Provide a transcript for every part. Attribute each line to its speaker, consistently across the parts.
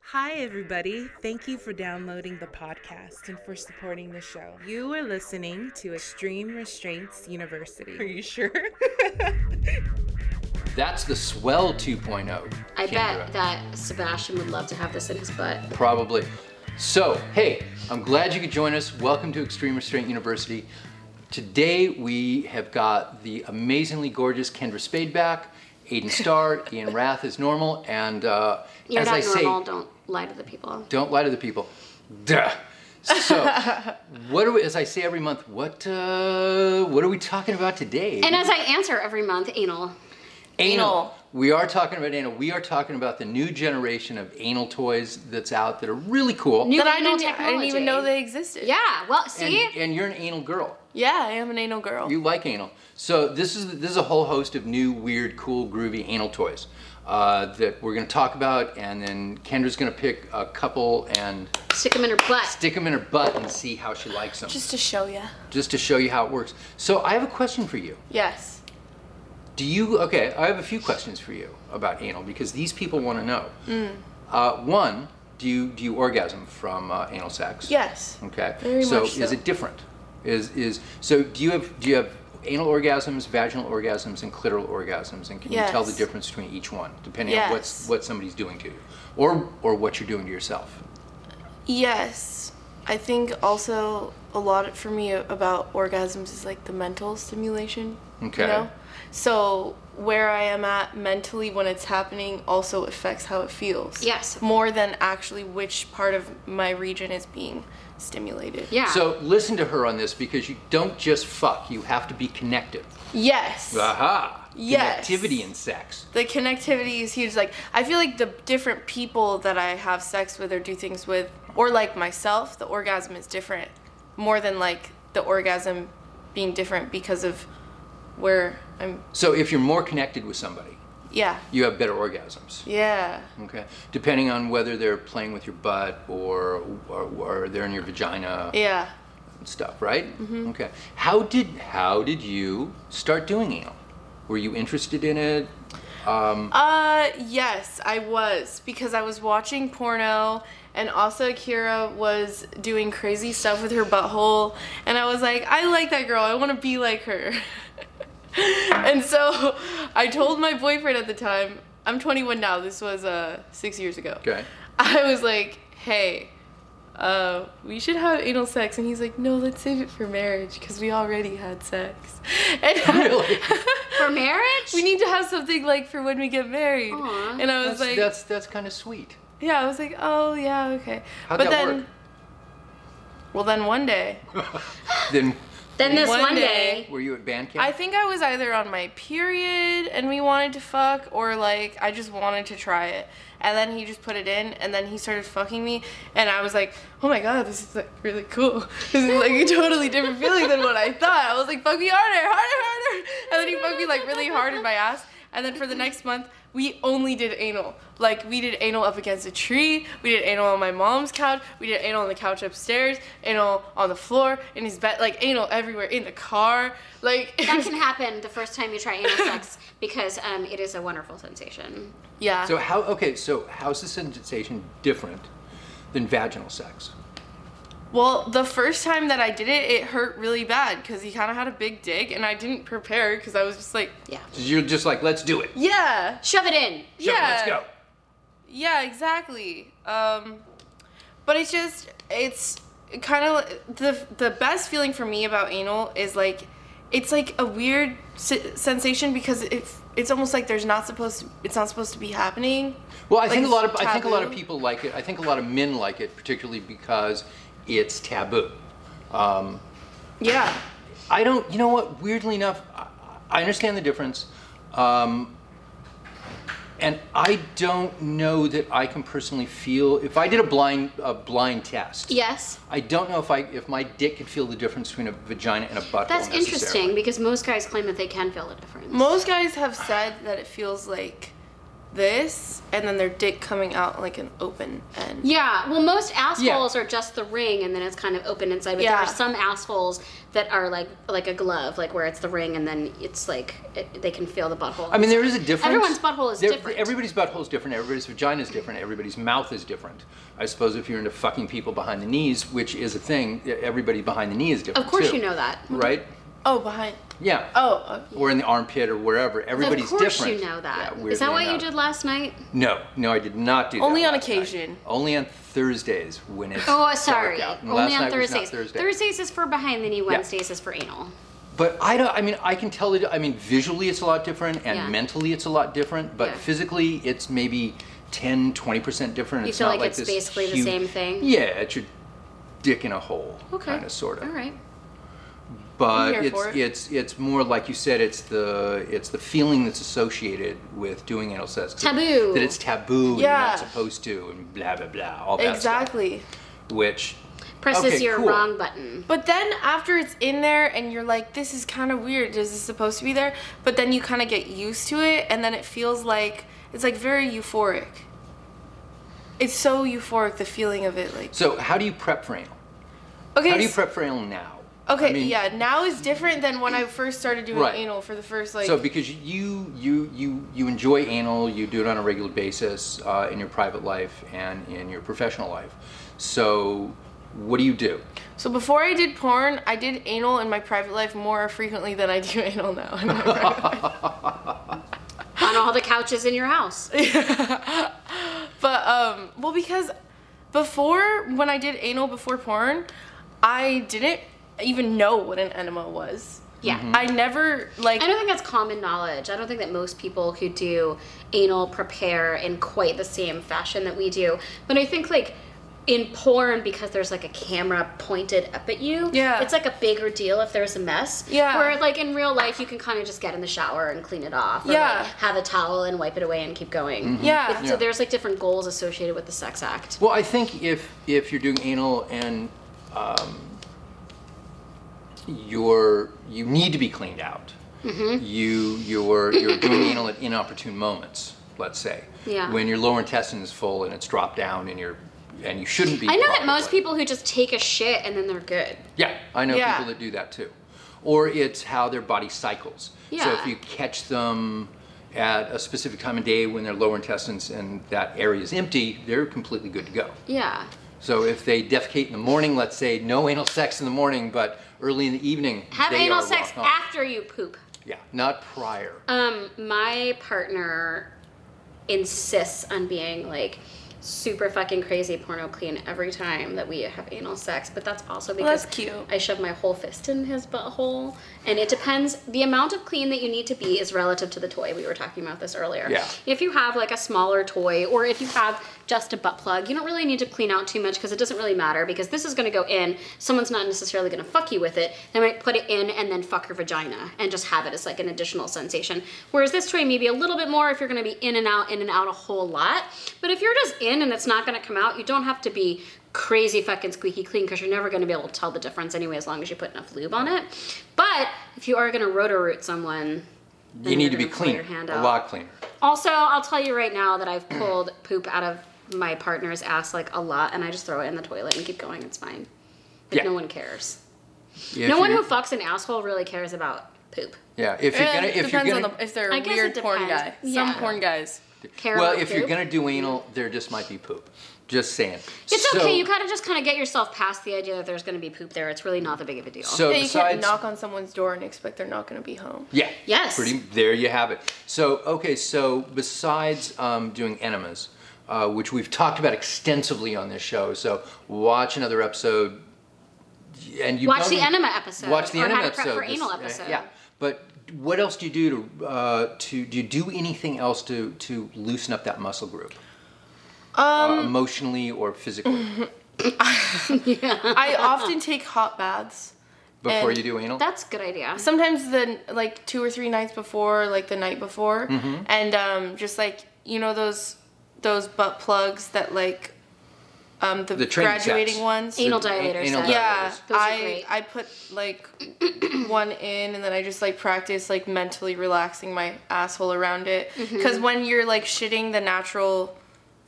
Speaker 1: Hi, everybody. Thank you for downloading the podcast and for supporting the show. You are listening to Extreme Restraints University. Are you sure?
Speaker 2: That's the swell 2.0.
Speaker 3: I
Speaker 2: Kendra.
Speaker 3: bet that Sebastian would love to have this in his butt.
Speaker 2: Probably. So, hey, I'm glad you could join us. Welcome to Extreme Restraint University. Today we have got the amazingly gorgeous Kendra Spade back, Aiden Starr, Ian Rath is normal, and uh,
Speaker 3: You're
Speaker 2: as
Speaker 3: not
Speaker 2: I
Speaker 3: normal.
Speaker 2: say,
Speaker 3: don't lie to the people.
Speaker 2: don't lie to the people. Duh. So, what do we, as I say every month, what uh, what are we talking about today?
Speaker 3: And as I answer every month, anal.
Speaker 4: Anal.
Speaker 2: We are talking about anal. We are talking about the new generation of anal toys that's out that are really cool.
Speaker 3: New
Speaker 4: That I
Speaker 3: anal
Speaker 4: didn't, e, I didn't even
Speaker 3: technology.
Speaker 4: know they existed.
Speaker 3: Yeah. Well, see.
Speaker 2: and, and you're an anal girl.
Speaker 4: Yeah, I am an anal girl.
Speaker 2: You like anal. So this is this is a whole host of new, weird, cool, groovy anal toys uh, that we're going to talk about, and then Kendra's going to pick a couple and
Speaker 3: stick them in her butt.
Speaker 2: stick them in her butt and see how she likes them, just,
Speaker 4: Just to show you.
Speaker 2: to show you how it works. So I have a question for you.
Speaker 4: Yes.
Speaker 2: Do you? Okay, I have a few questions for you about anal because these people want to know.
Speaker 4: Mm.
Speaker 2: Uh, one, do you do you orgasm from uh, anal sex?
Speaker 4: Yes.
Speaker 2: Okay.
Speaker 4: Very
Speaker 2: so,
Speaker 4: much so.
Speaker 2: is it different? Is is so? Do you have do you have anal orgasms, vaginal orgasms, and clitoral orgasms, and can you tell the
Speaker 4: Yes.
Speaker 2: difference between each one, depending on what's
Speaker 4: Yes.
Speaker 2: what somebody's doing to you, or or what you're doing to yourself?
Speaker 4: Yes. I think also a lot for me about orgasms is like the mental stimulation.
Speaker 2: Okay.
Speaker 4: You know? So where I am at mentally when it's happening also affects how it feels.
Speaker 3: Yes.
Speaker 4: More than actually which part of my region is being stimulated.
Speaker 3: yeah.
Speaker 2: So listen to her on this because you don't just fuck; you have to be connected.
Speaker 4: Yes.
Speaker 2: Aha!
Speaker 4: Yes.
Speaker 2: Connectivity in sex.
Speaker 4: the connectivity is huge like i feel like the different people that i have sex with or do things with or like myself the orgasm is different more than like the orgasm being different because of where i'm
Speaker 2: So if you're more connected with somebody,
Speaker 4: yeah
Speaker 2: you have better orgasms.
Speaker 4: yeah
Speaker 2: Okay. Depending on whether they're playing with your butt or or, or they're in your vagina.
Speaker 4: yeah
Speaker 2: and stuff, right?
Speaker 4: Mm-hmm.
Speaker 2: Okay. How did how did you start doing anal? Were you interested in it?
Speaker 4: uh yes i was because i was watching porno and also akira was doing crazy stuff with her butthole and i was like i like that girl i want to be like her and so I told my boyfriend at the time, I'm 21 now. This was uh, six years ago.
Speaker 2: Okay.
Speaker 4: I was like, hey, uh, we should have anal sex. And he's like, no, let's save it for marriage because we already had sex. And
Speaker 2: Really?
Speaker 3: for marriage.
Speaker 4: we need to have something like for when we get married.
Speaker 3: Aw.
Speaker 4: And I was
Speaker 2: That's
Speaker 4: like,
Speaker 2: that's, that's kind of sweet.
Speaker 4: yeah, I was like, oh, yeah, okay.
Speaker 2: How'd that work?
Speaker 4: well, then one day,
Speaker 2: Then
Speaker 3: then this
Speaker 4: One
Speaker 3: one,
Speaker 4: day-
Speaker 3: day.
Speaker 2: were you at band camp?
Speaker 4: I think I was either on my period and we wanted to fuck, or like I just wanted to try it. And then he just put it in, and then he started fucking me, and I was like, oh my god, this is like really cool. This is like a totally different feeling than what I thought. I was like, fuck me harder, harder, harder. And then he fucked me like really hard in my ass. And then for the next month, we only did anal. Like we did anal up against a tree. We did anal on my mom's couch. We did anal on the couch upstairs. Anal on the floor in his bed. Like anal everywhere in the car. Like
Speaker 3: That can happen the first time you try anal sex because um, it is a wonderful sensation.
Speaker 4: yeah.
Speaker 2: so how okay, so how's the sensation different than vaginal sex?
Speaker 4: well, the first time that I did it, it hurt really bad because he kind of had a big dick, and I didn't prepare because I was just like,
Speaker 3: Yeah.
Speaker 2: You're just like, let's do it.
Speaker 4: yeah,
Speaker 3: Shove it in.
Speaker 2: Sure,
Speaker 4: yeah,
Speaker 2: let's go.
Speaker 4: Yeah, exactly. Um, but it's just it's kind of the the best feeling for me about anal is like it's like a weird se- sensation because it's it's almost like there's not supposed to, it's not supposed to be happening.
Speaker 2: Well, I
Speaker 4: Like,
Speaker 2: think a lot of
Speaker 4: it's
Speaker 2: I think a lot of
Speaker 4: taboo.
Speaker 2: people like it. I think a lot of men like it, particularly because it's taboo. Um,
Speaker 4: Yeah.
Speaker 2: I don't. You know what? Weirdly enough, I, I understand the difference, um, and I don't know that I can personally feel. If I did a blind a blind test,
Speaker 3: Yes.
Speaker 2: I don't know if I if my dick could feel the difference between a vagina and a butthole.
Speaker 3: That's
Speaker 2: necessarily.
Speaker 3: interesting because most guys claim that they can feel the difference.
Speaker 4: Most guys have said that it feels like this and then their dick coming out like an open end.
Speaker 3: Yeah, well, most assholes are just the ring, and then it's kind of open inside. But there
Speaker 4: Yeah.
Speaker 3: are some assholes that are like like a glove, like where it's the ring, and then it's like it, they can feel the butthole.
Speaker 2: I mean, there is a difference.
Speaker 3: Everyone's butthole is different.
Speaker 2: Everybody's butthole is different. Everybody's vagina is different. Everybody's mouth is different. I suppose if you're into fucking people behind the knees, which is a thing, e, everybody behind the knee is different.
Speaker 3: of course,
Speaker 2: too,
Speaker 3: you know that.
Speaker 2: Right?
Speaker 4: Oh, behind.
Speaker 2: Yeah.
Speaker 4: Oh, uh,
Speaker 2: Or in the armpit or wherever. Everybody's
Speaker 3: of course,
Speaker 2: different.
Speaker 3: you know that. Is
Speaker 2: Yeah, weirdly
Speaker 3: that what you
Speaker 2: enough.
Speaker 3: did last night?
Speaker 2: No, no, I did not do that.
Speaker 4: Only on
Speaker 2: last night.
Speaker 4: occasion.
Speaker 2: Only on Thursdays when it's.
Speaker 3: Oh,
Speaker 2: dark
Speaker 3: sorry.
Speaker 2: out. And
Speaker 3: Only
Speaker 2: last
Speaker 3: on
Speaker 2: night was not
Speaker 3: Thursdays.
Speaker 2: Thursday.
Speaker 3: Thursdays is for behind the knee. Wednesdays is for anal.
Speaker 2: But I don't. I mean, I can tell it. I mean, visually it's a lot different, and
Speaker 3: Yeah.
Speaker 2: mentally it's a lot different. But
Speaker 3: Yeah.
Speaker 2: physically, it's maybe 10, 20 percent different.
Speaker 3: You
Speaker 2: it's
Speaker 3: feel
Speaker 2: not
Speaker 3: like
Speaker 2: like
Speaker 3: it's
Speaker 2: this
Speaker 3: basically the
Speaker 2: huge-
Speaker 3: same thing?
Speaker 2: Yeah, it's your dick in a hole,
Speaker 3: Okay.
Speaker 2: kind of, sort of.
Speaker 3: All right.
Speaker 2: But
Speaker 4: I'm here
Speaker 2: it's
Speaker 4: for it.
Speaker 2: it's it's more like you said. It's the it's the feeling that's associated with doing anal sex. 'cause
Speaker 3: Taboo.
Speaker 2: That it's taboo. and you're
Speaker 4: Yeah.
Speaker 2: not supposed to, and blah blah blah. All that stuff.
Speaker 4: exactly.
Speaker 2: Which
Speaker 3: Presses
Speaker 2: Okay,
Speaker 3: your
Speaker 2: cool.
Speaker 3: wrong button.
Speaker 4: But then after it's in there and you're like, this is kind of weird. Is this supposed to be there? But then you kind of get used to it and then it feels like it's like very euphoric. It's so euphoric the feeling of it like.
Speaker 2: So how do you prep for anal?
Speaker 4: Okay.
Speaker 2: How do you
Speaker 4: s-
Speaker 2: prep for anal now?
Speaker 4: Okay,
Speaker 2: I mean,
Speaker 4: yeah, now is different than when I first started doing
Speaker 2: Right.
Speaker 4: anal for the first like
Speaker 2: so because you you you you enjoy anal, you do it on a regular basis uh, in your private life and in your professional life. So what do you do?
Speaker 4: So before I did porn, I did anal in my private life more frequently than I do anal now. in my private life.
Speaker 3: on all the couches in your house.
Speaker 4: but um, well, because before when I did anal before porn, I didn't even know what an enema was.
Speaker 3: Yeah.
Speaker 4: I never like
Speaker 3: I don't think that's common knowledge. I don't think that most people who do anal prepare in quite the same fashion that we do. But I think like in porn because there's like a camera pointed up at you.
Speaker 4: Yeah.
Speaker 3: It's like a bigger deal if there's a mess.
Speaker 4: Yeah.
Speaker 3: Where like in real life you can kind of just get in the shower and clean it off. Or
Speaker 4: Yeah.
Speaker 3: Like, have a towel and wipe it away and keep going.
Speaker 4: Yeah.
Speaker 3: It's-
Speaker 2: Mm-hmm. Yeah.
Speaker 3: So there's like different goals associated with the sex act.
Speaker 2: Well, I think if if you're doing anal and um, you're you need to be cleaned out.
Speaker 3: Mm-hmm.
Speaker 2: You you're you're doing anal at inopportune moments. Let's say
Speaker 3: Yeah.
Speaker 2: when your lower intestine is full and it's dropped down and you're and you shouldn't be.
Speaker 3: I know that most
Speaker 2: probably.
Speaker 3: people who just take a shit and then they're good.
Speaker 2: Yeah, I know
Speaker 4: Yeah.
Speaker 2: people that do that too. Or it's how their body cycles. So if
Speaker 3: Yeah.
Speaker 2: you catch them at a specific time of day when their lower intestines and that area is empty, they're completely good to go.
Speaker 3: Yeah.
Speaker 2: So if they defecate in the morning, let's say no anal sex in the morning, but early in the evening,
Speaker 3: Have
Speaker 2: they
Speaker 3: anal
Speaker 2: are
Speaker 3: sex
Speaker 2: rock on.
Speaker 3: after you poop.
Speaker 2: Yeah, not prior.
Speaker 3: Um, my partner insists on being like super fucking crazy porno clean every time that we have anal sex, but that's also because
Speaker 4: that's cute.
Speaker 3: I shove my whole fist in his butthole, and it depends. The amount of clean that you need to be is relative to the toy. We were talking about this earlier.
Speaker 2: Yeah.
Speaker 3: If you have like a smaller toy, or if you have just a butt plug, you don't really need to clean out too much because it doesn't really matter because this is going to go in. Someone's not necessarily going to fuck you with it. They might put it in and then fuck your vagina and just have it as like an additional sensation. Whereas this toy maybe a little bit more if you're going to be in and out, in and out a whole lot. But if you're just in and it's not going to come out, you don't have to be crazy fucking squeaky clean because you're never going to be able to tell the difference anyway as long as you put enough lube on it. But if you are going to roto-root someone,
Speaker 2: you
Speaker 3: then
Speaker 2: need
Speaker 3: you're
Speaker 2: to be
Speaker 3: gonna pull your
Speaker 2: cleaner,
Speaker 3: hand
Speaker 2: a
Speaker 3: out.
Speaker 2: lot cleaner.
Speaker 3: Also, I'll tell you right now that I've pulled poop out of my partner's ass like a lot, and I just throw it in the toilet and keep going. It's fine. Like
Speaker 2: Yeah.
Speaker 3: no one cares.
Speaker 2: If
Speaker 3: no one
Speaker 2: you-
Speaker 3: who fucks an asshole really cares about poop.
Speaker 2: Yeah, if you're
Speaker 4: Eh,
Speaker 2: gonna if you're
Speaker 4: depends
Speaker 2: gonna
Speaker 4: on the if they're
Speaker 3: I
Speaker 4: a
Speaker 3: guess
Speaker 4: weird
Speaker 3: it
Speaker 4: porn
Speaker 3: depends.
Speaker 4: guy.
Speaker 3: Yeah.
Speaker 4: Some porn guys.
Speaker 3: Care
Speaker 2: well,
Speaker 3: about
Speaker 2: if you're
Speaker 3: poop.
Speaker 2: gonna do anal, there just might be poop. Just saying.
Speaker 3: It's
Speaker 2: So-
Speaker 3: okay. You kind of just kind of get yourself past the idea that there's going to be poop there. It's really not that big of a deal.
Speaker 2: So
Speaker 4: yeah, you
Speaker 2: besides,
Speaker 4: can't knock on someone's door and expect they're not going to be home.
Speaker 2: yeah,
Speaker 3: Yes.
Speaker 2: Pretty. There you have it. So okay, so besides um, doing enemas, uh, which we've talked about extensively on this show, so watch another episode, and you
Speaker 3: Watch
Speaker 2: don't
Speaker 3: the
Speaker 2: need-
Speaker 3: enema episode.
Speaker 2: Watch the
Speaker 3: or
Speaker 2: enema
Speaker 3: how to prep
Speaker 2: episode.
Speaker 3: for anal
Speaker 2: This-
Speaker 3: episode.
Speaker 2: Yeah. But what else do you do to uh, to do you do anything else to to loosen up that muscle group? Um, emotionally or physically
Speaker 3: Mm-hmm.
Speaker 4: I often take hot baths.
Speaker 2: before
Speaker 4: and
Speaker 2: you do anal.
Speaker 3: That's a good idea.
Speaker 4: sometimes the like two or three nights before like the night before
Speaker 2: Mm-hmm.
Speaker 4: and um just like you know those those butt plugs that like um, the,
Speaker 2: The training
Speaker 4: graduating
Speaker 2: sets.
Speaker 4: ones.
Speaker 3: Anal
Speaker 2: The
Speaker 3: dilator
Speaker 2: an- anal
Speaker 3: set.
Speaker 4: yeah,
Speaker 2: dilators.
Speaker 3: Those are
Speaker 4: I
Speaker 3: great.
Speaker 4: I put like one in, and then I just like practice like mentally relaxing my asshole around it.
Speaker 3: Mm-hmm.
Speaker 4: Because when you're like shitting, the natural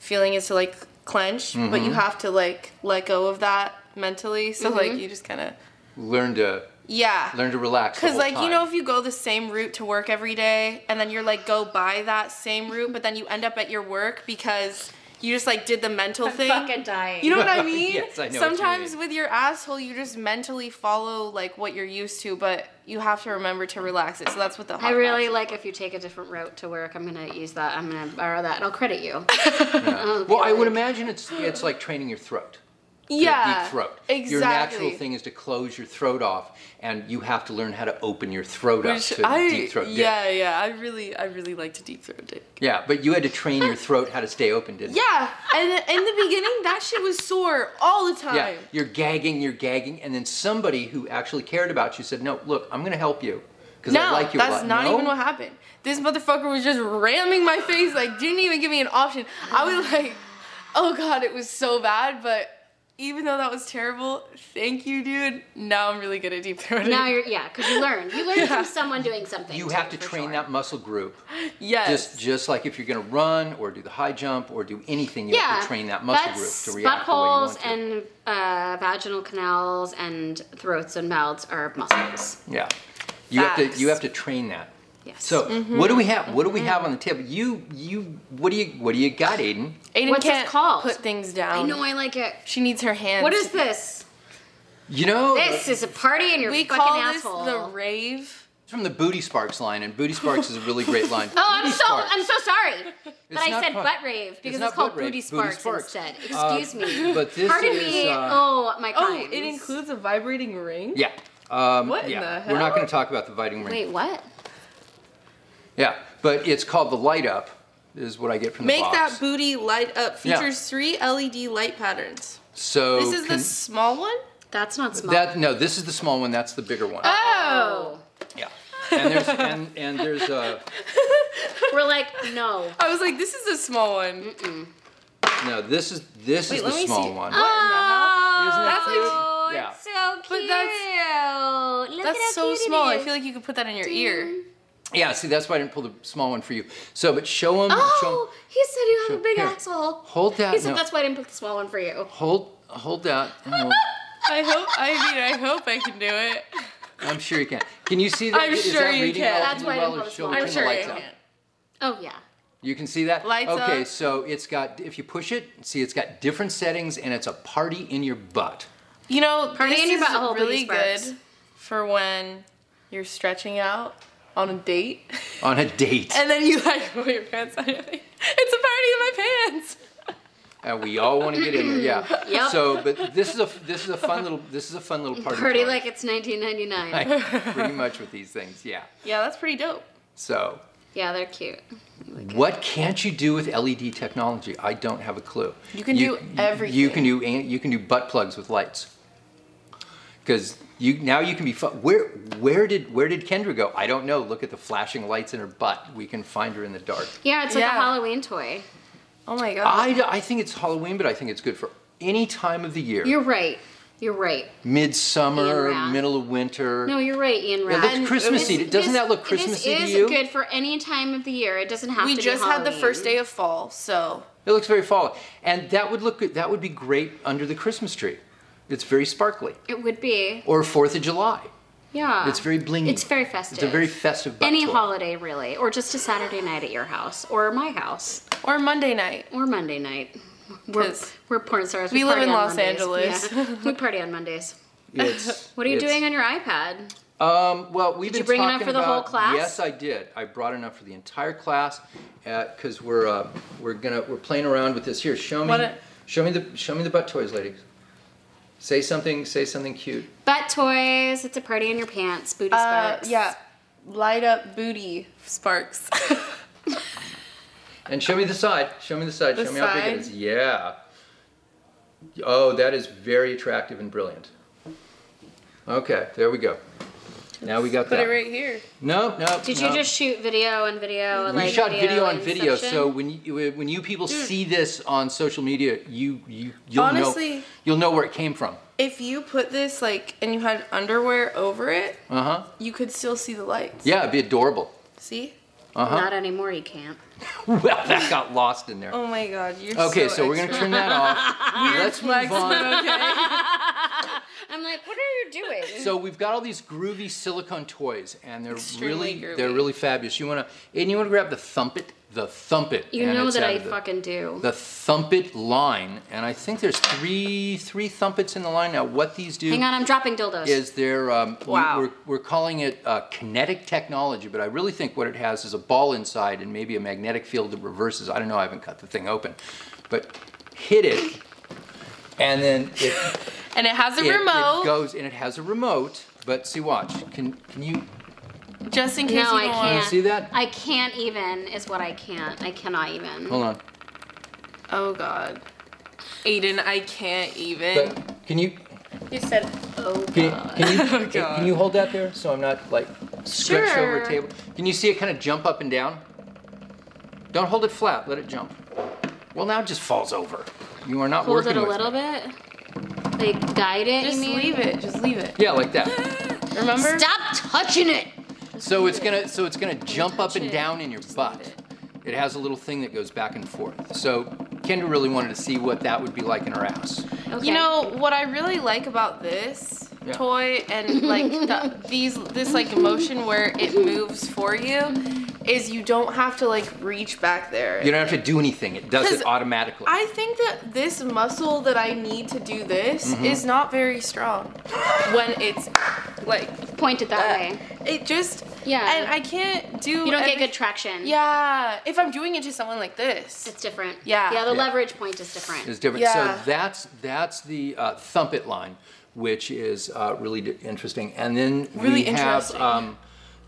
Speaker 4: feeling is to like clench, but
Speaker 2: Mm-hmm.
Speaker 4: you have to like let go of that mentally. So
Speaker 3: Mm-hmm.
Speaker 4: like you just kind of
Speaker 2: Learn to
Speaker 4: yeah.
Speaker 2: learn to relax. the
Speaker 4: Because
Speaker 2: whole
Speaker 4: like you
Speaker 2: time.
Speaker 4: know, if you go the same route to work every day, and then you're like go by that same route, but then you end up at your work because you just like did the mental thing.
Speaker 3: Fucking dying.
Speaker 4: You know what I mean?
Speaker 2: Yes, I know what you
Speaker 4: Sometimes
Speaker 2: mean.
Speaker 4: with your asshole, you just mentally follow like what you're used to, but you have to remember to relax it. So that's what the hot
Speaker 3: I really
Speaker 4: baths-
Speaker 3: like if you take a different route to work. I'm gonna use that. I'm gonna borrow that. and I'll credit you.
Speaker 4: Oh,
Speaker 2: Well, I would imagine it's it's like training your throat. your
Speaker 4: yeah
Speaker 2: deep throat.
Speaker 4: exactly.
Speaker 2: Your natural thing is to close your throat off, and you have to learn how to open your throat
Speaker 4: Which
Speaker 2: up to
Speaker 4: I,
Speaker 2: deep throat. dick.
Speaker 4: yeah, yeah. I really, I really like to deep throat dick.
Speaker 2: Yeah, but you had to train your throat how to stay open, didn't
Speaker 4: Yeah, and in the beginning, that shit was sore all the
Speaker 2: you?
Speaker 4: time.
Speaker 2: Yeah. You're gagging, you're gagging, and then somebody who actually cared about you said, "No, look, I'm going to help you because I
Speaker 4: No,
Speaker 2: like you a
Speaker 4: that's
Speaker 2: lot."
Speaker 4: not
Speaker 2: No?
Speaker 4: even what happened. This motherfucker was just ramming my face, like didn't even give me an option. I was like, oh god, it was so bad, but even though that was terrible, thank you, dude. Now I'm really good at deep throating.
Speaker 3: now you're yeah, because you learn. You learn from someone doing something.
Speaker 2: You
Speaker 3: too,
Speaker 2: have to
Speaker 3: for
Speaker 2: train
Speaker 3: sure.
Speaker 2: that muscle group.
Speaker 4: yes.
Speaker 2: Just just like if you're going to run or do the high jump or do anything, you have to train that muscle
Speaker 3: butts,
Speaker 2: group to react the way you
Speaker 3: Buttholes
Speaker 2: want to.
Speaker 3: and uh, vaginal canals and throats and mouths are muscles.
Speaker 2: Yeah. You have to
Speaker 4: Facts. Mm-hmm.
Speaker 2: you have to train that.
Speaker 3: Yes.
Speaker 2: So what do we have? What do we have on the table? You you what do you what do you got, Aiden?
Speaker 4: Aiden
Speaker 3: what's this
Speaker 4: can't
Speaker 3: called?
Speaker 4: put things down.
Speaker 3: I know I like it.
Speaker 4: She needs her hands.
Speaker 3: What is this?
Speaker 2: You know
Speaker 3: This is a party in your
Speaker 4: we
Speaker 3: fucking
Speaker 4: call this
Speaker 3: asshole.
Speaker 4: the rave.
Speaker 2: it's from the Booty Sparks line, and Booty Sparks is a really great line.
Speaker 3: Oh, I'm
Speaker 2: Booty
Speaker 3: so
Speaker 2: Sparks.
Speaker 3: I'm so sorry. But
Speaker 2: It's
Speaker 3: I
Speaker 2: not
Speaker 3: said
Speaker 2: fun.
Speaker 3: butt rave because it's,
Speaker 2: not
Speaker 3: called
Speaker 2: butt rave,
Speaker 3: booty
Speaker 2: booty
Speaker 3: sparks,
Speaker 2: sparks.
Speaker 3: instead.
Speaker 2: Uh,
Speaker 3: Excuse me.
Speaker 2: but this
Speaker 3: Pardon
Speaker 2: is,
Speaker 3: me.
Speaker 2: uh,
Speaker 3: oh, my
Speaker 4: Oh,
Speaker 3: crimes.
Speaker 4: it includes a vibrating ring.
Speaker 2: Yeah. Um,
Speaker 4: What in
Speaker 2: yeah.
Speaker 4: the
Speaker 2: We're not
Speaker 4: hell?
Speaker 2: going to talk about the biting ring.
Speaker 3: Wait, what?
Speaker 2: Yeah, but it's called the light up. Is what I get from
Speaker 4: Make
Speaker 2: the box.
Speaker 4: that booty light up.
Speaker 2: Yeah.
Speaker 4: Features three LED light patterns.
Speaker 2: so
Speaker 4: This is
Speaker 2: can-
Speaker 4: the small one.
Speaker 3: That's not small.
Speaker 2: that no, this is the small one. That's the bigger one.
Speaker 4: Uh.
Speaker 3: oh.
Speaker 2: Yeah. And there's and, and there's uh,
Speaker 3: We're like, no.
Speaker 4: I was like, this is a small one.
Speaker 2: no. This is this
Speaker 4: Wait,
Speaker 2: is the
Speaker 4: let me
Speaker 2: small
Speaker 4: see.
Speaker 2: one.
Speaker 3: Oh,
Speaker 2: Isn't that
Speaker 3: oh,
Speaker 2: cute? Yeah.
Speaker 3: it's so cute.
Speaker 4: But that's-
Speaker 3: Look at how
Speaker 4: That's so
Speaker 3: cute it
Speaker 4: small. I
Speaker 3: is.
Speaker 4: feel like you could put that in your ear.
Speaker 2: Yeah, see, that's why I didn't pull the small one for you. So, but show him.
Speaker 3: Oh, he said you have
Speaker 2: show-
Speaker 3: a big
Speaker 2: here.
Speaker 3: asshole.
Speaker 2: Hold that,
Speaker 3: He said
Speaker 2: no. Oh.
Speaker 3: that's why I didn't put the small one for you.
Speaker 2: hold, hold that. and we'll-
Speaker 4: I hope. I mean, I hope I can do it.
Speaker 2: I'm sure you can. Can you see that?
Speaker 4: I'm
Speaker 2: is
Speaker 4: sure
Speaker 2: that
Speaker 4: you
Speaker 2: reading
Speaker 4: can.
Speaker 2: relatively
Speaker 3: That's why I
Speaker 2: well,
Speaker 3: didn't
Speaker 2: or
Speaker 3: put a
Speaker 2: should we
Speaker 3: small
Speaker 2: turn
Speaker 4: I'm
Speaker 2: the
Speaker 4: sure I
Speaker 2: lights up?
Speaker 4: can.
Speaker 3: Oh yeah.
Speaker 2: You can see that.
Speaker 4: Lights
Speaker 2: okay,
Speaker 4: up.
Speaker 2: so it's got. If you push it, see, it's got different settings, and it's a party in your butt.
Speaker 4: You know,
Speaker 3: Party
Speaker 4: this
Speaker 3: in your
Speaker 4: is
Speaker 3: butthole, Booty
Speaker 4: really
Speaker 3: Sparks.
Speaker 4: good for when you're stretching out on a date,
Speaker 2: On a date,
Speaker 4: and then you like pull your pants down. You're like, it's a party in my pants.
Speaker 2: and we all want to get in there. Yeah.
Speaker 3: Yep.
Speaker 2: So, but this is a this is a fun little this is a fun little party.
Speaker 3: Party
Speaker 2: time,
Speaker 3: like it's 1999.
Speaker 2: pretty much with these things. Yeah.
Speaker 4: Yeah, that's pretty dope.
Speaker 2: So,
Speaker 3: Yeah, they're cute.
Speaker 2: What can't you do with LED technology? I don't have a clue.
Speaker 4: You can do
Speaker 2: You
Speaker 4: everything.
Speaker 2: can do an- you can do butt plugs with lights. Because you now you can be fu- where where did where did Kendra go? I don't know. Look at the flashing lights in her butt. We can find her in the dark.
Speaker 3: Yeah, it's like
Speaker 4: Yeah.
Speaker 3: a Halloween toy.
Speaker 4: Oh my god.
Speaker 2: I, d- I think it's Halloween, but I think it's good for any time of the year.
Speaker 3: You're right. You're right.
Speaker 2: Midsummer,
Speaker 3: Ian Rath.
Speaker 2: middle of winter.
Speaker 3: No, you're right, Ian Rath.
Speaker 2: looks Christmassy.
Speaker 3: This-
Speaker 2: Doesn't
Speaker 3: this-
Speaker 2: that look Christmassy
Speaker 3: This
Speaker 2: to
Speaker 3: is
Speaker 2: you?
Speaker 3: good for any time of the year. It doesn't have
Speaker 4: we
Speaker 3: to
Speaker 4: just
Speaker 3: be
Speaker 4: had the
Speaker 3: Halloween.
Speaker 4: first day of fall, so
Speaker 2: It looks very fall, and that would look good. That would be great under the Christmas tree. It's very sparkly.
Speaker 3: It would be.
Speaker 2: Or Fourth of July.
Speaker 3: Yeah.
Speaker 2: It's very blingy.
Speaker 3: It's very festive.
Speaker 2: It's a very festive. butt
Speaker 3: Any
Speaker 2: toy.
Speaker 3: holiday, really, or just a Saturday night at your house, or my house,
Speaker 4: or Monday night.
Speaker 3: or Monday night. We're,
Speaker 4: 'Cause
Speaker 3: we're porn stars.
Speaker 4: we live
Speaker 3: party
Speaker 4: in
Speaker 3: on
Speaker 4: Los
Speaker 3: Mondays.
Speaker 4: Angeles.
Speaker 3: Yeah. we party on Mondays.
Speaker 2: It's,
Speaker 3: What are you
Speaker 2: it's-
Speaker 3: doing on your iPad?
Speaker 2: Um, well, we've
Speaker 3: Did you
Speaker 2: been
Speaker 3: bring enough
Speaker 2: talking
Speaker 3: for the whole
Speaker 2: about-
Speaker 3: class?
Speaker 2: Yes, I did. I brought enough for the entire class because we're uh, we're gonna we're playing around with this here. Show me,
Speaker 4: What a-
Speaker 2: show me the show me the butt toys, ladies. Say something. Say something cute.
Speaker 3: Butt toys. It's a party in your pants. Booty
Speaker 4: Uh,
Speaker 3: sparks.
Speaker 4: yeah, light up booty sparks.
Speaker 2: And show me the side. Show me the side.
Speaker 4: The
Speaker 2: show me how big
Speaker 4: side?
Speaker 2: it is. Yeah. Oh, that is very attractive and brilliant. Okay, there we go. Now we got
Speaker 4: Put
Speaker 2: that.
Speaker 4: it right here.
Speaker 2: No, no.
Speaker 3: Did
Speaker 2: no.
Speaker 3: you just shoot video and video?
Speaker 2: We
Speaker 3: like
Speaker 2: shot video on
Speaker 3: and
Speaker 2: video,
Speaker 3: section?
Speaker 2: so when you when you people see this on social media, you you you'll know
Speaker 4: Honestly-
Speaker 2: you'll know where it came from.
Speaker 4: If you put this like and you had underwear over it,
Speaker 2: Uh
Speaker 3: Uh-huh.
Speaker 2: huh.
Speaker 4: you could still see the lights.
Speaker 2: Yeah, it'd be adorable.
Speaker 4: See?
Speaker 2: Uh huh.
Speaker 3: not anymore. You can't.
Speaker 2: Well, that got lost in there.
Speaker 4: Oh my god, you're
Speaker 2: Okay,
Speaker 4: so,
Speaker 2: so, we're gonna
Speaker 4: extra.
Speaker 2: turn that off. Let's move on.
Speaker 3: I'm like, what are you doing?
Speaker 2: So we've got all these groovy silicone toys, and they're
Speaker 4: Extremely
Speaker 2: really
Speaker 4: groovy.
Speaker 2: they're really fabulous. You wanna and you wanna grab the thump it, the thump it.
Speaker 3: you
Speaker 2: and
Speaker 3: know
Speaker 2: it's
Speaker 3: that
Speaker 2: out
Speaker 3: I
Speaker 2: of the,
Speaker 3: fucking do.
Speaker 2: the thump it line, and I think there's three three thumpets in the line. Now what these do?
Speaker 3: Hang on, I'm dropping dildos.
Speaker 2: is there um, we-
Speaker 4: Wow.
Speaker 2: we're, we're calling it uh, kinetic technology but i really think what it has is a ball inside and maybe a magnetic field that reverses i don't know i haven't cut the thing open but hit it and then it, it-
Speaker 4: And it has a
Speaker 2: it
Speaker 4: remote
Speaker 2: goes and it has a remote but see watch can can you
Speaker 4: just in case
Speaker 3: no,
Speaker 4: you
Speaker 3: I
Speaker 4: don't
Speaker 3: can't.
Speaker 2: see that?
Speaker 3: I can't even. Is what I can't. I cannot even.
Speaker 2: hold on
Speaker 4: want Oh god. Aiden, I can't even.
Speaker 2: but can you
Speaker 4: you said
Speaker 3: Oh
Speaker 2: can,
Speaker 3: god.
Speaker 2: can you
Speaker 4: Oh, God.
Speaker 2: can you hold that there so i'm not like stretched over a
Speaker 3: Sure.
Speaker 2: table can you see it kind of jump up and down don't hold it flat let it jump well now it just falls over you are not
Speaker 3: Hold
Speaker 2: working
Speaker 3: it a
Speaker 2: with
Speaker 3: little
Speaker 2: me.
Speaker 3: bit. Like guide it.
Speaker 4: Just
Speaker 3: you mean?
Speaker 4: leave it. Just leave it.
Speaker 2: Yeah, like that.
Speaker 4: Remember?
Speaker 3: Stop touching it.
Speaker 2: So it's gonna so it's gonna jump up and
Speaker 3: it.
Speaker 2: down in your butt. It has a little thing that goes back and forth. So Kendra really wanted to see what that would be like in her ass.
Speaker 3: Okay.
Speaker 4: You know what I really like about this
Speaker 2: Yeah.
Speaker 4: toy and like the, these this like motion where it moves for you is you don't have to like reach back there.
Speaker 2: You don't have to do anything. It does
Speaker 4: 'Cause
Speaker 2: it automatically.
Speaker 4: I think that this muscle that I need to do this
Speaker 2: Mm-hmm.
Speaker 4: is not very strong when it's like
Speaker 3: point it that way.
Speaker 4: it just
Speaker 3: Yeah.
Speaker 4: and I can't do
Speaker 3: You don't get
Speaker 4: Uh, every-
Speaker 3: good traction.
Speaker 4: yeah if I'm doing it to someone like this
Speaker 3: It's different.
Speaker 4: Yeah.
Speaker 3: Yeah, the
Speaker 2: Yeah.
Speaker 3: leverage point is different.
Speaker 2: is different.
Speaker 4: Yeah.
Speaker 2: So that's that's the uh, thump it line, which is uh, really d- interesting. And then we
Speaker 4: Really
Speaker 2: have
Speaker 4: interesting.
Speaker 2: um,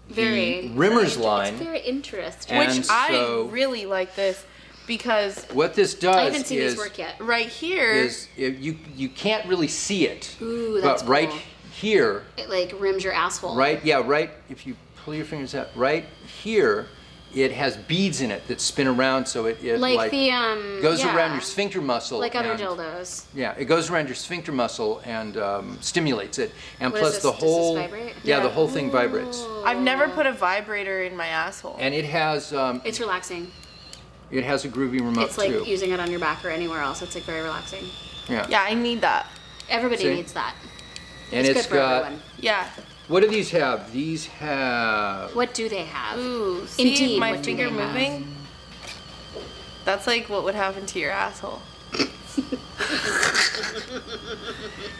Speaker 2: the
Speaker 3: Very.
Speaker 2: Rimmer's
Speaker 3: It's
Speaker 2: line.
Speaker 3: very interesting.
Speaker 2: And
Speaker 4: which
Speaker 2: so-
Speaker 4: I really like this because
Speaker 2: What this does
Speaker 3: I haven't seen
Speaker 2: is
Speaker 3: these work yet.
Speaker 4: right here
Speaker 2: is if you you can't really see it,
Speaker 3: Ooh,
Speaker 2: but
Speaker 3: that's
Speaker 2: right
Speaker 3: cool.
Speaker 2: here
Speaker 3: It like rims your asshole.
Speaker 2: Right, yeah, right. If you pull your fingers out, right here, it has beads in it that spin around, so it, it
Speaker 3: Like,
Speaker 2: like,
Speaker 3: the um.
Speaker 2: goes
Speaker 3: yeah,
Speaker 2: around your sphincter muscle.
Speaker 3: Like other
Speaker 2: and-
Speaker 3: dildos.
Speaker 2: Yeah, it goes around your sphincter muscle and um, stimulates it, and
Speaker 3: What is
Speaker 2: plus
Speaker 3: this?
Speaker 2: the
Speaker 3: Does this
Speaker 2: whole
Speaker 3: vibrate?
Speaker 2: yeah the
Speaker 4: Yeah.
Speaker 2: whole thing vibrates,
Speaker 4: I've never put a vibrator in my asshole.
Speaker 2: and it has um,
Speaker 3: It's relaxing.
Speaker 2: it has a groovy remote
Speaker 3: It's like
Speaker 2: too.
Speaker 3: using it on your back or anywhere else. It's like very relaxing.
Speaker 2: yeah,
Speaker 4: yeah, I need that.
Speaker 3: Everybody
Speaker 2: See?
Speaker 3: needs that.
Speaker 2: and
Speaker 3: it's
Speaker 2: it's
Speaker 3: good for
Speaker 2: got
Speaker 3: everyone.
Speaker 4: Yeah.
Speaker 2: what do these have? These have
Speaker 3: What do they have?
Speaker 4: Ooh, see
Speaker 3: Indeed,
Speaker 4: my
Speaker 3: what do
Speaker 4: finger
Speaker 3: they have?
Speaker 4: moving? That's like what would happen to your asshole.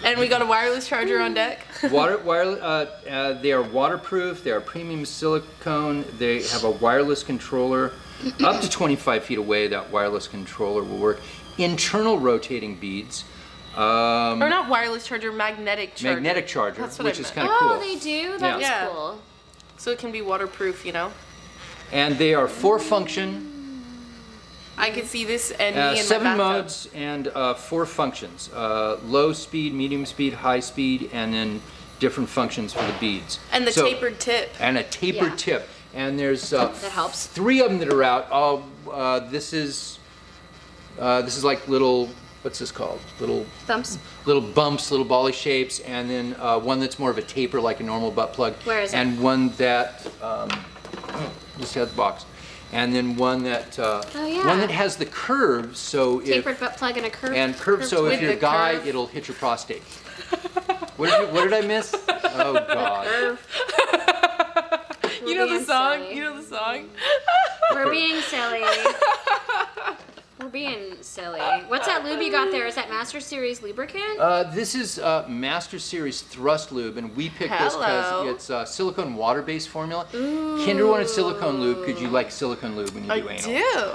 Speaker 4: and we got a wireless charger on deck.
Speaker 2: Water, wireless, uh, uh, they are waterproof. They are premium silicone. They have a wireless controller. Up to 25 feet away, that wireless controller will work. Internal rotating beads, um,
Speaker 4: or not wireless charger, magnetic charger.
Speaker 2: magnetic charger,
Speaker 4: That's what I
Speaker 2: which is kind
Speaker 4: meant.
Speaker 2: of
Speaker 3: Oh,
Speaker 2: cool.
Speaker 3: they do. That's
Speaker 4: Yeah.
Speaker 3: cool.
Speaker 4: So it can be waterproof, you know?
Speaker 2: and they are four function,
Speaker 4: I could see this
Speaker 2: uh,
Speaker 4: and me in the
Speaker 2: seven
Speaker 4: bathtub.
Speaker 2: modes, and uh, four functions: uh, low speed, medium speed, high speed, and then different functions for the beads.
Speaker 4: And the
Speaker 2: So-
Speaker 4: tapered tip.
Speaker 2: and a tapered
Speaker 3: Yeah.
Speaker 2: tip. And there's uh,
Speaker 3: That helps.
Speaker 2: Three of them that are out. Oh, uh, this is uh, this is like little what's this called? Little
Speaker 3: Thumbs.
Speaker 2: little bumps, little bally shapes, and then uh, one that's more of a taper, like a normal butt plug.
Speaker 3: Where is it?
Speaker 2: And one that um, oh, just had the box. And then one that uh,
Speaker 3: Oh, yeah.
Speaker 2: one that has the curve, so
Speaker 3: Tapered
Speaker 2: if
Speaker 3: butt plug and a curve.
Speaker 2: and curve, so if
Speaker 4: With
Speaker 2: you're a
Speaker 4: the
Speaker 2: guy,
Speaker 4: curve.
Speaker 2: it'll hit your prostate. what, did you, what did I miss? Oh God.
Speaker 4: You know
Speaker 3: being
Speaker 4: the song?
Speaker 3: silly.
Speaker 4: You know the song?
Speaker 3: We're being silly. We're being silly. What's that lube you got there? Is that Master Series lubricant?
Speaker 2: Uh, this is uh, Master Series Thrust Lube, and we picked this because
Speaker 4: Hello.
Speaker 2: it's uh, silicone water-based formula. Kinder wanted silicone lube because you like silicone lube when you
Speaker 4: I
Speaker 2: do anal.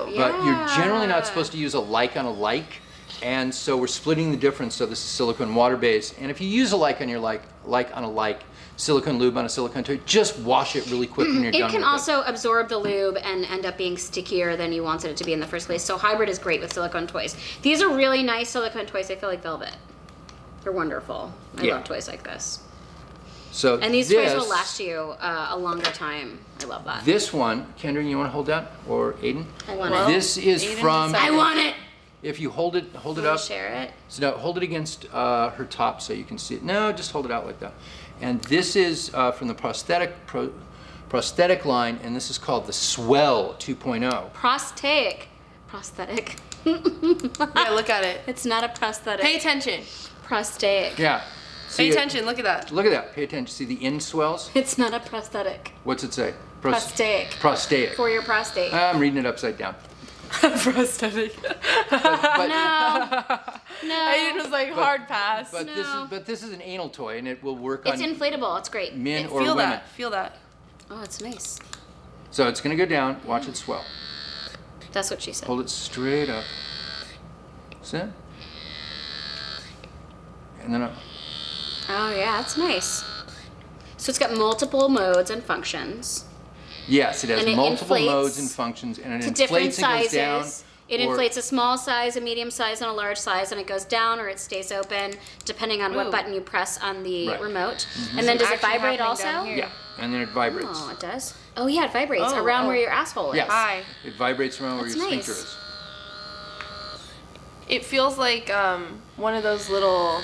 Speaker 4: do.
Speaker 2: But you're generally
Speaker 3: Yeah.
Speaker 2: not supposed to use a like on a like, and so we're splitting the difference. So this is silicone water-based, and if you use a like on your like, like on a like, silicone lube on a silicone toy, just wash it really quick when you're done.
Speaker 3: Mm, it can
Speaker 2: with
Speaker 3: also absorb the lube and end up being stickier than you wanted it to be in the first place. So hybrid is great with silicone toys. These are really nice silicone toys. They feel like velvet. They're wonderful. I
Speaker 2: Yeah.
Speaker 3: love toys like this.
Speaker 2: So
Speaker 3: And these
Speaker 2: this,
Speaker 3: toys will last you uh, a longer time. I love that.
Speaker 2: This one, Kendra, you want to hold that or Aiden?
Speaker 3: I want it.
Speaker 2: this is
Speaker 4: Aiden
Speaker 2: from.
Speaker 4: decided-
Speaker 3: I want it.
Speaker 2: If you hold it, hold it
Speaker 3: Can we
Speaker 2: up.
Speaker 3: share it?
Speaker 2: So now hold it against uh, her top so you can see it. No, just hold it out like that. And this is uh, from the prosthetic pro- prosthetic line, and this is called the Swell oh. 2.0.
Speaker 3: Prosthetic. Prosthetic.
Speaker 4: Yeah, look at it.
Speaker 3: It's not a prosthetic.
Speaker 4: Pay attention.
Speaker 3: prosthetic.
Speaker 2: Yeah. See
Speaker 4: Pay
Speaker 2: it-
Speaker 4: attention. Look at that.
Speaker 2: Look at that. Pay attention. See the end swells?
Speaker 3: It's not a prosthetic.
Speaker 2: What's it say? Pros-
Speaker 3: Prosthetic.
Speaker 2: Prosthetic.
Speaker 3: For your prostate.
Speaker 2: I'm reading it upside down.
Speaker 4: Prosthetic.
Speaker 2: But, but,
Speaker 3: no.
Speaker 4: Aiden
Speaker 3: No.
Speaker 4: was like hard pass.
Speaker 2: but this
Speaker 3: No.
Speaker 2: is but this is an anal toy, and it will work
Speaker 3: It's
Speaker 2: on
Speaker 3: inflatable. It's great.
Speaker 2: men or
Speaker 4: Feel
Speaker 2: women.
Speaker 4: that. Feel that.
Speaker 3: Oh, it's nice.
Speaker 2: So it's gonna go down. Watch it swell.
Speaker 3: That's what she said.
Speaker 2: Hold it straight up. See? it? And then up.
Speaker 3: Oh, yeah, that's nice. So it's got multiple modes and functions.
Speaker 2: Yes, it has
Speaker 3: And it
Speaker 2: multiple
Speaker 3: inflates
Speaker 2: modes and functions, and it
Speaker 3: to different
Speaker 2: inflates and goes
Speaker 3: sizes.
Speaker 2: down.
Speaker 3: it
Speaker 2: or-
Speaker 3: inflates a small size, a medium size, and a large size, and it goes down or it stays open depending on
Speaker 4: Ooh.
Speaker 3: what button you press on the
Speaker 2: Right. Mm-hmm.
Speaker 3: remote. And then does it
Speaker 4: Action
Speaker 3: vibrate
Speaker 4: happening
Speaker 3: also?
Speaker 4: down here.
Speaker 2: Yeah, and then it vibrates.
Speaker 3: Oh, it does. Oh yeah, it vibrates
Speaker 4: Oh,
Speaker 3: around
Speaker 4: oh.
Speaker 3: where your asshole is.
Speaker 2: Yes.
Speaker 4: Hi.
Speaker 2: It vibrates around where
Speaker 3: That's
Speaker 2: your
Speaker 3: nice.
Speaker 2: sphincter is.
Speaker 4: It feels like um one of those little.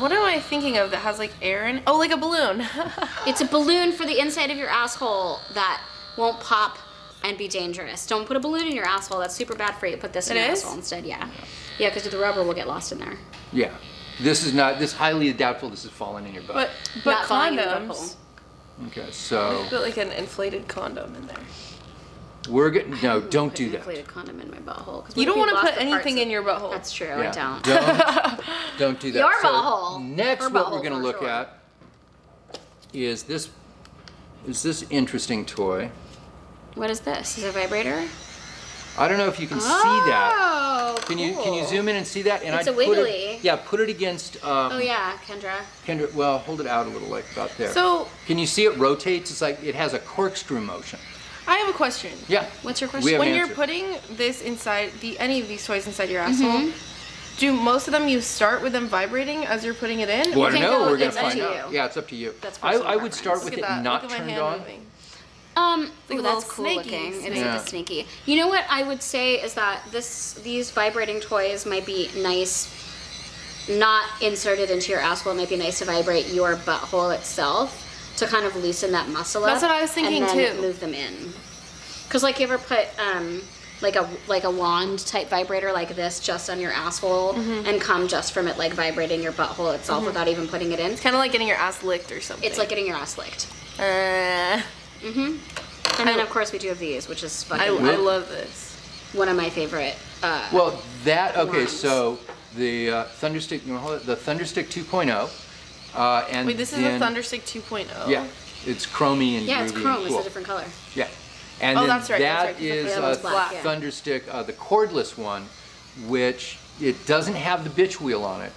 Speaker 4: What am I thinking of that has like air in? Oh, like a balloon.
Speaker 3: It's a balloon for the inside of your asshole that won't pop and be dangerous. Don't put a balloon in your asshole. That's super bad for you. Put this in
Speaker 4: It
Speaker 3: your
Speaker 4: is?
Speaker 3: asshole instead. Yeah. Yeah, because the rubber will get lost in there.
Speaker 2: Yeah. This is not. This is highly doubtful. This is falling in your
Speaker 4: but
Speaker 2: butt.
Speaker 4: but
Speaker 3: Not falling in the
Speaker 4: condoms.
Speaker 3: butthole.
Speaker 2: okay. So
Speaker 4: Put like an inflated condom in there.
Speaker 2: we're good. No, don't
Speaker 3: Put
Speaker 2: do
Speaker 3: an
Speaker 2: that.
Speaker 3: inflated condom in my butthole. 'cause what
Speaker 4: You
Speaker 3: if
Speaker 4: don't want to
Speaker 3: lost
Speaker 4: put
Speaker 3: the parts
Speaker 4: anything
Speaker 3: of-
Speaker 4: in your butthole.
Speaker 3: That's true. I
Speaker 2: Yeah,
Speaker 3: don't.
Speaker 2: Don't, don't do that.
Speaker 3: Your
Speaker 2: so
Speaker 3: butthole.
Speaker 2: Next,
Speaker 3: Her
Speaker 2: what we're
Speaker 3: butthole
Speaker 2: going to
Speaker 3: for
Speaker 2: look
Speaker 3: sure.
Speaker 2: at is this. Is this interesting toy?
Speaker 3: What is this? Is it a vibrator?
Speaker 2: I don't know if you can see that.
Speaker 3: Oh,
Speaker 2: Can you can you
Speaker 3: cool.
Speaker 2: zoom in and see that? And
Speaker 3: It's
Speaker 2: I'd
Speaker 3: a
Speaker 2: Put
Speaker 3: wiggly.
Speaker 2: it, yeah, put it against. Um,
Speaker 3: Oh yeah, Kendra.
Speaker 2: Kendra, well, hold it out a little, like about there.
Speaker 4: So-
Speaker 2: can you see it rotates? It's like it has a corkscrew motion.
Speaker 4: I have a question.
Speaker 2: Yeah.
Speaker 3: What's your
Speaker 2: We
Speaker 3: question?
Speaker 2: have
Speaker 4: When
Speaker 2: an
Speaker 4: you're
Speaker 2: answer.
Speaker 4: putting this inside the any of these toys inside your asshole, do most of them you start with them vibrating as you're putting it
Speaker 2: Well, I
Speaker 4: in?
Speaker 3: You
Speaker 2: don't
Speaker 3: can't
Speaker 2: know.
Speaker 3: go-
Speaker 2: We're gonna
Speaker 3: it's up
Speaker 2: find
Speaker 3: to
Speaker 2: out.
Speaker 3: you.
Speaker 2: Yeah, it's up to you.
Speaker 3: That's
Speaker 2: I,
Speaker 3: personal
Speaker 2: I would start
Speaker 3: preference.
Speaker 2: with
Speaker 4: Look
Speaker 2: it
Speaker 4: at that.
Speaker 2: not
Speaker 4: Look at my
Speaker 2: turned
Speaker 4: hand
Speaker 2: on.
Speaker 4: moving.
Speaker 3: Um,
Speaker 4: like
Speaker 3: ooh,
Speaker 4: a
Speaker 3: that's
Speaker 4: little
Speaker 3: cool
Speaker 4: snaky
Speaker 3: looking. It is
Speaker 2: Yeah.
Speaker 3: like a sneaky. You know what I would say is that this these vibrating toys might be nice, not inserted into your asshole. It might be nice to vibrate your butthole itself to kind of loosen that muscle
Speaker 4: That's
Speaker 3: up.
Speaker 4: what I was thinking,
Speaker 3: and then
Speaker 4: too.
Speaker 3: Move them in. Cause like you ever put um like a like a wand type vibrator like this just on your asshole and come just from it like vibrating your butthole itself without even putting it in.
Speaker 4: Kind of like getting your ass licked or something.
Speaker 3: It's like getting your ass licked.
Speaker 4: Uh,
Speaker 3: And then of course we do have these, which is
Speaker 4: I, I
Speaker 3: fucking
Speaker 4: love this.
Speaker 3: one of my favorite. Uh,
Speaker 2: Well, that okay.
Speaker 3: Lines.
Speaker 2: So the uh, Thunderstick, you want to hold it? The Thunderstick 2.0, uh, and
Speaker 4: Wait, this is
Speaker 2: then-
Speaker 4: the Thunderstick oh? 2.0.
Speaker 2: Yeah, it's chromy and
Speaker 3: yeah, it's
Speaker 2: groovy and
Speaker 3: chrome.
Speaker 2: cool.
Speaker 3: It's a different color.
Speaker 2: Yeah, and
Speaker 4: Oh,
Speaker 2: then
Speaker 4: that's right, that's right,
Speaker 2: that
Speaker 4: 'cause the
Speaker 2: is,
Speaker 3: other
Speaker 2: uh,
Speaker 3: one's black, yeah.
Speaker 2: Thunderstick, uh, the cordless one, which it doesn't have the bitch wheel on it,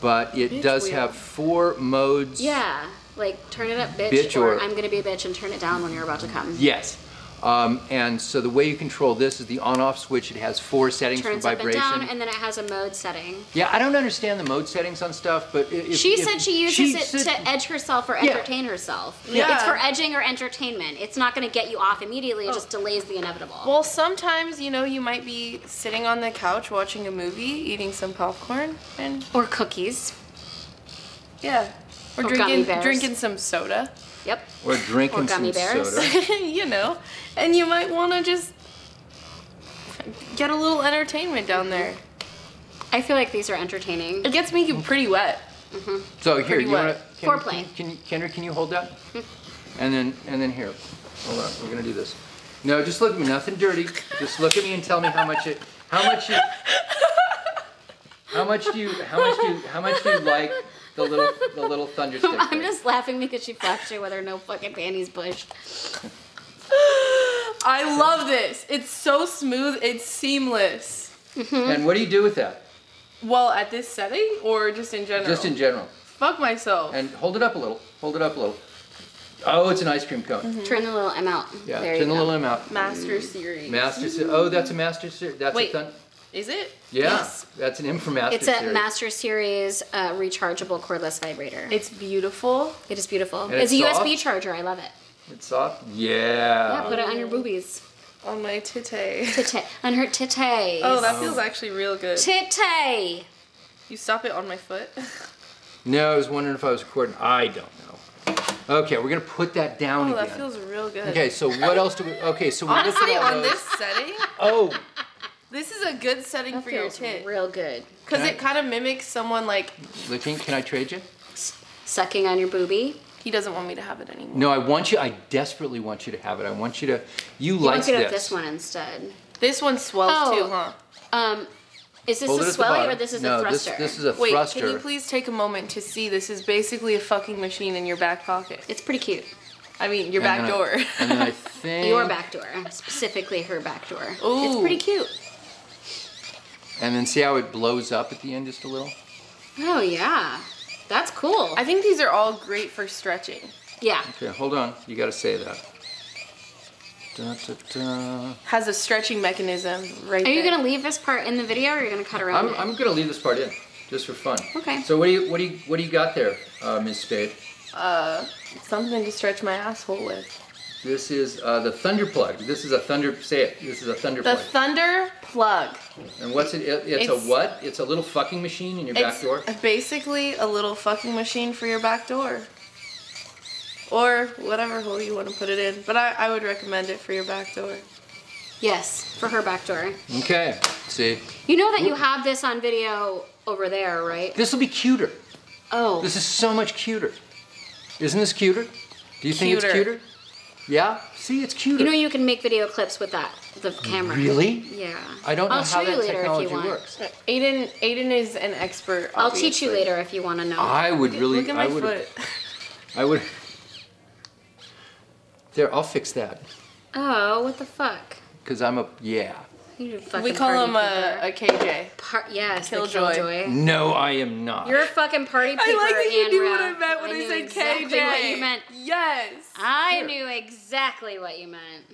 Speaker 2: but it
Speaker 3: Bitch
Speaker 2: does
Speaker 3: wheel.
Speaker 2: have four modes.
Speaker 3: Yeah, like turn it up, bitch,
Speaker 2: Bitch
Speaker 3: or,
Speaker 2: or-
Speaker 3: I'm gonna be a bitch and turn it down when you're about to come.
Speaker 2: Yes. Um, and so the way you control this is the on-off switch. It has four settings
Speaker 3: Turns
Speaker 2: for
Speaker 3: up and
Speaker 2: vibration.
Speaker 3: down, and then it has a mode setting.
Speaker 2: yeah, I don't understand the mode settings on stuff, but i- if,
Speaker 3: She
Speaker 2: if-
Speaker 3: said she uses
Speaker 2: she
Speaker 3: it
Speaker 2: said-
Speaker 3: to edge herself or
Speaker 2: Yeah.
Speaker 3: entertain herself.
Speaker 4: Yeah.
Speaker 3: It's for edging or entertainment. It's not gonna get you off immediately. It just
Speaker 2: Oh.
Speaker 3: delays the inevitable.
Speaker 4: Well, sometimes, you know, you might be sitting on the couch watching a movie, eating some popcorn, and
Speaker 3: or cookies.
Speaker 4: yeah. Or,
Speaker 3: Or gummy
Speaker 4: drinking
Speaker 3: bears.
Speaker 4: drinking some soda.
Speaker 3: Yep.
Speaker 2: or drinking
Speaker 3: or
Speaker 2: some
Speaker 3: gummy bears.
Speaker 2: soda.
Speaker 4: you know. And you might want to just get a little entertainment down there.
Speaker 3: I feel like these are entertaining.
Speaker 4: It gets me pretty wet.
Speaker 2: So here,
Speaker 4: Pretty
Speaker 2: you
Speaker 4: wet.
Speaker 2: want to
Speaker 3: Foreplay.
Speaker 2: Can, you, Kendra, can you hold that? and then and then here, hold on. We're gonna do this. No, just look at me. Nothing dirty. Just look at me and tell me how much it. How much you. How much do you? How much do? You, how much do you like the little the little thunder stick?
Speaker 3: I'm
Speaker 2: thing?
Speaker 3: just laughing because she flashed you with her no fucking panties bush.
Speaker 4: I love this. It's so smooth, it's seamless.
Speaker 2: And what do you do with that?
Speaker 4: Well, at this setting or just in general?
Speaker 2: Just in general.
Speaker 4: Fuck myself.
Speaker 2: And hold it up a little. Hold it up a little. Oh, it's an ice cream cone.
Speaker 3: Turn the little M out.
Speaker 2: Yeah,
Speaker 3: Mm-hmm. There you
Speaker 2: turn the
Speaker 3: go.
Speaker 2: little M out.
Speaker 4: Master series.
Speaker 2: Master. se- Oh, that's a master. se- That's
Speaker 4: Wait.
Speaker 2: a thun.
Speaker 4: Is it?
Speaker 2: Yeah,
Speaker 3: Yes.
Speaker 2: that's an Informaster
Speaker 3: It's a
Speaker 2: series.
Speaker 3: Master Series uh, rechargeable cordless vibrator.
Speaker 4: It's beautiful.
Speaker 3: It is beautiful.
Speaker 2: And
Speaker 3: It's,
Speaker 2: it's
Speaker 3: a USB
Speaker 2: soft?
Speaker 3: charger. I love it.
Speaker 2: It's soft.
Speaker 3: Yeah,
Speaker 2: Yeah.
Speaker 3: put it on your boobies.
Speaker 4: On my titty.
Speaker 3: Titty. On her titties.
Speaker 4: Oh, that feels actually real good.
Speaker 3: Titty.
Speaker 4: You stop it on my foot.
Speaker 2: no, I was wondering if I was recording. I don't know. Okay, we're gonna put that down
Speaker 4: Oh,
Speaker 2: again.
Speaker 4: that feels real good.
Speaker 2: okay, so what else do we? Okay, so we looked
Speaker 4: Honestly,
Speaker 2: at all
Speaker 4: on
Speaker 2: those.
Speaker 4: this setting,
Speaker 2: Oh,
Speaker 4: this is a good setting
Speaker 3: That
Speaker 4: for your
Speaker 3: feels
Speaker 4: tit.
Speaker 3: real good.
Speaker 4: Because
Speaker 2: Okay.
Speaker 4: it kind of mimics someone like,
Speaker 2: looking. Can I trade you?
Speaker 3: Sucking on your boobie.
Speaker 4: he doesn't want me to have it anymore.
Speaker 2: No, I want you. I desperately want you to have it. I want you to. You
Speaker 3: You
Speaker 2: like
Speaker 3: want to
Speaker 2: this.
Speaker 3: get this one instead.
Speaker 4: This one swells
Speaker 3: Oh.
Speaker 4: too, huh?
Speaker 3: Um, is this
Speaker 2: Hold it
Speaker 3: a
Speaker 2: at the
Speaker 3: swelly or
Speaker 2: bottom.
Speaker 3: this is
Speaker 2: no,
Speaker 3: a thruster?
Speaker 2: This, this is a
Speaker 4: Wait,
Speaker 2: thruster.
Speaker 4: can you please take a moment to see this is basically a fucking machine in your back pocket?
Speaker 3: It's pretty cute.
Speaker 4: I mean, your
Speaker 2: And
Speaker 4: back
Speaker 2: then I-
Speaker 4: door.
Speaker 2: and then I think.
Speaker 3: Your back door, specifically her back door. It's
Speaker 4: Ooh.
Speaker 3: pretty cute.
Speaker 2: And then see how it blows up at the end just a little.
Speaker 3: Oh yeah, that's cool.
Speaker 4: I think these are all great for stretching.
Speaker 3: yeah,
Speaker 2: Okay, hold on. You got to say that. Da, da, da.
Speaker 4: Has a stretching mechanism right
Speaker 3: are you
Speaker 4: there.
Speaker 3: gonna leave this part in the video or you're gonna cut around
Speaker 2: I'm,
Speaker 3: it?
Speaker 2: I'm gonna leave this part in just for fun.
Speaker 3: Okay.
Speaker 2: So what do you what do you what do you got there, uh, Ms. Spade?
Speaker 4: uh, something to stretch my asshole with.
Speaker 2: This is uh, the thunder plug. This is a thunder. Say it. This is a thunder
Speaker 4: The
Speaker 2: plug.
Speaker 4: Thunder Plug.
Speaker 2: and what's it? it- it's,
Speaker 4: It's-
Speaker 2: a what? It's a little fucking machine in your back
Speaker 4: It's
Speaker 2: door.
Speaker 4: basically a little fucking machine for your back door. Or whatever hole you want to put it in. But I, I would recommend it for your back door.
Speaker 3: Yes, for her back door.
Speaker 2: Okay. See,
Speaker 3: You know
Speaker 2: Mm.
Speaker 3: that you have this on video over there, right?
Speaker 2: this will be cuter.
Speaker 3: Oh,
Speaker 2: This is so much cuter. Isn't this cuter? Do you think it's
Speaker 4: Cuter.
Speaker 2: cuter? Yeah. See, it's cuter.
Speaker 3: you know you can make video clips with that the camera.
Speaker 2: really?
Speaker 3: Yeah.
Speaker 2: I don't know
Speaker 3: I'll
Speaker 2: how
Speaker 3: show you
Speaker 2: that
Speaker 3: later
Speaker 2: technology
Speaker 3: if you want.
Speaker 2: works.
Speaker 4: Aiden Aiden is an expert.
Speaker 3: I'll teach you
Speaker 4: obviously.
Speaker 3: later if you want to know.
Speaker 2: I would really.
Speaker 4: Look at my
Speaker 2: I would.
Speaker 4: foot.
Speaker 2: I would. There, I'll fix that.
Speaker 3: oh, what the fuck?
Speaker 2: Cause I'm a yeah.
Speaker 3: You fucking
Speaker 4: We call
Speaker 3: party
Speaker 4: him a,
Speaker 3: pooper.
Speaker 4: a KJ.
Speaker 3: Par- yes, the
Speaker 4: Killjoy.
Speaker 3: killjoy.
Speaker 2: No, I am not.
Speaker 3: You're a fucking party pooper.
Speaker 4: I like that you
Speaker 3: and
Speaker 4: knew what I
Speaker 3: rap.
Speaker 4: meant when I,
Speaker 3: knew
Speaker 4: said
Speaker 3: exactly
Speaker 4: KJ.
Speaker 3: What you meant.
Speaker 4: Yes.
Speaker 3: I knew exactly what you meant.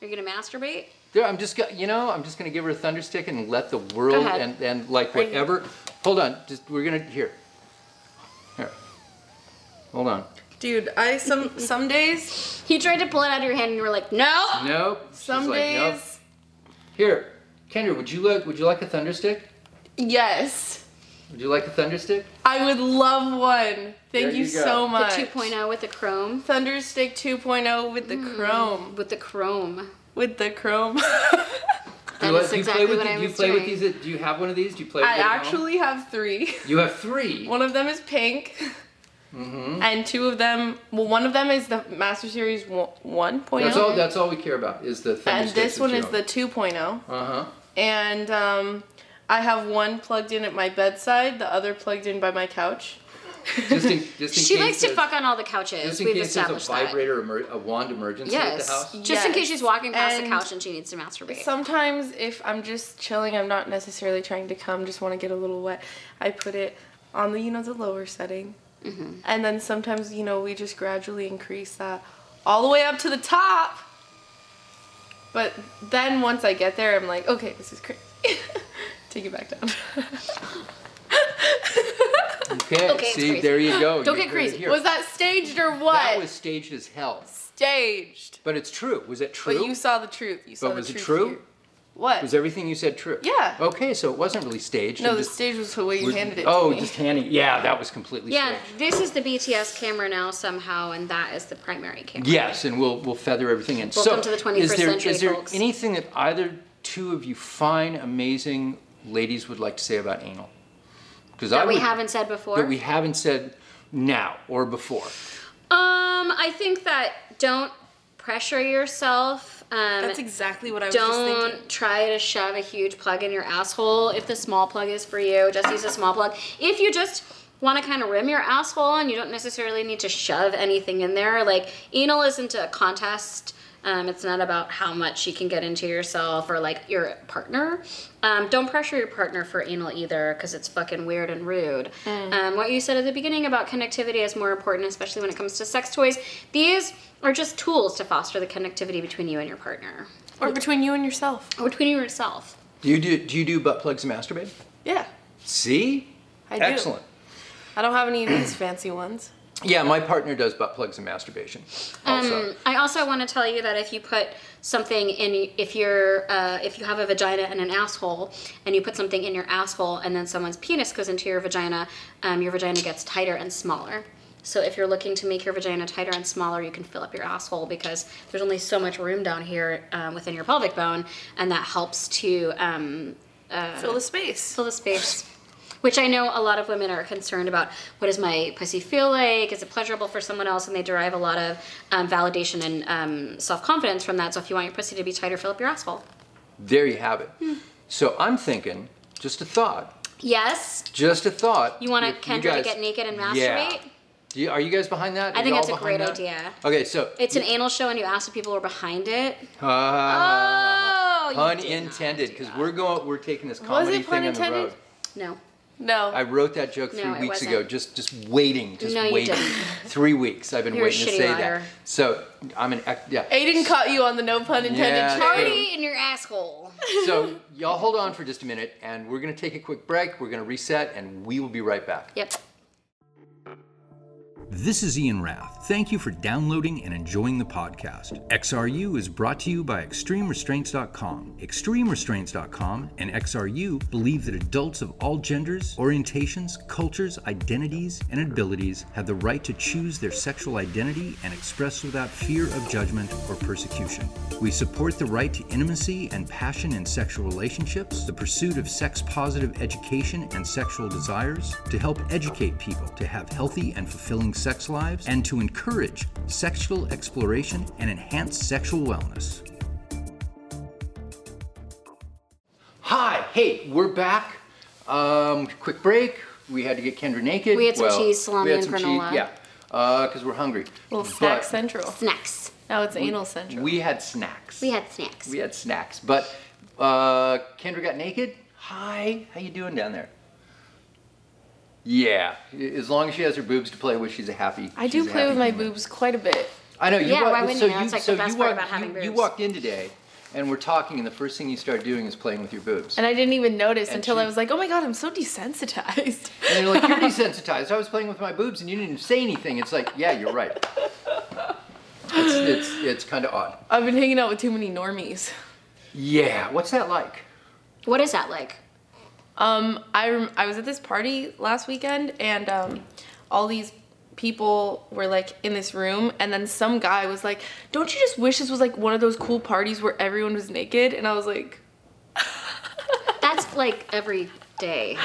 Speaker 3: You're gonna masturbate?
Speaker 2: there, I'm just. go- You know, I'm just gonna give her a thunder stick and let the world
Speaker 3: ahead.
Speaker 2: and and like whatever. Hold on. Just we're gonna here. Here. Hold on.
Speaker 4: Dude, I some some days
Speaker 3: He tried to pull it out of your hand, and you were like, "No."
Speaker 2: Nope. She's
Speaker 4: some
Speaker 2: like, nope.
Speaker 4: days
Speaker 2: Here, Kendra. Would you like? Would you like a thunder stick?
Speaker 4: yes.
Speaker 2: Would you like a thunder stick?
Speaker 4: I would love one.
Speaker 2: There
Speaker 4: Thank you,
Speaker 2: you go.
Speaker 4: so
Speaker 3: The oh.
Speaker 4: much.
Speaker 3: 2.0 with the chrome,
Speaker 4: Thunderstick 2.0 with the chrome.
Speaker 3: with the chrome.
Speaker 4: With the chrome.
Speaker 2: Do
Speaker 3: That
Speaker 2: you, like-
Speaker 3: is
Speaker 2: do you
Speaker 3: exactly
Speaker 2: play with,
Speaker 3: what
Speaker 2: the-
Speaker 3: I
Speaker 2: do you
Speaker 3: was
Speaker 2: play
Speaker 3: doing.
Speaker 2: with these? at- Do you have one of these? Do you play?
Speaker 4: I
Speaker 2: with it at home?
Speaker 4: actually have three.
Speaker 2: You have three. Mm-hmm.
Speaker 4: One of them is pink. And two of them, well, one of them is the Master Series wo- 1.0.
Speaker 2: That's all. That's all we care about is the thunder
Speaker 4: oh, and this one is the 2.0.
Speaker 2: Uh huh.
Speaker 4: And um, I have one plugged in at my bedside, the other plugged in by my couch.
Speaker 2: Just in, just in
Speaker 3: She
Speaker 2: case
Speaker 3: likes to
Speaker 2: there's-
Speaker 3: fuck on all the couches.
Speaker 2: Just in
Speaker 3: We've
Speaker 2: case there's
Speaker 3: established
Speaker 2: a vibrator, emer- a wand
Speaker 3: that.
Speaker 2: emergency at
Speaker 3: Yes.
Speaker 2: the house.
Speaker 3: Just in case
Speaker 4: Yes.
Speaker 3: she's walking past the
Speaker 4: And-
Speaker 3: couch and she needs to masturbate.
Speaker 4: Sometimes if I'm just chilling, I'm not necessarily trying to come, just want to get a little wet. I put it on the you know the lower setting,
Speaker 3: Mm-hmm.
Speaker 4: and then sometimes you know we just gradually increase that all the way up to the top. But then once I get there, I'm like, okay, this is crazy. Take it back down.
Speaker 2: Okay.
Speaker 3: Okay, it's
Speaker 2: see,
Speaker 3: crazy.
Speaker 2: there you go.
Speaker 3: Don't
Speaker 2: You're
Speaker 3: get
Speaker 2: great
Speaker 3: crazy.
Speaker 2: here.
Speaker 4: was that staged or what?
Speaker 2: that was staged as hell.
Speaker 4: staged.
Speaker 2: But it's true. Was that true?
Speaker 4: But you saw the truth. You saw
Speaker 2: But
Speaker 4: the
Speaker 2: was it
Speaker 4: truth
Speaker 2: true?
Speaker 4: here. What?
Speaker 2: Was everything you said true?
Speaker 4: Yeah.
Speaker 2: Okay, so it wasn't really staged.
Speaker 4: no,
Speaker 2: it
Speaker 4: the
Speaker 2: just
Speaker 4: stage was the way you
Speaker 2: was-
Speaker 4: handed it
Speaker 2: Oh,
Speaker 4: to me.
Speaker 2: just handing. Yeah, that was completely
Speaker 3: yeah,
Speaker 2: staged.
Speaker 3: this is the BTS camera now somehow, and that is the primary camera.
Speaker 2: Yes, and we'll we'll feather everything in. so,
Speaker 3: Welcome to the 21st
Speaker 2: is there,
Speaker 3: century,
Speaker 2: is there
Speaker 3: folks.
Speaker 2: anything that either two of you fine, amazing ladies would like to say about anal? Because
Speaker 3: That we haven't said before.
Speaker 2: that we haven't said now or before.
Speaker 3: Um, I think that don't pressure yourself. Um,
Speaker 4: That's exactly what I was just thinking.
Speaker 3: don't try to shove a huge plug in your asshole. If the small plug is for you, just use a small plug. If you just want to kind of rim your asshole and you don't necessarily need to shove anything in there, like anal isn't a contest. Um, it's not about how much you can get into yourself or like your partner. Um, don't pressure your partner for anal either because it's fucking weird and rude.
Speaker 4: Mm.
Speaker 3: Um, what you said at the beginning about connectivity is more important, especially when it comes to sex toys. These are just tools to foster the connectivity between you and your partner
Speaker 4: Or between you and yourself.
Speaker 3: or between yourself.
Speaker 2: Do you do do you do butt plugs and masturbate?
Speaker 4: Yeah,
Speaker 2: See?
Speaker 4: I do.
Speaker 2: Excellent.
Speaker 4: I don't have any of these fancy ones.
Speaker 2: Yeah, my partner does butt plugs and masturbation. Also.
Speaker 3: Um, I also want to tell you that if you put something in, if you're, uh, if you have a vagina and an asshole, and you put something in your asshole, and then someone's penis goes into your vagina, um, your vagina gets tighter and smaller. So if you're looking to make your vagina tighter and smaller, you can fill up your asshole because there's only so much room down here um, within your pelvic bone, and that helps to um,
Speaker 4: Fill the space.
Speaker 3: fill the space. Which I know a lot of women are concerned about. What does my pussy feel like? Is it pleasurable for someone else? And they derive a lot of um, validation and um, self confidence from that. So if you want your pussy to be tighter, fill up your asshole.
Speaker 2: There you have it.
Speaker 3: hmm.
Speaker 2: So I'm thinking, just a thought,
Speaker 3: Yes.
Speaker 2: just a thought.
Speaker 3: You want
Speaker 2: if
Speaker 3: Kendra to get naked and masturbate?
Speaker 2: Yeah. Do you, are you guys behind that?
Speaker 3: I
Speaker 2: Are
Speaker 3: think
Speaker 2: y'all
Speaker 3: that's a
Speaker 2: behind
Speaker 3: great
Speaker 2: that?
Speaker 3: idea.
Speaker 2: Okay, so uh,
Speaker 3: It's an anal show, and you ask if people were behind it.
Speaker 2: Ah,
Speaker 3: Oh, you did not
Speaker 2: unintended,
Speaker 3: do
Speaker 2: because
Speaker 3: that.
Speaker 2: we're going, we're taking this comedy
Speaker 4: it pun
Speaker 2: thing on the
Speaker 4: intended?
Speaker 2: road.
Speaker 3: no.
Speaker 4: No.
Speaker 2: I wrote that joke three
Speaker 3: No, it
Speaker 2: weeks ago,
Speaker 3: wasn't.
Speaker 2: just just waiting, just
Speaker 3: No, you
Speaker 2: waiting.
Speaker 3: didn't.
Speaker 2: Three weeks, I've been
Speaker 3: You're a
Speaker 2: waiting to
Speaker 3: shitty
Speaker 2: say that.
Speaker 3: liar.
Speaker 2: So I'm an act. Yeah.
Speaker 4: Aiden caught you on the no pun intended.
Speaker 2: Yeah,
Speaker 4: joke.
Speaker 2: true.
Speaker 3: Party in your asshole.
Speaker 2: So y'all hold on for just a minute, and we're gonna take a quick break. We're gonna reset, and we will be right back.
Speaker 3: Yep.
Speaker 2: This is Ian Rath. Thank you for downloading and enjoying the podcast. XRU is brought to you by ExtremeRestraints.com. ExtremeRestraints.com and XRU believe that adults of all genders, orientations, cultures, identities, and abilities have the right to choose their sexual identity and express without fear of judgment or persecution. We support the right to intimacy and passion in sexual relationships, the pursuit of sex positive education and sexual desires, to help educate people to have healthy and fulfilling sex lives, and to encourage sexual exploration and enhance sexual wellness. Hi, hey, we're back. Um, quick break. We had to get Kendra naked.
Speaker 3: We had some cheese, salami,
Speaker 2: we had
Speaker 3: and
Speaker 2: some
Speaker 3: granola.
Speaker 2: Cheese, yeah, because we're hungry.
Speaker 4: Well, snack
Speaker 2: But
Speaker 4: central.
Speaker 3: Snacks.
Speaker 4: Now it's anal central.
Speaker 2: We had snacks.
Speaker 3: We had snacks.
Speaker 2: We had snacks, but uh, Kendra got naked. Hi, how you doing down there? Yeah, as long as she has her boobs to play with, she's a happy.
Speaker 4: I do
Speaker 2: she's a
Speaker 4: play
Speaker 2: happy
Speaker 4: with my
Speaker 2: human.
Speaker 4: boobs quite a bit.
Speaker 2: I know you.
Speaker 3: Yeah,
Speaker 2: walk,
Speaker 3: why wouldn't
Speaker 2: so
Speaker 3: you? That's, like, the
Speaker 2: so
Speaker 3: best
Speaker 2: you
Speaker 3: part
Speaker 2: walked-
Speaker 3: about having
Speaker 2: you- You
Speaker 3: boobs.
Speaker 2: walked in today, and we're talking, and the first thing you start doing is playing with your boobs.
Speaker 4: And I didn't even notice
Speaker 2: And
Speaker 4: until
Speaker 2: she-
Speaker 4: I was like, oh my god, I'm so desensitized.
Speaker 2: And you're like, you're desensitized. I was playing with my boobs, and you didn't say anything. It's like, yeah, you're right. It's it's, it's kind of odd.
Speaker 4: I've been hanging out with too many normies.
Speaker 2: Yeah, what's that like?
Speaker 3: What is that like?
Speaker 4: Um, I, rem- I was at this party last weekend, and um, all these people were like in this room, and then some guy was like, "Don't you just wish this was like one of those cool parties where everyone was naked?" And I was like,
Speaker 3: That's like every day.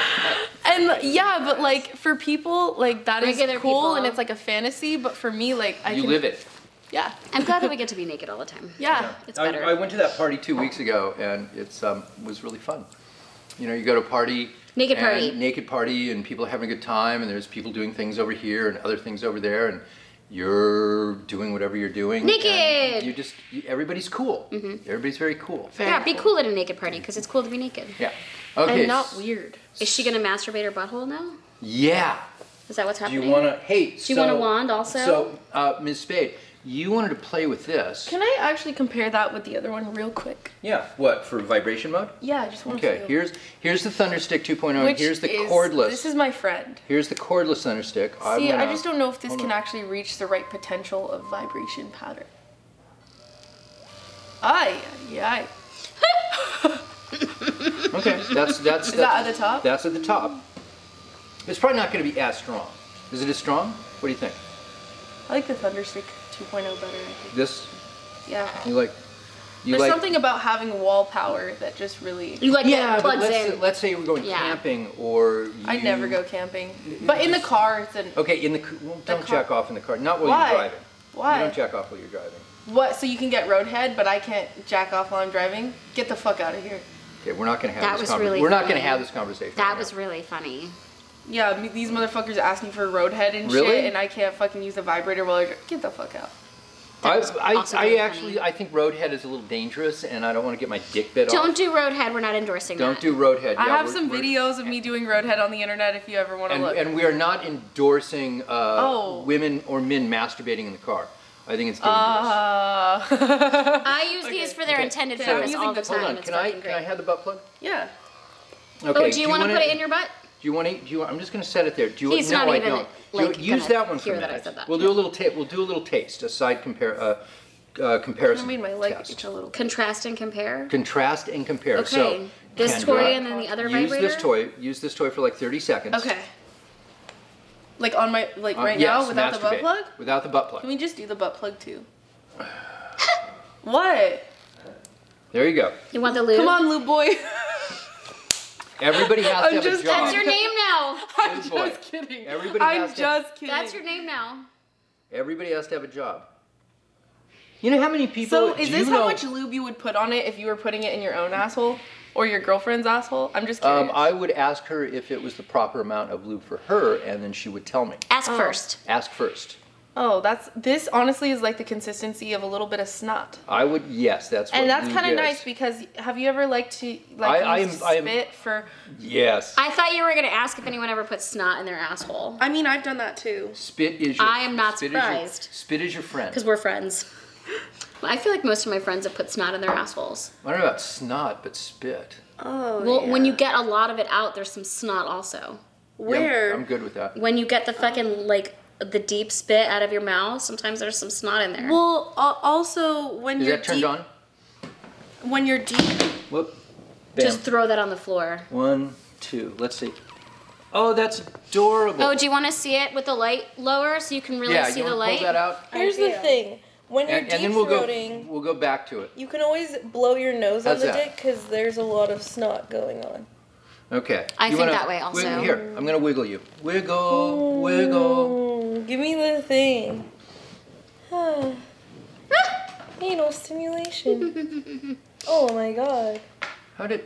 Speaker 4: "And yeah, but like for people, like that is
Speaker 3: Regular
Speaker 4: cool,
Speaker 3: people.
Speaker 4: and it's like a fantasy. But for me, like I
Speaker 2: You
Speaker 4: can,
Speaker 2: live it.
Speaker 4: yeah,
Speaker 3: I'm glad that we get to be naked all the time.
Speaker 4: yeah,
Speaker 3: It's
Speaker 2: I,
Speaker 3: better.
Speaker 2: I went to that party two weeks ago, and it's um, was really fun. You know, you go to a party,
Speaker 3: Naked
Speaker 2: and-
Speaker 3: party.
Speaker 2: naked party, and people are having a good time, and there's people doing things over here and other things over there, and you're doing whatever you're doing. and
Speaker 3: Naked!
Speaker 2: You just you, everybody's cool. Everybody's very cool.
Speaker 4: Very
Speaker 3: yeah, be cool at a naked party because it's cool to be naked.
Speaker 2: Yeah. Okay.
Speaker 4: and not
Speaker 2: s-
Speaker 4: weird.
Speaker 3: Is she gonna masturbate her butthole now?
Speaker 2: Yeah.
Speaker 3: Is that what's
Speaker 2: Do
Speaker 3: happening?
Speaker 2: you want to? Hey. Do
Speaker 3: you want a wand also?
Speaker 2: So, uh, Ms. Spade, you wanted to play with this.
Speaker 4: Can I actually compare that with the other one real quick?
Speaker 2: Yeah. What for vibration mode?
Speaker 4: Yeah, I just want to.
Speaker 2: Okay. Here's here's the Thunderstick 2.0. and
Speaker 4: Which
Speaker 2: here's the
Speaker 4: is-
Speaker 2: cordless.
Speaker 4: This is my friend.
Speaker 2: Here's the cordless center stick.
Speaker 4: See,
Speaker 2: went
Speaker 4: I
Speaker 2: out-
Speaker 4: just don't know if this
Speaker 2: Hold
Speaker 4: can
Speaker 2: on.
Speaker 4: actually reach the right potential of vibration pattern. Aye, yeah.
Speaker 2: Okay, that's that's.
Speaker 4: Is
Speaker 2: that's-
Speaker 4: that at the top?
Speaker 2: That's at the top. It's probably not going to be as strong. Is it as strong? What do you think?
Speaker 4: I like the Thunderstick 2.0 better. I think.
Speaker 2: This
Speaker 4: Yeah.
Speaker 2: you like? You
Speaker 4: There's
Speaker 2: like?
Speaker 4: something about having wall power that just really.
Speaker 3: You like
Speaker 2: yeah,
Speaker 3: that
Speaker 2: but
Speaker 3: plugs
Speaker 2: let's,
Speaker 3: in.
Speaker 2: let's say you were going
Speaker 3: Yeah.
Speaker 2: camping or.
Speaker 4: I
Speaker 2: you-
Speaker 4: never go camping, but in the car, it's an.
Speaker 2: Okay, in the c- well, don't
Speaker 4: car-
Speaker 2: jack off in the car. Not while
Speaker 4: Why?
Speaker 2: you're driving. You
Speaker 4: Why?
Speaker 2: don't jack off while you're driving.
Speaker 4: What? So you can get roadhead, but I can't jack off while I'm driving? Get the fuck out of here.
Speaker 2: Okay, we're not going to have
Speaker 3: That
Speaker 2: this.
Speaker 3: was
Speaker 2: conver-
Speaker 3: really
Speaker 2: we're not going
Speaker 3: funny.
Speaker 2: to have this conversation.
Speaker 3: That
Speaker 2: right
Speaker 3: was
Speaker 2: now.
Speaker 3: really funny.
Speaker 4: Yeah, I mean, these motherfuckers ask me for roadhead and
Speaker 2: Really?
Speaker 4: shit, and I can't fucking use the vibrator while I dri- get the fuck out.
Speaker 3: That was
Speaker 2: I, I,
Speaker 3: also
Speaker 2: I
Speaker 3: really
Speaker 2: actually
Speaker 3: funny.
Speaker 2: I think roadhead is a little dangerous, and I don't want to get my dick bit off.
Speaker 3: Don't do roadhead. We're not endorsing
Speaker 2: Don't
Speaker 3: that.
Speaker 2: do roadhead.
Speaker 4: I
Speaker 2: Yeah,
Speaker 4: have
Speaker 2: we're-
Speaker 4: some
Speaker 2: we're-
Speaker 4: videos of me doing roadhead on the internet if you
Speaker 3: Oh,
Speaker 4: ever want to
Speaker 2: And,
Speaker 4: look.
Speaker 2: and we are not endorsing uh,
Speaker 4: Oh.
Speaker 2: women or men masturbating in the car. I think it's dangerous.
Speaker 4: Uh,
Speaker 3: I use these for their
Speaker 2: okay.
Speaker 3: intended
Speaker 4: Okay, I'm
Speaker 3: purpose
Speaker 4: using
Speaker 3: all the
Speaker 4: the-
Speaker 3: time.
Speaker 2: Hold on.
Speaker 3: It's
Speaker 2: Can I
Speaker 3: fucking
Speaker 2: can I
Speaker 3: great.
Speaker 2: have the butt plug?
Speaker 4: yeah.
Speaker 2: Okay.
Speaker 3: Oh, do you want to put it in your butt?
Speaker 2: Do you want to? Do you? I'm just gonna set it there. Do you?
Speaker 3: He's
Speaker 2: no,
Speaker 3: not
Speaker 2: I
Speaker 3: even,
Speaker 2: don't. Do
Speaker 3: like,
Speaker 2: you, use
Speaker 3: gonna
Speaker 2: that one for
Speaker 3: hear
Speaker 2: a
Speaker 3: that I
Speaker 2: minute.
Speaker 3: said that.
Speaker 2: We'll do a little taste. We'll do a little taste. A side compare. Uh, uh,
Speaker 4: I
Speaker 2: comparison.
Speaker 4: made my leg
Speaker 2: test.
Speaker 4: itch a little.
Speaker 3: Contrast and compare.
Speaker 2: Contrast and compare.
Speaker 3: Okay.
Speaker 2: So
Speaker 3: this
Speaker 2: Kendra,
Speaker 3: toy and then the other
Speaker 2: use
Speaker 3: vibrator.
Speaker 2: this toy. Use this toy for like 30 seconds.
Speaker 4: Okay. Like on my like
Speaker 2: Um,
Speaker 4: right
Speaker 2: yes,
Speaker 4: now without the butt
Speaker 2: masturbate.
Speaker 4: plug.
Speaker 2: Without the butt
Speaker 4: Can
Speaker 2: plug.
Speaker 4: we just do the butt plug too? what?
Speaker 2: There you go.
Speaker 3: You want the lube?
Speaker 4: Come on, Lou boy.
Speaker 2: Everybody has
Speaker 4: I'm
Speaker 2: to have
Speaker 4: just-
Speaker 2: a job.
Speaker 3: That's your name now.
Speaker 4: I'm
Speaker 2: Lou boy.
Speaker 4: just kidding.
Speaker 2: Everybody
Speaker 4: I'm
Speaker 2: has to-
Speaker 4: just kidding.
Speaker 3: That's your name now.
Speaker 2: Everybody has to have a job. You know how many people?
Speaker 4: So is
Speaker 2: do
Speaker 4: this
Speaker 2: you
Speaker 4: how
Speaker 2: know-
Speaker 4: much lube you would put on it if you were putting it in your own asshole or your girlfriend's asshole? I'm just
Speaker 2: Um,
Speaker 4: curious.
Speaker 2: I would ask her if it was the proper amount of lube for her, and then she would tell me.
Speaker 3: Ask first.
Speaker 2: Ask first.
Speaker 4: oh, that's this honestly is like the consistency of a little bit of snot.
Speaker 2: I would. Yes, that's. what
Speaker 4: And that's
Speaker 2: lube
Speaker 4: kind of
Speaker 2: is.
Speaker 4: nice because have you ever liked to like
Speaker 2: I- I
Speaker 4: use
Speaker 2: am- I am-
Speaker 4: spit for?
Speaker 2: Yes.
Speaker 3: I thought you were gonna ask if anyone ever puts snot in their asshole.
Speaker 4: I mean, I've done that too.
Speaker 2: spit is. Your,
Speaker 3: I am not
Speaker 2: spit is your-
Speaker 3: surprised.
Speaker 2: spit is your friend.
Speaker 3: Because we're friends. I feel like most of my friends have put snot in their assholes.
Speaker 2: I don't know about snot, but spit.
Speaker 4: Oh.
Speaker 3: Well, when you get a lot of it out, there's some snot also.
Speaker 2: Yeah, I'm-
Speaker 4: where?
Speaker 2: I'm, good with that.
Speaker 3: When you get the fucking
Speaker 4: Oh.
Speaker 3: like the deep spit out of your mouth, sometimes there's some snot in there.
Speaker 4: Well, al- also when
Speaker 2: Is
Speaker 4: you're
Speaker 2: that turned
Speaker 4: deep,
Speaker 2: on?
Speaker 4: when you're deep,
Speaker 2: Whoop. Bam.
Speaker 3: Just throw that on the floor.
Speaker 2: One, two. Let's see. Oh, that's adorable.
Speaker 3: Oh, do you want to see it with the light lower so you can really
Speaker 2: yeah,
Speaker 3: see
Speaker 2: you
Speaker 3: the
Speaker 2: wanna
Speaker 3: light?
Speaker 2: pull that out,
Speaker 5: Here's the thing. When you're
Speaker 2: and,
Speaker 5: deep
Speaker 2: and then we'll go.
Speaker 5: throating,
Speaker 2: We'll go back to it.
Speaker 5: you can always blow your nose
Speaker 2: How's
Speaker 5: on the
Speaker 2: that?
Speaker 5: dick because there's a lot of snot going on.
Speaker 2: Okay.
Speaker 3: I
Speaker 2: You
Speaker 3: think
Speaker 2: wanna
Speaker 3: that way also.
Speaker 2: wiggle- here, I'm gonna wiggle you. Wiggle, wiggle.
Speaker 5: Mm, give me the thing. Ah. Anal stimulation. oh my god.
Speaker 2: How did?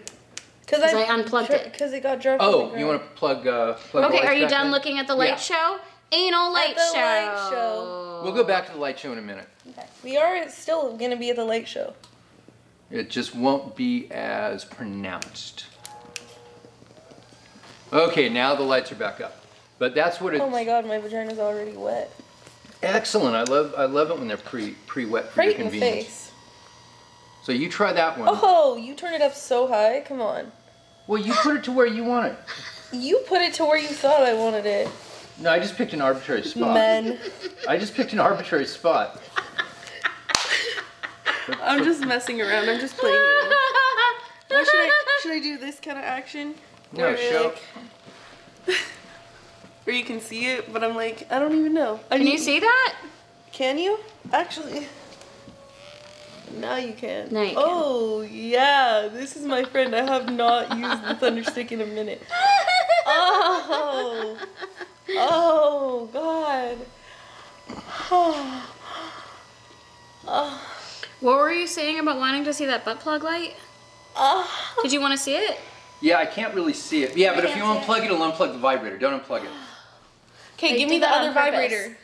Speaker 5: Because
Speaker 3: 'Cause I unplugged it.
Speaker 5: Because it got dropped. on the
Speaker 2: Oh,
Speaker 5: ground.
Speaker 2: you want to plug? Uh, plug the
Speaker 3: Okay, are
Speaker 2: lights
Speaker 3: you
Speaker 2: back
Speaker 3: done
Speaker 2: in?
Speaker 3: looking at the light
Speaker 2: Yeah.
Speaker 3: show? Anal light
Speaker 5: the
Speaker 3: show.
Speaker 5: light show.
Speaker 2: We'll go back to the light show in a minute.
Speaker 5: We are still gonna be at the light show.
Speaker 2: It just won't be as pronounced. Okay, now the lights are back up. But that's what it's
Speaker 5: Oh my god, my vagina's already wet.
Speaker 2: excellent. I love I love it when they're pre pre wet for
Speaker 5: Right
Speaker 2: your
Speaker 5: in the
Speaker 2: convenience.
Speaker 5: face.
Speaker 2: So you try that one.
Speaker 5: Oh, you turn it up so high. Come on.
Speaker 2: Well, you put it to where you want it.
Speaker 5: You put it to where you thought I wanted it.
Speaker 2: No, I just picked an arbitrary spot.
Speaker 5: Men.
Speaker 2: I just picked an arbitrary spot.
Speaker 4: I'm just messing around. I'm just playing. it. What should I should I do this kind of action?
Speaker 2: No,
Speaker 4: Where,
Speaker 2: show.
Speaker 4: like- Where you can see it, but I'm like, I don't even know. I
Speaker 3: Can you
Speaker 4: need-
Speaker 3: see that?
Speaker 4: Can you? Actually. Now you can.
Speaker 3: Now you can.
Speaker 4: oh yeah, this is my friend. I have not used the thunder stick in a minute.
Speaker 5: Oh. Oh god.
Speaker 3: What were you saying about wanting to see that butt plug light?
Speaker 5: Oh.
Speaker 3: Did you want to see it?
Speaker 2: Yeah, I can't really see it. Yeah, but if you unplug it, it'll unplug the vibrator. Don't unplug it.
Speaker 4: Okay,
Speaker 3: I did
Speaker 4: give me the
Speaker 3: that on
Speaker 4: other
Speaker 3: purpose.
Speaker 4: vibrator.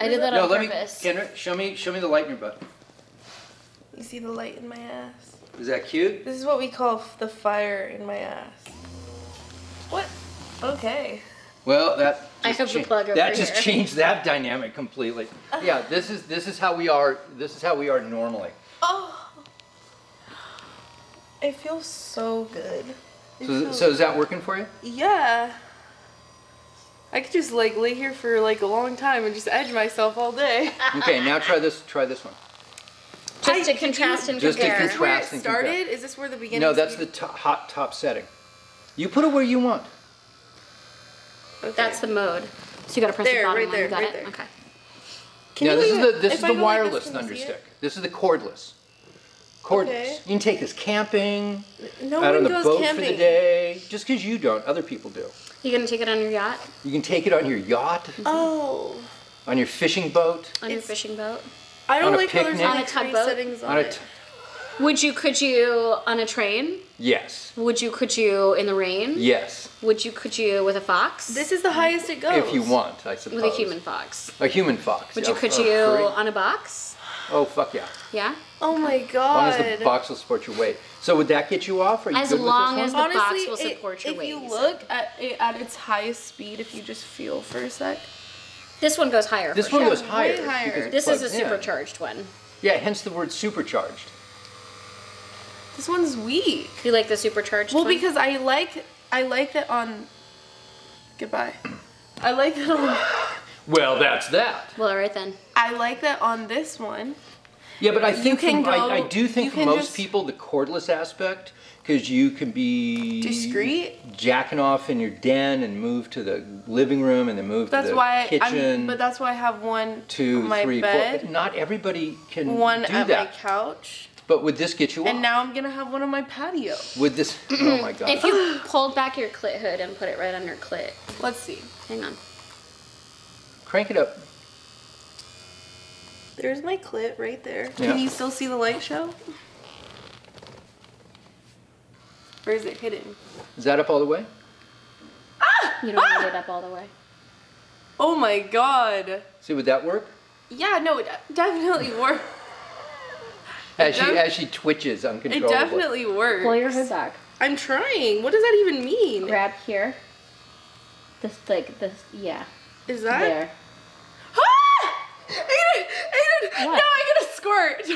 Speaker 3: I did that
Speaker 2: no,
Speaker 3: on
Speaker 2: let
Speaker 3: purpose.
Speaker 2: me. Kendra, show me show me the light in your butt.
Speaker 4: You see the light in my ass.
Speaker 2: Is that cute?
Speaker 5: This is what we call f- the fire in my ass. What? Okay.
Speaker 2: Well, that.
Speaker 3: I
Speaker 2: just
Speaker 3: have the
Speaker 2: cha-
Speaker 3: plug over
Speaker 2: That just
Speaker 3: here.
Speaker 2: changed that dynamic completely. Yeah, this is this is how we are. This is how we are normally.
Speaker 5: Oh. It feels so good. It
Speaker 2: So,
Speaker 5: feels-
Speaker 2: so is that working for you?
Speaker 4: Yeah. I could just like lay here for like a long time and just edge myself all day.
Speaker 2: Okay, now try this. Try this one.
Speaker 3: Just to contrast and
Speaker 2: Just to
Speaker 3: compare.
Speaker 2: contrast.
Speaker 4: where it
Speaker 2: Fast and compare.
Speaker 4: started? Is this where the beginning?
Speaker 2: No, that's the to- hot top setting. You put it where you want.
Speaker 4: Okay.
Speaker 3: That's the mode. So you gotta press
Speaker 4: There,
Speaker 3: the bottom
Speaker 4: right
Speaker 3: one.
Speaker 4: there,
Speaker 3: you got
Speaker 4: right
Speaker 3: it?
Speaker 4: there.
Speaker 3: Okay.
Speaker 5: Can
Speaker 2: now
Speaker 5: you
Speaker 2: this is
Speaker 5: even-
Speaker 2: the this
Speaker 5: if
Speaker 2: is
Speaker 5: I
Speaker 2: the
Speaker 5: go like
Speaker 2: wireless
Speaker 5: this, can you see
Speaker 2: thunderstick.
Speaker 5: it?
Speaker 2: This is the cordless. Cordless.
Speaker 5: Okay.
Speaker 2: You can take this camping,
Speaker 5: No
Speaker 2: out
Speaker 5: one
Speaker 2: on the
Speaker 5: goes
Speaker 2: boat for the
Speaker 5: camping.
Speaker 2: day. Just because you don't, other people do.
Speaker 3: You gonna take it on your yacht?
Speaker 2: You can take it on your yacht,
Speaker 5: Oh.
Speaker 2: on your fishing boat.
Speaker 3: On your fishing boat?
Speaker 5: I
Speaker 2: On
Speaker 5: don't
Speaker 2: a
Speaker 5: like how there's
Speaker 2: picnic?
Speaker 5: only
Speaker 3: On a
Speaker 5: three
Speaker 3: tugboat?
Speaker 5: settings on,
Speaker 2: On a
Speaker 5: it.
Speaker 2: t-
Speaker 3: Would you, could you, on a train?
Speaker 2: yes,
Speaker 3: Would you, could you, in the rain?
Speaker 2: yes,
Speaker 3: Would you, could you, with a fox?
Speaker 5: This is the highest it goes.
Speaker 2: if you want, I suppose.
Speaker 3: with a human fox.
Speaker 2: A human fox.
Speaker 3: Would you,
Speaker 2: Oh, A-
Speaker 3: could
Speaker 2: a
Speaker 3: you, uh,
Speaker 2: furry.
Speaker 3: on a box?
Speaker 2: Oh fuck yeah!
Speaker 3: Yeah?
Speaker 5: Oh my
Speaker 2: As long
Speaker 5: god.
Speaker 2: as the box will support your weight. So would that get you off? Are you
Speaker 3: As
Speaker 2: good
Speaker 3: long
Speaker 2: with this
Speaker 3: as-
Speaker 2: one?
Speaker 3: the box
Speaker 5: Honestly,
Speaker 3: will
Speaker 5: it-
Speaker 3: support your
Speaker 5: if
Speaker 3: weight,
Speaker 5: you
Speaker 3: he said.
Speaker 5: look at
Speaker 4: at, it- at its highest speed if you just feel for a sec.
Speaker 3: This one goes higher.
Speaker 2: This
Speaker 3: for
Speaker 2: one
Speaker 3: sure.
Speaker 2: goes higher.
Speaker 4: way higher.
Speaker 2: because it
Speaker 3: This is
Speaker 2: plugs
Speaker 3: a
Speaker 2: in.
Speaker 3: supercharged one.
Speaker 2: Yeah, hence the word supercharged.
Speaker 4: This one's weak.
Speaker 3: You like the supercharged
Speaker 4: Well,
Speaker 3: one?
Speaker 4: because I like I like that on. Goodbye. I like that on.
Speaker 2: Well, that's that.
Speaker 3: Well, all right then.
Speaker 4: I like that on this one.
Speaker 2: Yeah, but I think
Speaker 4: can
Speaker 2: for- I, I
Speaker 4: go-
Speaker 2: do think
Speaker 4: you
Speaker 2: for
Speaker 4: can
Speaker 2: most
Speaker 4: just-
Speaker 2: people the cordless aspect because you can be
Speaker 4: Discreet?
Speaker 2: jacking off in your den and move to the living room and then move
Speaker 4: That's
Speaker 2: to the
Speaker 4: why
Speaker 2: kitchen.
Speaker 4: I'm. But that's why I have one
Speaker 2: two,
Speaker 4: on my
Speaker 2: three, four.
Speaker 4: bed,
Speaker 2: Not everybody can
Speaker 4: one
Speaker 2: do
Speaker 4: at
Speaker 2: that.
Speaker 4: my couch,
Speaker 2: But would this get you
Speaker 4: and
Speaker 2: off?
Speaker 4: now I'm gonna have one on my patio.
Speaker 2: would this? Oh my god!
Speaker 3: If you pulled back your clit hood and put it right under clit,
Speaker 4: Let's see.
Speaker 3: hang on.
Speaker 2: Crank it up.
Speaker 5: There's my clit right there.
Speaker 2: Yeah.
Speaker 4: Can you still see the light show? Or is it hidden?
Speaker 2: Is that up all the way?
Speaker 3: You don't need it up all the way.
Speaker 4: Ah! Oh my god.
Speaker 2: See, would that work?
Speaker 4: Yeah, no, it definitely works.
Speaker 2: As she
Speaker 4: def-
Speaker 2: as she twitches
Speaker 4: It
Speaker 2: uncontrollably.
Speaker 4: definitely works.
Speaker 3: Pull your hood back.
Speaker 4: I'm trying. What does that even mean?
Speaker 3: Grab here. This like this yeah
Speaker 4: Is that?
Speaker 3: there.
Speaker 4: Ah! Aiden, Aiden,
Speaker 3: What? Oh.
Speaker 4: no, I'm gonna squirt.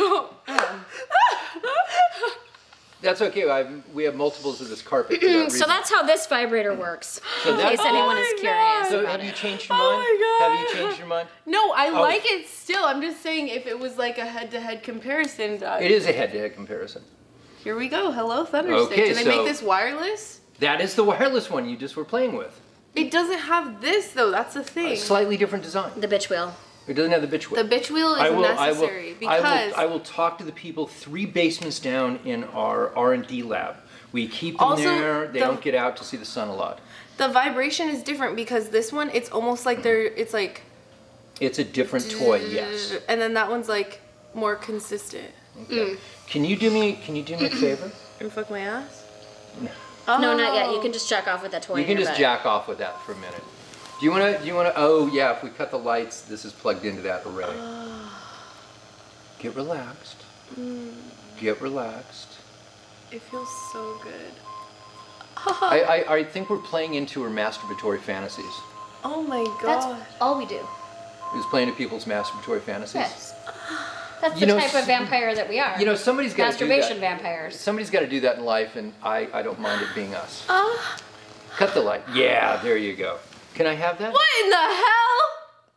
Speaker 4: Don't.
Speaker 2: That's okay. I've, we have multiples of this carpet. For that
Speaker 3: So
Speaker 2: reason.
Speaker 3: that's how this vibrator works.
Speaker 2: So
Speaker 3: in
Speaker 2: that-
Speaker 3: case anyone is
Speaker 4: Oh my
Speaker 3: curious
Speaker 2: So
Speaker 3: about
Speaker 2: have
Speaker 3: it.
Speaker 2: you changed your
Speaker 4: Oh
Speaker 2: mind?
Speaker 4: my God.
Speaker 2: Have you changed your mind?
Speaker 4: no, I
Speaker 2: Oh.
Speaker 4: like it still. I'm just saying, if it was like a head-to-head comparison, Doug.
Speaker 2: It is a head-to-head comparison.
Speaker 4: Here we go. Hello, Thunder
Speaker 2: Okay,
Speaker 4: Stick. Did they
Speaker 2: so-
Speaker 4: make this wireless?
Speaker 2: That is the wireless one you just were playing with.
Speaker 4: It doesn't have this though. That's the thing.
Speaker 2: A slightly different design.
Speaker 3: the bitch wheel.
Speaker 2: It doesn't have the bitch
Speaker 4: the
Speaker 2: whip.
Speaker 4: bitch wheel is
Speaker 2: I will, I will,
Speaker 4: necessary because
Speaker 2: I will, I will talk to the people three basements down in our R&D lab. We keep them
Speaker 4: Also,
Speaker 2: there. They
Speaker 4: the-
Speaker 2: don't get out to see the sun a lot.
Speaker 4: the vibration is different because this one, it's almost like they're. It's like.
Speaker 2: It's a different toy, yes.
Speaker 4: And then that one's like more consistent.
Speaker 2: Okay. Can you do me? Can you do me a favor?
Speaker 4: And fuck my ass.
Speaker 3: No, not yet. You can just jack off with that toy.
Speaker 2: You
Speaker 3: in
Speaker 2: can
Speaker 3: your
Speaker 2: just
Speaker 3: butt.
Speaker 2: jack off with that for a minute. Do you wanna? Do you wanna? Oh yeah. If we cut the lights, this is plugged into that array. Get relaxed.
Speaker 4: Mm.
Speaker 2: Get relaxed.
Speaker 4: It feels so good.
Speaker 2: I, I, I think we're playing into her masturbatory fantasies.
Speaker 4: Oh my
Speaker 3: That's
Speaker 4: god.
Speaker 3: all we do.
Speaker 2: Who's playing to people's masturbatory fantasies?
Speaker 3: Yes. That's the
Speaker 2: You know,
Speaker 3: type of
Speaker 2: s-
Speaker 3: vampire that we are.
Speaker 2: You know, somebody's got to do that.
Speaker 3: masturbation vampires.
Speaker 2: Somebody's got to do that in life, and I, I don't mind it being us.
Speaker 3: Uh.
Speaker 2: Cut the light. Yeah, there you go. Can I have that?
Speaker 4: What in the hell?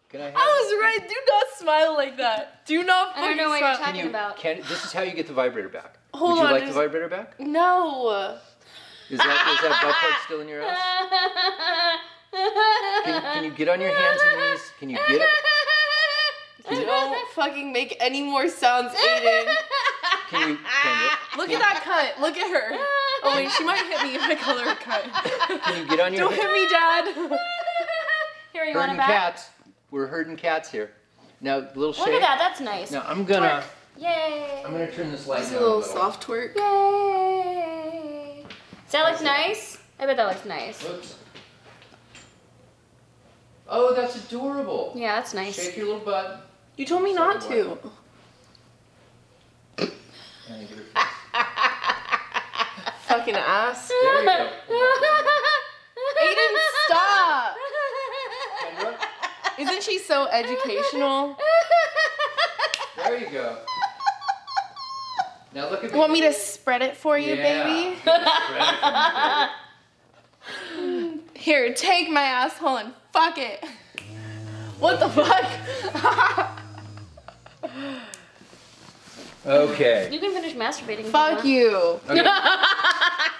Speaker 2: Can I have that?
Speaker 4: I was right. Do not smile like that. Do not
Speaker 3: I
Speaker 4: fucking
Speaker 3: don't know what you're
Speaker 4: smile.
Speaker 3: talking
Speaker 2: You
Speaker 3: about.
Speaker 2: can- this is how you get the vibrator back.
Speaker 4: Hold
Speaker 2: Would you
Speaker 4: on,
Speaker 2: like the
Speaker 4: there's-
Speaker 2: vibrator back?
Speaker 4: no.
Speaker 2: Is that, is that butt plug still in your ass? Can, can you get on your hands and knees? Can you get it?
Speaker 4: Don't fucking make any more sounds, Aiden.
Speaker 2: Can you, can you,
Speaker 4: Look at that cut. Look at her. Oh wait, she might hit me if I call her a cut.
Speaker 2: can you get on your
Speaker 4: Don't
Speaker 2: hands?
Speaker 4: hit me, Dad.
Speaker 3: Here, you want
Speaker 2: Herding
Speaker 3: it back?
Speaker 2: cats. We're herding cats here. Now, little shake.
Speaker 3: Look at that. That's nice.
Speaker 2: Now I'm gonna
Speaker 3: Yay.
Speaker 2: I'm gonna turn this light down.
Speaker 4: A
Speaker 2: a
Speaker 4: little
Speaker 2: little.
Speaker 4: soft twerk.
Speaker 3: Yay. Does that look nice? I bet that looks nice.
Speaker 2: Oops. Oh, that's adorable.
Speaker 3: Yeah, that's nice.
Speaker 2: Shake your little butt.
Speaker 4: You told me not to.
Speaker 2: And give it-
Speaker 4: Fucking ass.
Speaker 2: There you go.
Speaker 4: Aiden, stop.
Speaker 2: Kendra,
Speaker 4: Isn't she so educational?
Speaker 2: There you go. Now look at me.
Speaker 4: Want me to spread it for you,
Speaker 2: Yeah.
Speaker 4: baby?
Speaker 2: Right
Speaker 4: Here, take my asshole and fuck it. What the fuck?
Speaker 2: from you. Okay.
Speaker 3: You can finish masturbating. if
Speaker 4: fuck
Speaker 3: you.
Speaker 4: you.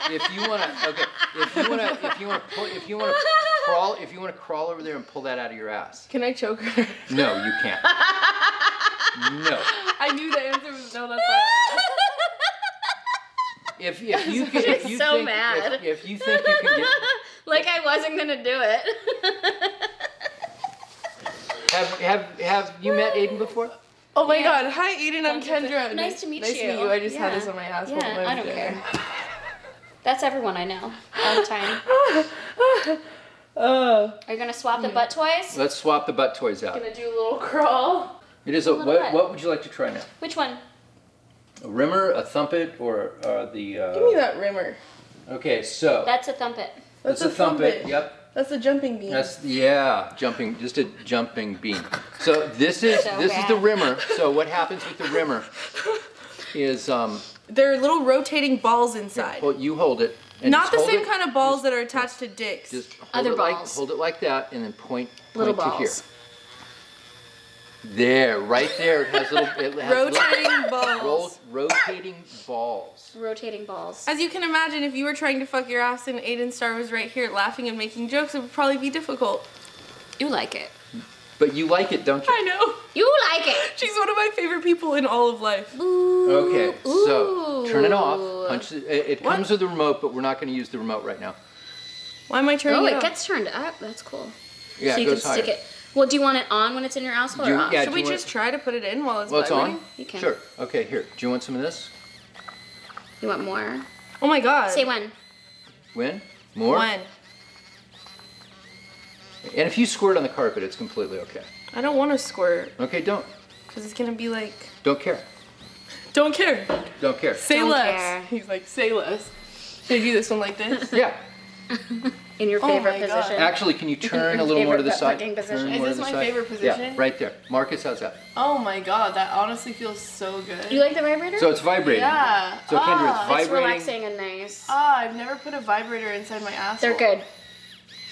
Speaker 2: If you wanna, okay. If you wanna, if you wanna, pull, if you wanna crawl, if you wanna crawl over there and pull that out of your ass.
Speaker 4: Can I choke her?
Speaker 2: No, you can't. No.
Speaker 4: I knew the answer was no. That's why.
Speaker 2: If, if you can, if
Speaker 3: She's
Speaker 2: you
Speaker 3: so
Speaker 2: think,
Speaker 3: mad.
Speaker 2: If, if you think you can get
Speaker 3: like I wasn't gonna do it.
Speaker 2: Have have have you met Aiden before?
Speaker 4: Oh my god. Hi, Aiden. I'm Kendra.
Speaker 3: Nice to meet
Speaker 4: nice
Speaker 3: you.
Speaker 4: Nice to meet you. I just had
Speaker 3: Yeah.
Speaker 4: this on my asshole.
Speaker 3: yeah, I don't care. That's everyone I know. All the time.
Speaker 4: care. oh.
Speaker 3: Are you gonna swap the butt toys?
Speaker 2: Let's swap the butt toys out.
Speaker 4: Gonna do a little crawl.
Speaker 2: It is a
Speaker 3: What
Speaker 2: what,
Speaker 3: about?
Speaker 2: what would you like to try now?
Speaker 3: Which one?
Speaker 2: A rimmer, a thumpet, or uh, the? Uh...
Speaker 4: Give me that rimmer.
Speaker 2: Okay, so
Speaker 3: That's a thump it.
Speaker 2: that's, a
Speaker 4: thumpet.
Speaker 2: thumpet. Yep.
Speaker 4: That's a jumping bean.
Speaker 2: That's yeah, jumping, just a jumping bean. So this is
Speaker 3: So
Speaker 2: this is the
Speaker 3: bad.
Speaker 2: rimmer. So what happens with the rimmer is um,
Speaker 4: They're little rotating balls inside.
Speaker 2: well, you hold it. And
Speaker 4: Not
Speaker 2: just
Speaker 4: the
Speaker 2: hold
Speaker 4: same
Speaker 2: it-
Speaker 4: kind of balls that are attached to dicks.
Speaker 2: Just hold
Speaker 3: Other
Speaker 2: it like,
Speaker 3: balls.
Speaker 2: Hold it like that, and then point
Speaker 3: Little
Speaker 2: point to
Speaker 3: balls.
Speaker 2: here. There, right there. It has little. It has
Speaker 4: rotating
Speaker 2: Little, roll,
Speaker 4: balls.
Speaker 2: rotating balls.
Speaker 3: Rotating balls.
Speaker 4: As you can imagine, if you were trying to fuck your ass and Aiden Star was right here laughing and making jokes, it would probably be difficult.
Speaker 3: You like it.
Speaker 2: But you like it, don't you?
Speaker 4: I know.
Speaker 3: You like it.
Speaker 4: She's one of my favorite people in all of life.
Speaker 2: Okay, so turn it
Speaker 3: Ooh.
Speaker 2: off. Punch the, it, it
Speaker 4: What?
Speaker 2: comes with a remote, but we're not going to use the remote right now.
Speaker 4: Why am I turning
Speaker 3: Oh,
Speaker 4: it
Speaker 3: it
Speaker 4: off?
Speaker 3: gets turned up. That's cool.
Speaker 2: Yeah,
Speaker 3: so
Speaker 2: it
Speaker 3: you
Speaker 2: goes
Speaker 3: can stick
Speaker 2: higher.
Speaker 3: it. Well, do you want it on when it's in your asshole
Speaker 2: Do
Speaker 3: or
Speaker 2: you-
Speaker 3: off?
Speaker 2: yeah,
Speaker 4: Should
Speaker 2: do
Speaker 4: we
Speaker 2: you want-
Speaker 4: just try to put it in while it's
Speaker 2: Well, it's
Speaker 4: vibrating?
Speaker 2: on.
Speaker 3: You can.
Speaker 2: Sure. Okay, here. Do you want some of this?
Speaker 3: You want more?
Speaker 4: Oh my god.
Speaker 3: Say when.
Speaker 2: When? More?
Speaker 4: When?
Speaker 2: And if you squirt on the carpet, it's completely okay.
Speaker 4: I don't want to squirt
Speaker 2: Okay, don't.
Speaker 4: because it's gonna be like.
Speaker 2: Don't care.
Speaker 4: Don't care.
Speaker 2: Don't care.
Speaker 4: Say
Speaker 3: Don't
Speaker 4: less.
Speaker 3: care.
Speaker 4: He's like, say less. They do this one like this.
Speaker 2: Yeah.
Speaker 3: In your
Speaker 4: Oh
Speaker 3: favorite
Speaker 4: my God.
Speaker 3: position.
Speaker 2: Actually, can you turn a little more to the
Speaker 3: Favorite
Speaker 2: side?
Speaker 3: fucking
Speaker 2: Turn
Speaker 3: position.
Speaker 2: more
Speaker 3: Is
Speaker 2: to
Speaker 4: this
Speaker 2: the
Speaker 4: my
Speaker 2: side.
Speaker 4: favorite
Speaker 2: Yeah,
Speaker 4: position?
Speaker 2: right there. Marcus, how's that?
Speaker 4: Oh my god, that honestly feels so good.
Speaker 3: You like the vibrator?
Speaker 2: So it's vibrating.
Speaker 4: Yeah.
Speaker 2: So Kendra, it's
Speaker 4: Ah.
Speaker 3: Oh, it's
Speaker 2: vibrating.
Speaker 3: relaxing and nice.
Speaker 4: ah, I've never put a vibrator inside my ass.
Speaker 3: They're good.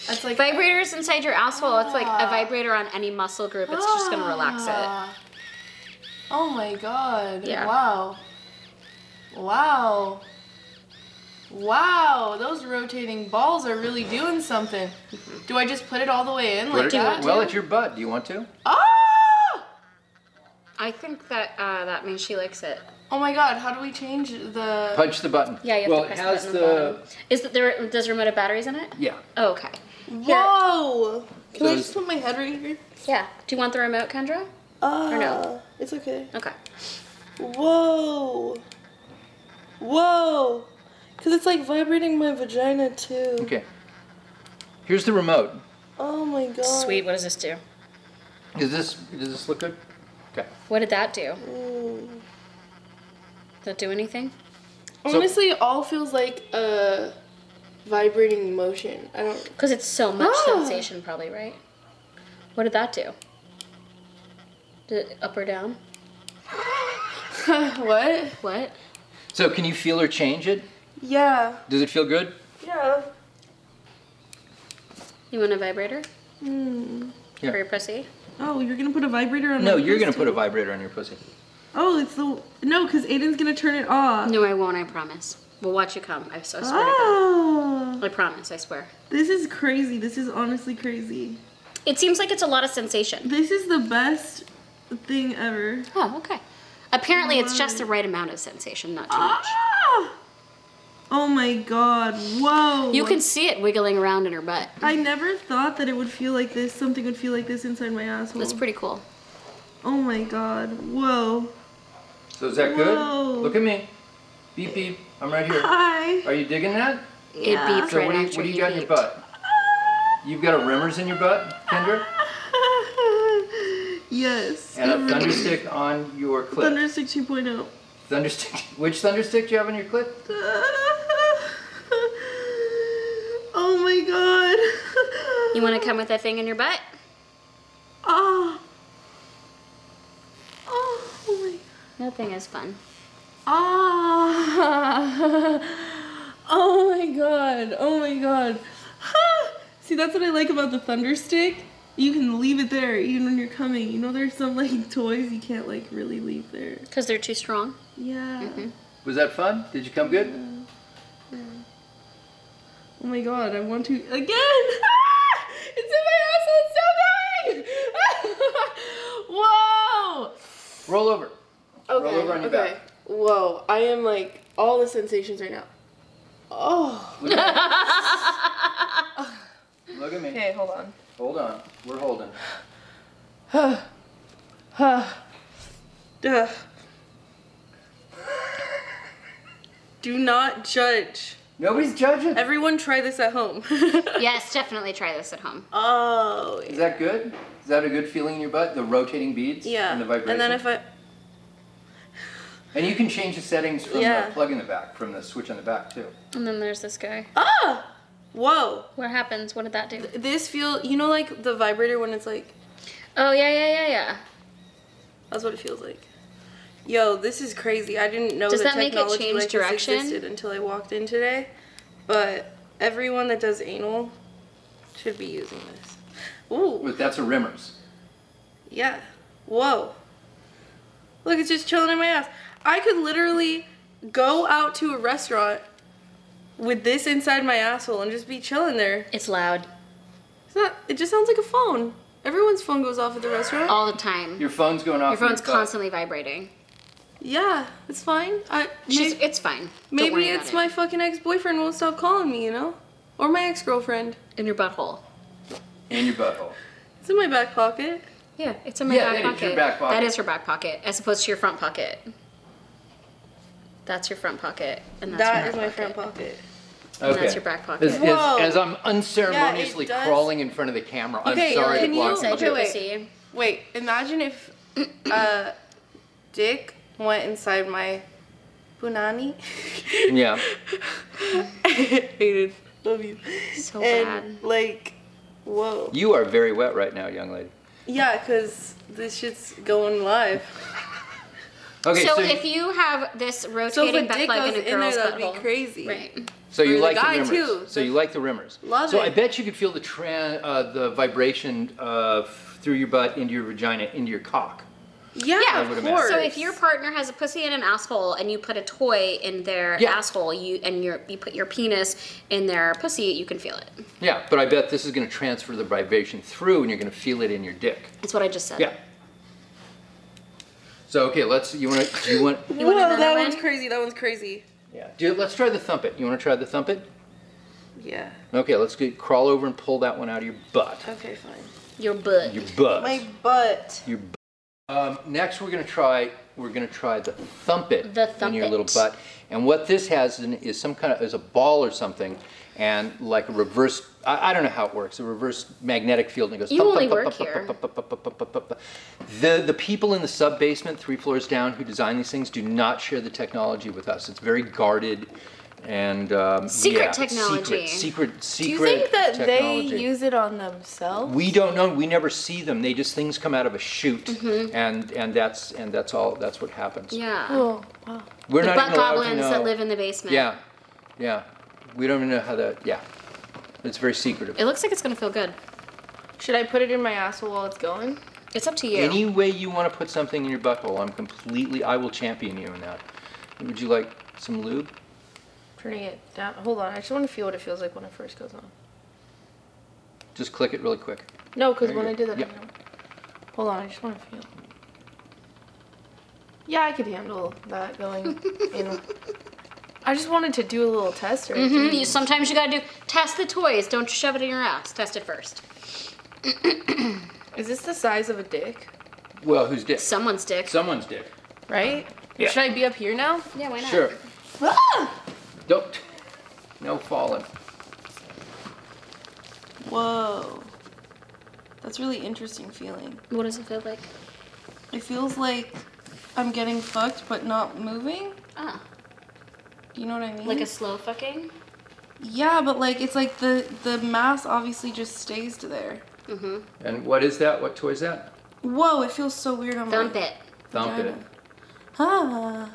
Speaker 4: That's like.
Speaker 3: Vibrators inside your asshole. It's like a vibrator on any muscle group. It's just gonna relax it.
Speaker 4: Ah. Oh my god.
Speaker 3: Yeah.
Speaker 4: Wow. Wow. Wow, those rotating balls are really doing something.
Speaker 3: Mm-hmm.
Speaker 4: Do I just put it all the way in like
Speaker 2: Put it-
Speaker 4: that?
Speaker 2: well, it's your butt. Do you want to?
Speaker 4: Ah!
Speaker 3: I think that uh, that means she likes it.
Speaker 4: Oh my god, how do we change the
Speaker 2: Punch the button.
Speaker 3: Yeah, you have
Speaker 2: well,
Speaker 3: to press
Speaker 2: it has
Speaker 3: the button. on the bottom. Is that there? Does the remote have batteries in it?
Speaker 2: Yeah.
Speaker 3: Oh, okay.
Speaker 4: Whoa! Can I
Speaker 2: Those-
Speaker 4: just put my head right here?
Speaker 3: Yeah. Do you want the remote, Kendra?
Speaker 4: Uh,
Speaker 3: no.
Speaker 4: It's okay.
Speaker 3: Okay.
Speaker 4: Whoa! Whoa! Because it's like vibrating my vagina too.
Speaker 2: Okay. Here's the remote.
Speaker 4: Oh my god.
Speaker 3: Sweet. What does this do?
Speaker 2: Does this does this look good? Okay.
Speaker 3: What did that do? Did it do anything?
Speaker 4: Honestly, it all feels like a vibrating motion. I don't.
Speaker 3: Because it's so much
Speaker 4: Ah.
Speaker 3: sensation, probably, right? What did that do? Did it up or down?
Speaker 4: what?
Speaker 3: What?
Speaker 2: So can you feel or change it?
Speaker 4: Yeah.
Speaker 2: Does it feel good?
Speaker 4: Yeah.
Speaker 3: You want a vibrator
Speaker 2: Yeah.
Speaker 3: for your pussy?
Speaker 4: Oh, you're gonna put a vibrator on
Speaker 2: No, you're gonna put a vibrator on your pussy.
Speaker 4: Oh, it's the no, because Aiden's gonna turn it off.
Speaker 3: No, I won't. I promise. We'll watch you come. I, s- I swear to
Speaker 4: Oh,
Speaker 3: God. I promise. I swear.
Speaker 4: this is crazy. This is honestly crazy.
Speaker 3: It seems like it's a lot of sensation.
Speaker 4: This is the best thing ever.
Speaker 3: Oh, okay. Apparently, it's just the right amount of sensation, not too much.
Speaker 4: Ah! Oh my god! Whoa!
Speaker 3: You can see it wiggling around in her butt.
Speaker 4: I never thought that it would feel like this. Something would feel like this inside my asshole.
Speaker 3: That's pretty cool.
Speaker 4: oh my god! Whoa!
Speaker 2: So is that good?
Speaker 4: Whoa.
Speaker 2: Look at me. Beep beep. I'm right here.
Speaker 4: Hi.
Speaker 2: Are you digging that?
Speaker 3: It beeped
Speaker 2: So
Speaker 3: right
Speaker 2: what do you,
Speaker 3: after
Speaker 2: what do you
Speaker 3: he
Speaker 2: got in your
Speaker 3: beeped.
Speaker 2: butt? You've got a rimmers in your butt, Kendra,
Speaker 4: yes.
Speaker 2: and a thunderstick on your clip.
Speaker 4: Thunderstick 2.0.
Speaker 2: Thunderstick. Which thunderstick do you have on your clip?
Speaker 4: oh my god.
Speaker 3: You want to come with that thing in your butt?
Speaker 4: Ah. Oh. Oh my.
Speaker 3: Nothing is fun.
Speaker 4: Ah. Oh my god. Oh my god. Ha! See, that's what I like about the thunderstick. You can leave it there even when you're coming. You know, there's some like toys you can't like really leave there.
Speaker 3: Because they're too strong.
Speaker 4: Yeah.
Speaker 2: Was that fun? Did you come good?
Speaker 4: Mm. Oh my god, I want to again. Ah! It's in my asshole so bad. Whoa.
Speaker 2: Roll over.
Speaker 4: Okay.
Speaker 2: over on your
Speaker 4: okay.
Speaker 2: back.
Speaker 4: Whoa, I am like all the sensations right now. Oh.
Speaker 2: Look at me. Look at me.
Speaker 4: Okay, hold on.
Speaker 2: Hold on. We're holding.
Speaker 4: Ugh. Do not judge.
Speaker 2: Nobody's judging.
Speaker 4: Everyone try this at home.
Speaker 3: Yes, definitely try this at home.
Speaker 4: Oh.
Speaker 2: Is that good? Is that a good feeling in your butt? The rotating beads
Speaker 4: Yeah.
Speaker 2: and the vibration.
Speaker 4: then if I
Speaker 2: And you can change the settings from
Speaker 4: Yeah.
Speaker 2: the plug in the back, from the switch on the back too.
Speaker 3: And then there's this guy.
Speaker 4: Ah! Whoa.
Speaker 3: What happens? What did that do?
Speaker 4: This feel you know like the vibrator when it's like
Speaker 3: Oh yeah, yeah, yeah, yeah.
Speaker 4: that's what it feels like. Yo, this is crazy. I didn't know
Speaker 3: Does
Speaker 4: that
Speaker 3: that make it
Speaker 4: technology
Speaker 3: change
Speaker 4: like this
Speaker 3: direction?
Speaker 4: existed until I walked in today. But everyone that does anal should be using this. Ooh,
Speaker 2: But that's a Rimmers.
Speaker 4: yeah. Whoa. Look, it's just chilling in my ass. I could literally go out to a restaurant with this inside my asshole and just be chilling there.
Speaker 3: It's loud
Speaker 4: It's not, it just sounds like a phone. Everyone's phone goes off at the restaurant.
Speaker 3: all the time.
Speaker 2: Your phone's going off. in
Speaker 3: Your phone's
Speaker 2: butt.
Speaker 3: constantly vibrating.
Speaker 4: Yeah, it's fine. I
Speaker 3: She's,
Speaker 4: maybe,
Speaker 3: it's fine. Don't
Speaker 4: maybe
Speaker 3: worry about
Speaker 4: it's
Speaker 3: it.
Speaker 4: my fucking ex boyfriend won't stop calling me, you know, or my ex girlfriend.
Speaker 3: in your butthole.
Speaker 2: In your butthole.
Speaker 4: It's in my back pocket.
Speaker 3: Yeah, it's in my
Speaker 2: Yeah,
Speaker 3: back,
Speaker 2: that is
Speaker 3: pocket.
Speaker 2: your back pocket.
Speaker 3: That is her back pocket, as opposed to your front pocket. That's your front pocket, and that's
Speaker 4: That
Speaker 3: your
Speaker 4: is
Speaker 3: back
Speaker 4: my front pocket.
Speaker 2: Okay.
Speaker 3: that's your back pocket.
Speaker 2: As, as,
Speaker 4: Whoa.
Speaker 2: as I'm unceremoniously
Speaker 4: does.
Speaker 2: crawling in front of the camera,
Speaker 4: Okay,
Speaker 2: I'm sorry
Speaker 4: can
Speaker 2: to
Speaker 4: you-
Speaker 2: block
Speaker 3: Inside
Speaker 4: Okay,
Speaker 3: your
Speaker 4: wait.
Speaker 3: pussy.
Speaker 4: Wait,
Speaker 5: Imagine if uh, dick went inside my punani.
Speaker 2: Yeah.
Speaker 4: Aiden, love you.
Speaker 3: So
Speaker 4: and like, whoa.
Speaker 2: You are very wet right now, young lady.
Speaker 4: Yeah, cause this shit's going live.
Speaker 2: Okay, so,
Speaker 3: bad. So, if you have this
Speaker 4: So if
Speaker 3: rotating
Speaker 4: a
Speaker 3: back
Speaker 4: dick
Speaker 3: leg
Speaker 4: goes
Speaker 3: in a
Speaker 4: in there,
Speaker 3: girl's
Speaker 4: that'd
Speaker 3: butthole,
Speaker 4: be crazy.
Speaker 3: right?
Speaker 2: so
Speaker 4: for
Speaker 2: you
Speaker 4: the
Speaker 2: like the,
Speaker 4: guy,
Speaker 2: rimmers.
Speaker 4: too.
Speaker 2: So you like the rimmers.
Speaker 4: Love
Speaker 2: so
Speaker 4: it.
Speaker 2: I bet you could feel the tran uh, the vibration uh, through your butt into your vagina into your cock.
Speaker 4: Yeah,
Speaker 3: Yeah,
Speaker 2: I would
Speaker 4: of
Speaker 2: imagine.
Speaker 4: course.
Speaker 3: So if your partner has a pussy and an asshole, and you put a toy in their
Speaker 2: Yeah.
Speaker 3: asshole, you and your you put your penis in their pussy, you can feel it.
Speaker 2: Yeah, but I bet this is going to transfer the vibration through, and you're going to feel it in your dick.
Speaker 3: That's what I just said.
Speaker 2: Yeah. So okay, let's. You want to? You want?
Speaker 3: You
Speaker 4: whoa,
Speaker 3: want another
Speaker 4: that
Speaker 3: one?
Speaker 4: one's crazy. That one's crazy.
Speaker 2: Yeah. Dude, let's try the thump it. You want to try the thump it?
Speaker 4: Yeah.
Speaker 2: Okay, let's get, crawl over and pull that one out of your butt.
Speaker 4: Okay, fine.
Speaker 3: Your butt.
Speaker 2: Your butt.
Speaker 4: My butt.
Speaker 2: Your b- um, next, we're gonna try. We're gonna try the thump it
Speaker 3: The
Speaker 2: in
Speaker 3: thump
Speaker 2: your little
Speaker 3: it.
Speaker 2: butt. And what this has in, is some kind of is a ball or something, and like a reverse. I, I don't know how it works. A reverse magnetic field, and it goes.
Speaker 3: You
Speaker 2: thump,
Speaker 3: only
Speaker 2: thump,
Speaker 3: work
Speaker 2: thump,
Speaker 3: here.
Speaker 2: thump, thump, thump, thump, thump, thump, thump. The the people in the sub basement, three floors down, who design these things, do not share the technology with us. It's very guarded. And um,
Speaker 3: Secret
Speaker 2: yeah,
Speaker 3: technology.
Speaker 2: secret, secret, secret.
Speaker 5: Do you think that
Speaker 2: technology.
Speaker 5: they use it on themselves?
Speaker 2: We don't know. We never see them. They just things come out of a chute, and and that's and that's all. That's what happens.
Speaker 3: Mm-hmm. Yeah.
Speaker 5: Oh, wow.
Speaker 2: We're not
Speaker 3: the butt
Speaker 2: even allowed to
Speaker 3: goblins that
Speaker 2: know.
Speaker 3: live in the basement.
Speaker 2: Yeah, yeah. We don't even know how that. Yeah, it's very secretive.
Speaker 3: It looks like it's gonna feel good.
Speaker 5: Should I put it in my asshole while it's going?
Speaker 3: It's up to you.
Speaker 2: Any way you want to put something in your butthole, I'm completely. I will champion you in that. Would you like some lube?
Speaker 5: Turning it down. Hold on. I just want to feel what it feels like when it first goes on.
Speaker 2: Just click it really quick.
Speaker 5: No, because
Speaker 2: There
Speaker 5: when
Speaker 2: you
Speaker 5: I did that,
Speaker 2: go.
Speaker 5: I
Speaker 2: Yeah.
Speaker 5: know. Hold on. I just want to feel. Yeah, I could handle that going in. I just wanted to do a little test right
Speaker 3: Mhm, you- sometimes you gotta do test the toys. Don't you shove it in your ass. Test it first.
Speaker 5: Is this the size of a dick?
Speaker 2: Well, who's dick?
Speaker 3: Someone's dick.
Speaker 2: Someone's dick.
Speaker 5: Right?
Speaker 2: Yeah.
Speaker 5: Should I be up here now?
Speaker 3: yeah, why not?
Speaker 2: Sure.
Speaker 4: Ah!
Speaker 2: Don't. No falling.
Speaker 4: Whoa. That's really interesting feeling.
Speaker 3: What does it feel like?
Speaker 4: It feels like I'm getting fucked but not moving.
Speaker 3: Ah,
Speaker 4: You know what I mean?
Speaker 3: like a slow fucking.
Speaker 4: yeah, but like it's like the the mass obviously just stays there.
Speaker 3: Mhm.
Speaker 2: And what is that? What toy is that?
Speaker 4: Whoa, it feels so weird on
Speaker 3: Thump
Speaker 4: my
Speaker 3: it.
Speaker 2: Thump it.
Speaker 4: Vagina. Ah.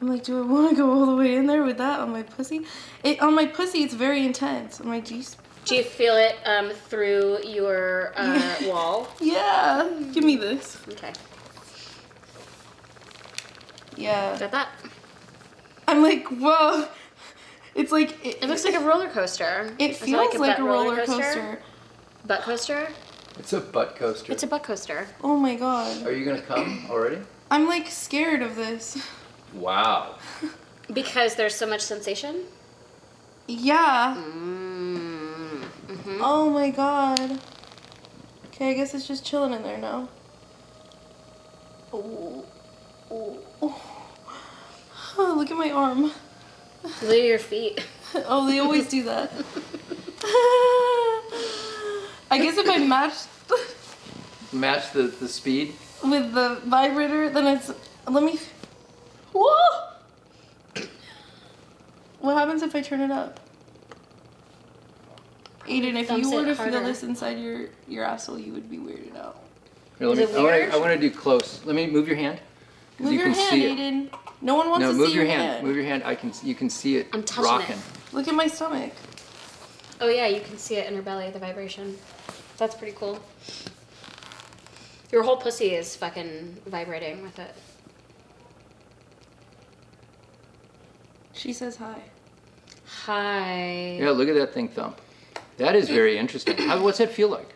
Speaker 4: I'm like, do I want to go all the way in there with that on my pussy? It on my pussy, it's very intense. On my G. sp-
Speaker 3: Do you feel it um, through your uh, wall?
Speaker 4: Yeah, give me this.
Speaker 3: Okay.
Speaker 4: Yeah. Oh,
Speaker 3: Got that.
Speaker 4: I'm like, whoa. It's like it,
Speaker 3: It looks like a roller coaster.
Speaker 4: it
Speaker 3: Is it
Speaker 4: feels like
Speaker 3: butt
Speaker 4: a roller coaster.
Speaker 3: Butt coaster?
Speaker 2: It's a butt coaster.
Speaker 3: It's a butt coaster.
Speaker 4: Oh my god.
Speaker 2: Are you gonna come already?
Speaker 4: I'm like scared of this.
Speaker 2: Wow.
Speaker 3: Because there's so much sensation.
Speaker 4: Yeah.
Speaker 2: Mm-hmm.
Speaker 3: Mm. hmm
Speaker 4: Oh my god. Okay, I guess it's just chilling in there now. Oh, oh, oh. Look at my arm.
Speaker 3: Look at your feet.
Speaker 4: Oh, they always do that. I guess if I match
Speaker 2: Match the, the speed.
Speaker 4: with the vibrator, then it's. Let me. Whoa! What happens if I turn it up?
Speaker 5: Aiden, if
Speaker 3: Thumps
Speaker 5: you were
Speaker 3: it
Speaker 5: to
Speaker 3: harder.
Speaker 5: feel this inside your your asshole, you would be weirded out.
Speaker 2: Here, let
Speaker 3: Is
Speaker 2: me,
Speaker 3: it
Speaker 2: I wanna-
Speaker 3: weird?
Speaker 2: I want to do close. Let me move your hand. 'cause
Speaker 5: Move
Speaker 2: you can
Speaker 5: your hand,
Speaker 2: see it.
Speaker 5: Aiden. No one wants
Speaker 2: No,
Speaker 5: to
Speaker 2: move
Speaker 5: see
Speaker 2: your
Speaker 5: your
Speaker 2: hand.
Speaker 5: hand.
Speaker 2: Move your hand. I can. You can see it.
Speaker 3: I'm touching it.
Speaker 2: rocking.
Speaker 5: Look at my stomach.
Speaker 3: Oh yeah, you can see it in her belly, the vibration. That's pretty cool. Your whole pussy is fucking vibrating with it.
Speaker 5: She says hi.
Speaker 3: Hi.
Speaker 2: Yeah, look at that thing thump. That is very interesting. How, what's that feel like?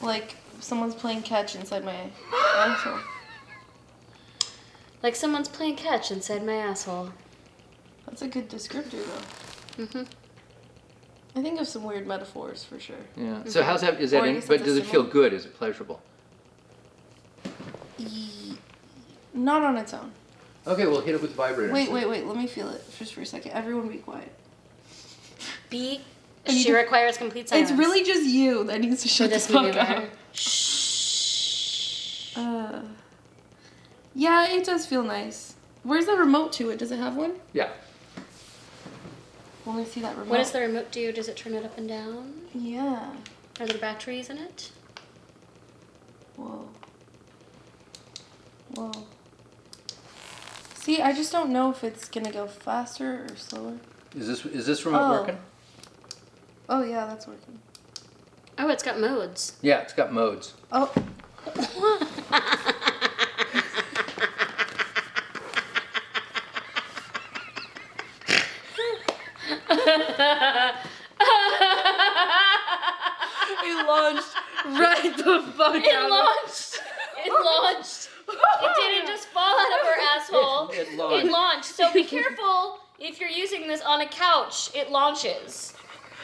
Speaker 5: Like someone's playing catch inside my asshole.
Speaker 3: Like someone's playing catch inside my asshole.
Speaker 5: That's a good descriptor, though.
Speaker 3: Mhm.
Speaker 5: I think of some weird metaphors for sure.
Speaker 2: Yeah. So how's that? Is
Speaker 5: Mm-hmm. Or
Speaker 2: that?
Speaker 5: I
Speaker 2: In,
Speaker 5: guess
Speaker 2: but
Speaker 5: it's a
Speaker 2: does it feel
Speaker 5: symbol.
Speaker 2: good? Is it pleasurable?
Speaker 5: E- Not on its own.
Speaker 2: Okay, we'll hit it with the vibrator.
Speaker 5: Wait, wait, wait. Let me feel it just for a second. Everyone, be quiet.
Speaker 3: B.
Speaker 5: I need
Speaker 3: She
Speaker 5: to-
Speaker 3: requires complete silence.
Speaker 5: It's really just you that needs to
Speaker 3: for
Speaker 5: shut
Speaker 3: this
Speaker 5: the fuck up.
Speaker 3: maneuver. Shh.
Speaker 5: Uh, yeah, it does feel nice. Where's the remote to it? Does it have one?
Speaker 2: Yeah.
Speaker 5: Let me see that remote.
Speaker 3: What does the remote do? Does it turn it up and down?
Speaker 5: Yeah.
Speaker 3: Are there batteries in it?
Speaker 5: Whoa. Whoa. See, I just don't know if it's gonna go faster or slower.
Speaker 2: Is this is this remote
Speaker 5: Oh.
Speaker 2: working?
Speaker 5: Oh yeah, that's working.
Speaker 3: Oh, it's got modes.
Speaker 2: Yeah, it's got modes.
Speaker 5: Oh, it launched right the fuck
Speaker 3: It launched. It launched. It didn't just fall out of her asshole.
Speaker 2: It launched.
Speaker 3: It launched. So be careful if you're using this on a couch. It launches,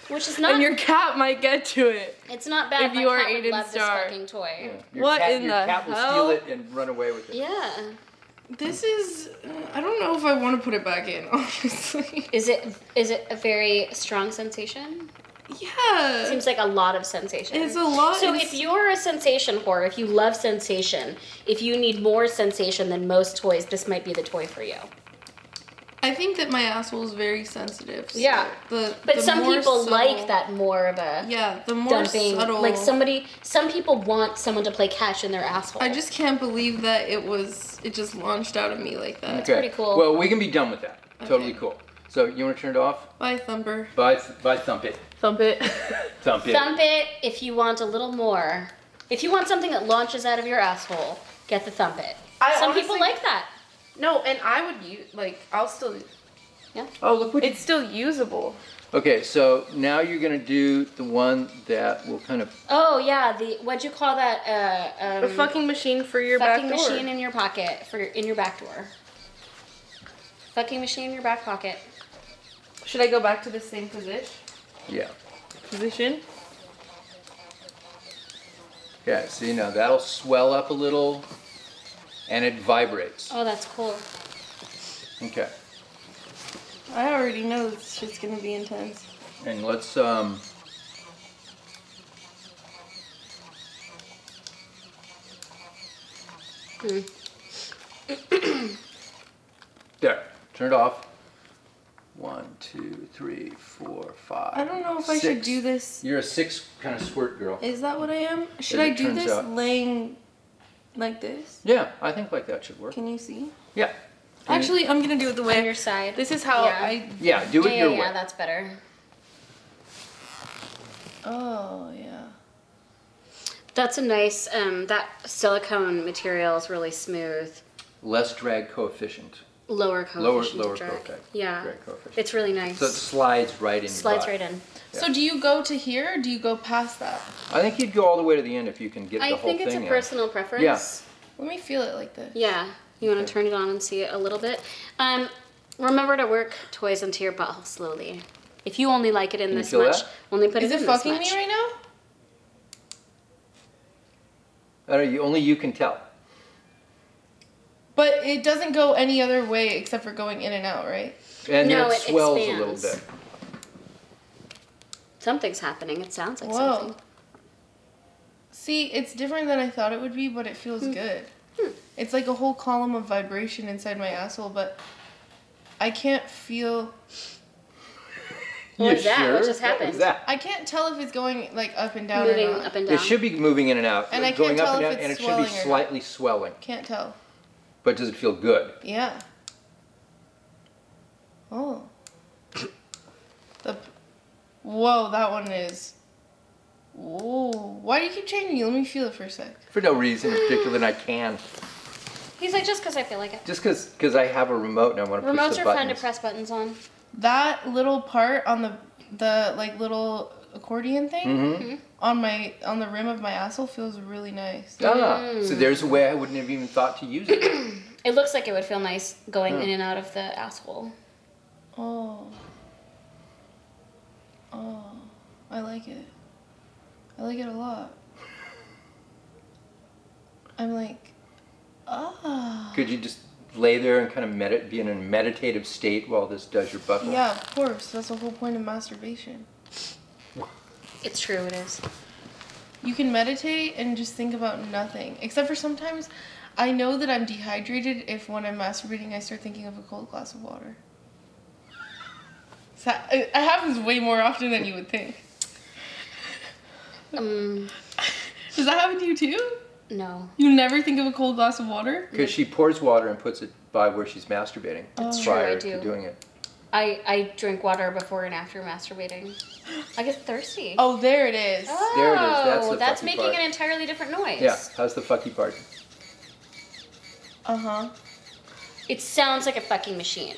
Speaker 3: which is not.
Speaker 5: And your cat might get to it.
Speaker 3: it's not bad.
Speaker 5: if
Speaker 3: My
Speaker 5: you are
Speaker 3: cat would
Speaker 5: Aiden
Speaker 3: love
Speaker 5: Starr.
Speaker 3: this fucking toy.
Speaker 2: Your
Speaker 5: What
Speaker 2: cat,
Speaker 5: in
Speaker 2: your
Speaker 5: the
Speaker 2: cat
Speaker 5: hell?
Speaker 2: will steal it and run away with it.
Speaker 3: Yeah.
Speaker 5: This is. I don't know if I want to put it back in, honestly.
Speaker 3: Is it is it a very strong sensation?
Speaker 5: Yeah.
Speaker 3: Seems like a lot of sensation.
Speaker 5: It's a lot.
Speaker 3: So
Speaker 5: it's-
Speaker 3: if you're a sensation whore, if you love sensation, if you need more sensation than most toys, this might be the toy for you.
Speaker 5: I think that my asshole is very sensitive. so
Speaker 3: Yeah.
Speaker 5: The,
Speaker 3: But
Speaker 5: the
Speaker 3: some
Speaker 5: more
Speaker 3: people like
Speaker 5: subtle-
Speaker 3: that more of a
Speaker 5: Yeah, the more
Speaker 3: dumping.
Speaker 5: subtle.
Speaker 3: Like somebody, some people want someone to play catch in their asshole.
Speaker 5: I just can't believe that it was. It just launched out of me like that.
Speaker 2: okay.
Speaker 3: pretty cool.
Speaker 2: Well, we can be done with that. Totally
Speaker 5: Okay.
Speaker 2: cool. So you want to turn it off?
Speaker 5: Bye, Thumper.
Speaker 2: By by thump it.
Speaker 5: Thump it.
Speaker 2: Thump it.
Speaker 3: thump it if you want a little more. If you want something that launches out of your asshole, get the thump it.
Speaker 5: I
Speaker 3: some
Speaker 5: honestly-
Speaker 3: people like that.
Speaker 5: no, and I would use. Like, I'll still.
Speaker 2: Oh look what you
Speaker 5: It's still usable.
Speaker 2: Okay, so now you're gonna do the one that will kind of
Speaker 3: Oh yeah, the what'd you call that? Uh, um,
Speaker 5: A fucking machine for your
Speaker 3: fucking
Speaker 5: back door.
Speaker 3: machine in your pocket for your, in your back door. Fucking machine in your back pocket.
Speaker 5: Should I go back to the same position?
Speaker 2: yeah.
Speaker 5: Position.
Speaker 2: Yeah, so you know that'll swell up a little and it vibrates.
Speaker 3: Oh, that's cool.
Speaker 2: Okay.
Speaker 5: I already know this shit's gonna be intense.
Speaker 2: And let's um
Speaker 5: Hmm.
Speaker 2: There. Turn it off. One, two, three, four, five.
Speaker 5: I don't know if I should
Speaker 2: six.
Speaker 5: do this.
Speaker 2: You're a six kind of squirt girl.
Speaker 5: Is that what I am? Should
Speaker 2: As
Speaker 5: I
Speaker 2: it
Speaker 5: do
Speaker 2: turns
Speaker 5: this
Speaker 2: out.
Speaker 5: laying like this?
Speaker 2: Yeah, I think like that should work.
Speaker 5: Can you see?
Speaker 2: Yeah. Can you-
Speaker 5: Actually, I'm gonna do it the
Speaker 3: On
Speaker 5: way.
Speaker 3: your side.
Speaker 5: This is how
Speaker 3: Yeah.
Speaker 5: I.
Speaker 2: Yeah, do it
Speaker 3: yeah,
Speaker 2: your
Speaker 3: yeah,
Speaker 2: way.
Speaker 3: yeah, that's better.
Speaker 5: Oh yeah.
Speaker 3: That's a nice. Um, that silicone material is really smooth.
Speaker 2: Less drag coefficient.
Speaker 3: Lower
Speaker 2: Lower
Speaker 3: coefficient.
Speaker 2: lower
Speaker 3: of drag.
Speaker 2: coefficient.
Speaker 3: Yeah,
Speaker 2: Drag coefficient.
Speaker 3: it's really nice.
Speaker 2: So it slides right in.
Speaker 3: Slides right in.
Speaker 5: So do you go to here or do you go past that?
Speaker 2: I think you'd go all the way to the end if you can get
Speaker 3: I
Speaker 2: the whole
Speaker 3: think
Speaker 2: thing
Speaker 3: it's a
Speaker 2: in.
Speaker 3: personal preference.
Speaker 5: Let me feel it like this.
Speaker 3: Yeah. You want to turn it on and see it a little bit. Um, remember to work toys into your butthole slowly. If you only like it in
Speaker 2: you
Speaker 3: this
Speaker 2: feel
Speaker 3: much,
Speaker 2: that?
Speaker 3: only put
Speaker 5: Is
Speaker 3: it
Speaker 5: it
Speaker 3: in
Speaker 5: fucking
Speaker 3: this much.
Speaker 5: me right now?
Speaker 2: I don't know, you, only you can tell.
Speaker 5: But it doesn't go any other way except for going in and out, right?
Speaker 2: And
Speaker 3: No,
Speaker 2: then it,
Speaker 3: it
Speaker 2: swells
Speaker 3: expands.
Speaker 2: a little bit.
Speaker 3: Something's happening. It sounds like
Speaker 5: Whoa.
Speaker 3: something.
Speaker 5: See, it's different than I thought it would be, but it feels good. It's like a whole column of vibration inside my asshole, but I can't feel.
Speaker 3: What
Speaker 2: You
Speaker 3: was that? What
Speaker 2: sure?
Speaker 3: just
Speaker 2: What
Speaker 3: happened?
Speaker 2: was that?
Speaker 4: I can't tell if it's going like up and down
Speaker 3: Moving
Speaker 4: or not.
Speaker 3: up and down.
Speaker 2: It should be moving in and out,
Speaker 4: And I can't
Speaker 2: going up
Speaker 4: tell
Speaker 2: and down,
Speaker 4: if
Speaker 2: and it
Speaker 4: it's
Speaker 2: should be
Speaker 4: swelling or not.
Speaker 2: slightly swelling.
Speaker 4: Can't tell.
Speaker 2: But does it feel good?
Speaker 4: Yeah. Oh. The. Whoa, that one is. Whoa. Why do you keep changing? Let me feel it for a sec.
Speaker 2: For no reason in particular, and I can.
Speaker 3: He's like, just because I feel like it.
Speaker 2: Just because I have a remote and I want to push
Speaker 3: Remotes
Speaker 2: the
Speaker 3: are fun to
Speaker 2: buttons.
Speaker 3: press buttons on.
Speaker 4: That little part on the the like little accordion thing on my on the rim of my asshole feels really nice.
Speaker 2: Ah,
Speaker 3: Mm.
Speaker 2: so there's a way I wouldn't have even thought to use it.
Speaker 3: It looks like it would feel nice
Speaker 2: Hmm.
Speaker 3: going in and out of the asshole.
Speaker 4: Oh. Oh. I like it. I like it a lot. I'm like, ah.
Speaker 2: Could you just lay there and kind of medit, be in a meditative state while this does your butt?
Speaker 4: Yeah, of course. That's the whole point of masturbation.
Speaker 3: It's true, it is.
Speaker 4: You can meditate and just think about nothing. Except for sometimes I know that I'm dehydrated if when I'm masturbating I start thinking of a cold glass of water. So, it it happens way more often than you would think.
Speaker 3: Um,
Speaker 4: Does that happen to you too?
Speaker 3: no.
Speaker 4: You never think of a cold glass of water?
Speaker 2: Because she pours water and puts it by where she's masturbating.
Speaker 3: That's true,
Speaker 2: prior
Speaker 3: I
Speaker 2: to
Speaker 3: do.
Speaker 2: doing it.
Speaker 3: I, I drink water before and after masturbating. I get thirsty.
Speaker 4: Oh, there it is.
Speaker 2: There it is, that's the
Speaker 3: Oh, that's
Speaker 2: fucking
Speaker 3: making
Speaker 2: part.
Speaker 3: an entirely different noise.
Speaker 2: Yeah, how's the fucky part?
Speaker 4: Uh huh.
Speaker 3: It sounds like a fucking machine.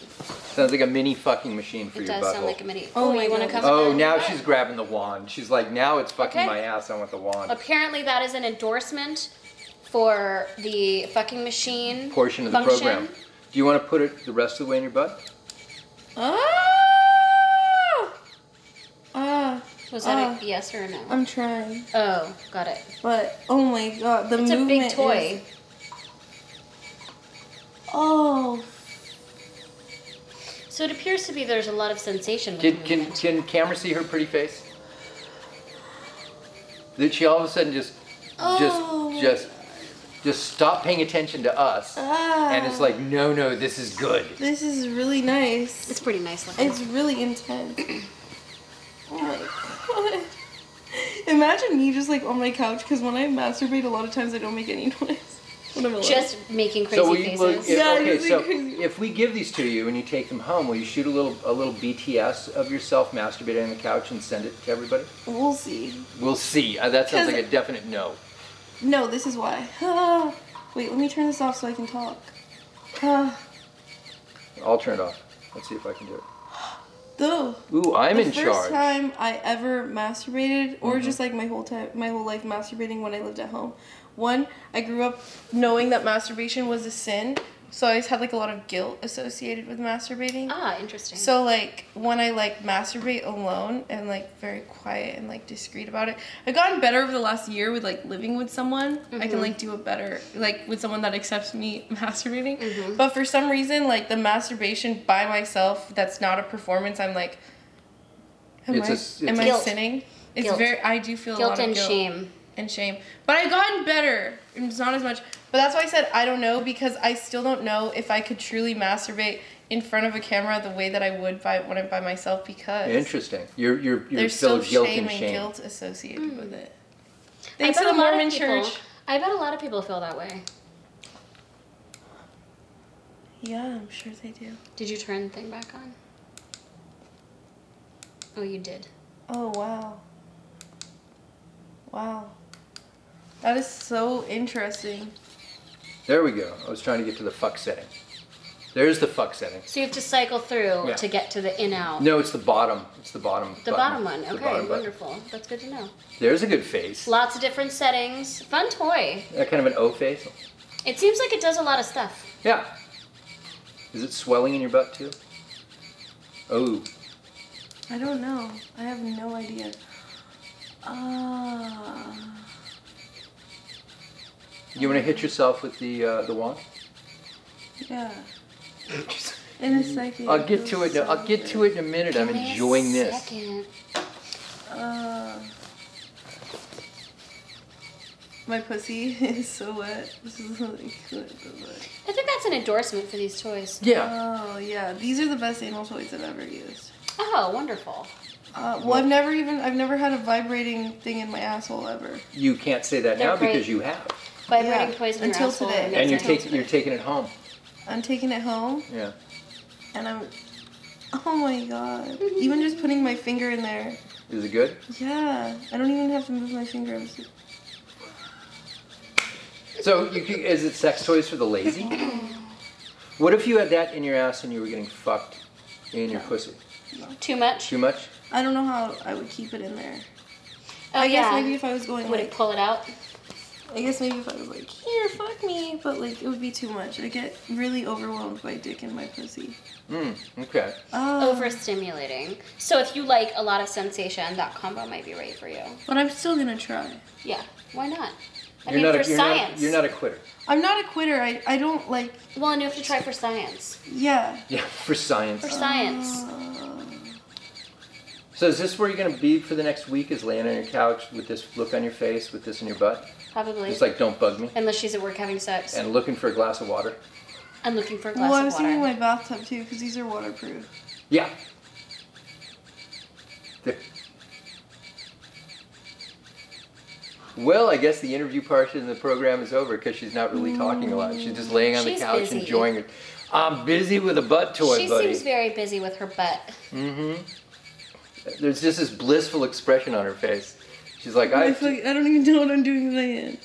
Speaker 2: Sounds like a mini fucking machine for
Speaker 3: It
Speaker 2: your
Speaker 3: does
Speaker 2: butthole.
Speaker 3: sound like a mini.
Speaker 5: Oh
Speaker 3: Oh,
Speaker 5: my
Speaker 3: you want to
Speaker 5: God.
Speaker 3: come?
Speaker 2: oh,
Speaker 3: back?
Speaker 2: now she's grabbing the wand. She's like, now it's fucking
Speaker 3: Okay.
Speaker 2: my ass. I want the wand.
Speaker 3: Apparently, that is an endorsement for the fucking machine
Speaker 2: Portion of the
Speaker 3: function.
Speaker 2: program. Do you want to put it the rest of the way in your butt?
Speaker 5: Ah! Ah,
Speaker 3: Was that a yes or a no?
Speaker 5: I'm trying.
Speaker 3: oh, got it.
Speaker 5: But oh my god, the
Speaker 3: It's a
Speaker 5: movement
Speaker 3: big
Speaker 5: is-
Speaker 3: toy.
Speaker 5: oh,
Speaker 3: So it appears to be there's a lot of sensation with
Speaker 2: Can, can,
Speaker 3: movement.
Speaker 2: can camera see her pretty face? Did she all of a sudden just,
Speaker 5: Oh.
Speaker 2: just, just, just stop paying attention to us?
Speaker 5: ah.
Speaker 2: And it's like, no, no, this is good.
Speaker 5: this is really nice.
Speaker 3: it's pretty nice looking.
Speaker 5: It's really intense. oh my god. Imagine me just like on my couch because when I masturbate, a lot of times I don't make any noise. When I'm alone.
Speaker 3: just making crazy
Speaker 2: so will you,
Speaker 3: faces.
Speaker 2: will- if-
Speaker 5: Yeah,
Speaker 2: okay,
Speaker 5: it's like
Speaker 2: so
Speaker 5: crazy.
Speaker 2: if we give these to you and you take them home, will you shoot a little, a little BTS of yourself masturbating on the couch and send it to everybody?
Speaker 5: we'll see.
Speaker 2: We'll see. Uh, that sounds
Speaker 5: 'Cause-
Speaker 2: like a definite no.
Speaker 5: No, this is why. Ah. Wait, let me turn this off so I can talk. Ah.
Speaker 2: I'll turn it off. Let's see if I can do it.
Speaker 5: Though.
Speaker 2: Ooh, I'm
Speaker 5: the
Speaker 2: in
Speaker 5: first
Speaker 2: charge. Mm-hmm.
Speaker 5: time I ever masturbated, or just like my whole time, my whole life masturbating when I lived at home. One, I grew up knowing that masturbation was a sin, so I always had like a lot of guilt associated with masturbating.
Speaker 3: ah, interesting.
Speaker 5: So like when I like masturbate alone and like very quiet and like discreet about it, I've gotten better over the last year with like living with someone. I
Speaker 3: Mm-hmm.
Speaker 5: can like do it better like with someone that accepts me masturbating.
Speaker 3: Mm-hmm.
Speaker 5: But for some reason, like the masturbation by myself, that's not a performance. I'm like, am
Speaker 2: It's
Speaker 5: I
Speaker 2: a s-
Speaker 5: am
Speaker 2: it's
Speaker 5: I
Speaker 3: Guilt.
Speaker 5: sinning? It's
Speaker 3: Guilt.
Speaker 5: very. I do feel a
Speaker 3: guilt
Speaker 5: lot of
Speaker 3: and
Speaker 5: guilt
Speaker 3: shame.
Speaker 5: and shame. But I've gotten better. It's not as much. But that's why I said I don't know because I still don't know if I could truly masturbate in front of a camera the way that I would by when I'm by myself because
Speaker 2: Interesting. You're, you're, you're
Speaker 5: there's
Speaker 2: still
Speaker 5: still
Speaker 2: guilt
Speaker 5: shame
Speaker 2: and
Speaker 5: and
Speaker 2: shame.
Speaker 5: guilt associated with it.
Speaker 3: Hmm. I
Speaker 5: Thanks
Speaker 3: bet
Speaker 5: to the
Speaker 3: a lot of
Speaker 5: Mormon
Speaker 3: people-
Speaker 5: Church.
Speaker 3: I bet a lot of people feel that way.
Speaker 5: Yeah, I'm sure they do.
Speaker 3: Did you turn the thing back on? Oh, you did.
Speaker 5: Oh wow. Wow. That is so interesting.
Speaker 2: There we go. I was trying to get to the fuck setting. There's the fuck setting.
Speaker 3: So you have to cycle through
Speaker 2: Yeah.
Speaker 3: to get to the in out.
Speaker 2: No, it's the bottom. It's the bottom.
Speaker 3: The
Speaker 2: button.
Speaker 3: bottom one.
Speaker 2: The
Speaker 3: Okay,
Speaker 2: bottom button.
Speaker 3: wonderful. That's good to know.
Speaker 2: There's a good face.
Speaker 3: Lots of different settings. Fun toy.
Speaker 2: That kind of an O face.
Speaker 3: It seems like it does a lot of stuff.
Speaker 2: Yeah. Is it swelling in your butt too? Oh,
Speaker 5: I don't know. I have no idea. Ah.
Speaker 2: you want to hit yourself with the uh, the wand?
Speaker 5: Yeah. In a second.
Speaker 2: I'll get to it. in- I'll get to it in a minute. I'm
Speaker 3: Give me a
Speaker 2: enjoying this.
Speaker 3: Second.
Speaker 5: Uh, my pussy is so wet. This is really good.
Speaker 3: I think that's an endorsement for these toys.
Speaker 2: Yeah.
Speaker 5: Oh yeah, these are the best anal toys I've ever used.
Speaker 3: Oh, wonderful.
Speaker 5: Uh, well, I've never even I've never had a vibrating thing in my asshole ever.
Speaker 2: You can't say that
Speaker 3: They're
Speaker 2: now
Speaker 3: great.
Speaker 2: because you have,
Speaker 3: Vibrating
Speaker 5: Yeah,
Speaker 3: toys in your
Speaker 5: until
Speaker 3: asshole
Speaker 5: today.
Speaker 3: makes
Speaker 2: and you're
Speaker 3: sense.
Speaker 2: taking you're taking it home.
Speaker 5: I'm taking it home
Speaker 2: Yeah.
Speaker 5: and I'm. Oh my god! even just putting my finger in there.
Speaker 2: Is it good?
Speaker 5: Yeah, I don't even have to move my finger. I'm just-
Speaker 2: So you can, is it sex toys for the lazy? What if you had that in your ass and you were getting fucked in your pussy?
Speaker 3: too much.
Speaker 2: Too much?
Speaker 5: I don't know how I would keep it in there.
Speaker 3: Oh,
Speaker 5: I guess
Speaker 3: yeah.
Speaker 5: maybe if I was going
Speaker 3: Would it
Speaker 5: like,
Speaker 3: pull it out?
Speaker 5: I guess maybe if I was like, here, fuck me, but like it would be too much. I get really overwhelmed by dick in my pussy.
Speaker 2: Mm, okay.
Speaker 5: Oh,
Speaker 3: Overstimulating. So if you like a lot of sensation, that combo might be right for you.
Speaker 5: but I'm still gonna try.
Speaker 3: Yeah. Why not? I
Speaker 2: you're
Speaker 3: mean,
Speaker 2: not
Speaker 3: for
Speaker 2: a, you're
Speaker 3: science.
Speaker 2: Not, you're not a quitter.
Speaker 5: I'm not a quitter. I I don't like.
Speaker 3: Well, and you have to try for science.
Speaker 5: Yeah.
Speaker 2: Yeah, for science.
Speaker 3: For science.
Speaker 5: Oh.
Speaker 2: So is this where you're gonna be for the next week? Is laying on your couch with this look on your face, with this in your butt?
Speaker 3: Probably.
Speaker 2: It's like don't bug me,
Speaker 3: Unless she's at work having sex
Speaker 2: and looking for a glass of water.
Speaker 3: and looking for a glass
Speaker 5: Well, I was
Speaker 3: of water.
Speaker 5: thinking my bathtub too, because these are waterproof.
Speaker 2: Yeah. There. Well, I guess the interview part in the program is over because she's not really talking a lot. She's just laying on
Speaker 3: She's
Speaker 2: the couch
Speaker 3: busy.
Speaker 2: enjoying it. I'm busy with a butt toy,
Speaker 3: she
Speaker 2: buddy.
Speaker 3: seems very busy with her butt.
Speaker 2: There's just this blissful expression on her face. She's like, I,
Speaker 5: I, feel like- I don't even know what I'm doing with my hand.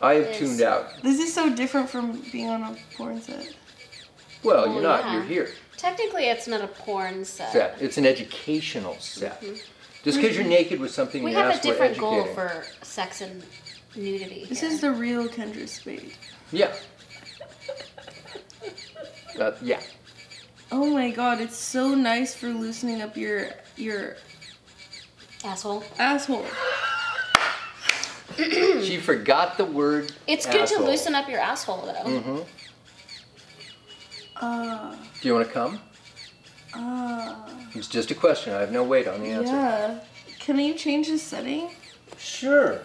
Speaker 2: I have
Speaker 3: Yes.
Speaker 2: tuned out.
Speaker 5: This is so different from being on a porn set.
Speaker 2: Well,
Speaker 3: Oh,
Speaker 2: you're not.
Speaker 3: yeah.
Speaker 2: You're here.
Speaker 3: Technically, it's not a porn set.
Speaker 2: Set. It's an educational set. Just because you're naked with something
Speaker 3: Mm-hmm. We
Speaker 2: in your
Speaker 3: have a
Speaker 2: ass, we're
Speaker 3: different goal
Speaker 2: educating.
Speaker 3: for sex and nudity.
Speaker 5: This
Speaker 3: here.
Speaker 5: is the real Kendra Spade.
Speaker 2: Yeah. That- yeah.
Speaker 5: Oh my god, it's so nice for loosening up your your
Speaker 3: asshole.
Speaker 5: asshole.
Speaker 2: She forgot the word.
Speaker 3: It's good
Speaker 2: asshole. Mm-hmm.
Speaker 3: to loosen up your asshole though.
Speaker 5: Uh,
Speaker 2: Do you want to come?
Speaker 5: uh,
Speaker 2: It's just a question. I have no weight on the answer.
Speaker 5: yeah. Can you change the setting?
Speaker 2: Sure.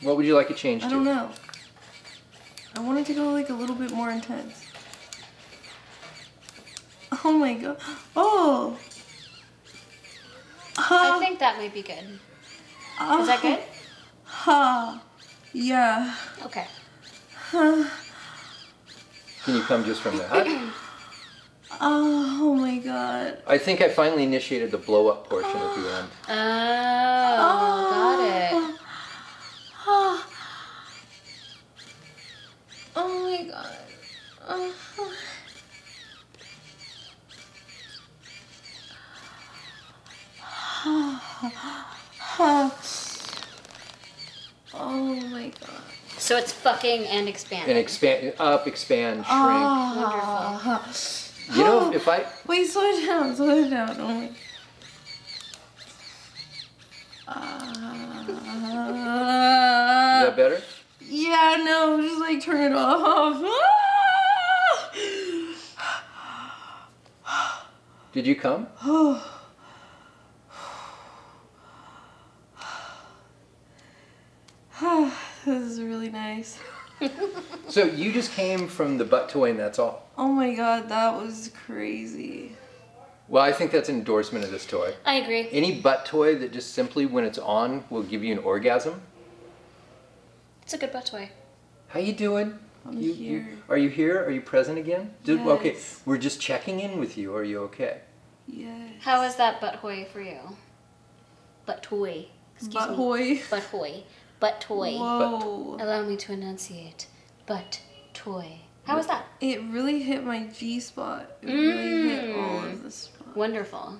Speaker 2: What would you like it changed
Speaker 5: Oh. I
Speaker 2: to?
Speaker 5: don't know. I wanted to go like a little bit more intense. Oh my god. Oh.
Speaker 3: I
Speaker 5: Ha.
Speaker 3: think that might be good.
Speaker 5: ah,
Speaker 3: Is that good?
Speaker 5: Ha. Yeah.
Speaker 3: Okay.
Speaker 2: Can you come just from the hut?
Speaker 5: Oh my god.
Speaker 2: I think I finally initiated the blow up portion at the end.
Speaker 3: Oh, got it. Ah.
Speaker 5: Oh, oh my god.
Speaker 3: Ah.
Speaker 5: Oh. Oh my god.
Speaker 3: So it's fucking and expanding.
Speaker 2: And expand, up, expand, shrink.
Speaker 5: Ah.
Speaker 2: you know, if I.
Speaker 5: Wait, slow it down, slow it down. Oh my.
Speaker 2: Is
Speaker 5: Ah.
Speaker 2: that better?
Speaker 5: Yeah, no, just like turn it off.
Speaker 2: Did you come?
Speaker 5: this is really nice.
Speaker 2: So you just came from the butt toy and that's all.
Speaker 5: Oh my god, that was crazy.
Speaker 2: Well, I think that's an endorsement of this toy.
Speaker 3: I agree.
Speaker 2: Any butt toy that just simply, when it's on, will give you an orgasm.
Speaker 3: It's a good butt toy.
Speaker 2: How you doing?
Speaker 5: I'm
Speaker 2: You- you-
Speaker 5: here.
Speaker 2: are you here? Are you present again? Did, Okay,
Speaker 5: Yes.
Speaker 2: we're just checking in with you. Are you okay?
Speaker 5: Yes.
Speaker 3: How is that butt toy for you? Butt toy. Excuse
Speaker 5: But
Speaker 3: me.
Speaker 5: hoy.
Speaker 3: Butt toy. Butt toy.
Speaker 5: Whoa.
Speaker 3: Allow me to enunciate. Butt toy. How is that?
Speaker 5: It really hit my G spot. It really hit all of the spots.
Speaker 3: Wonderful.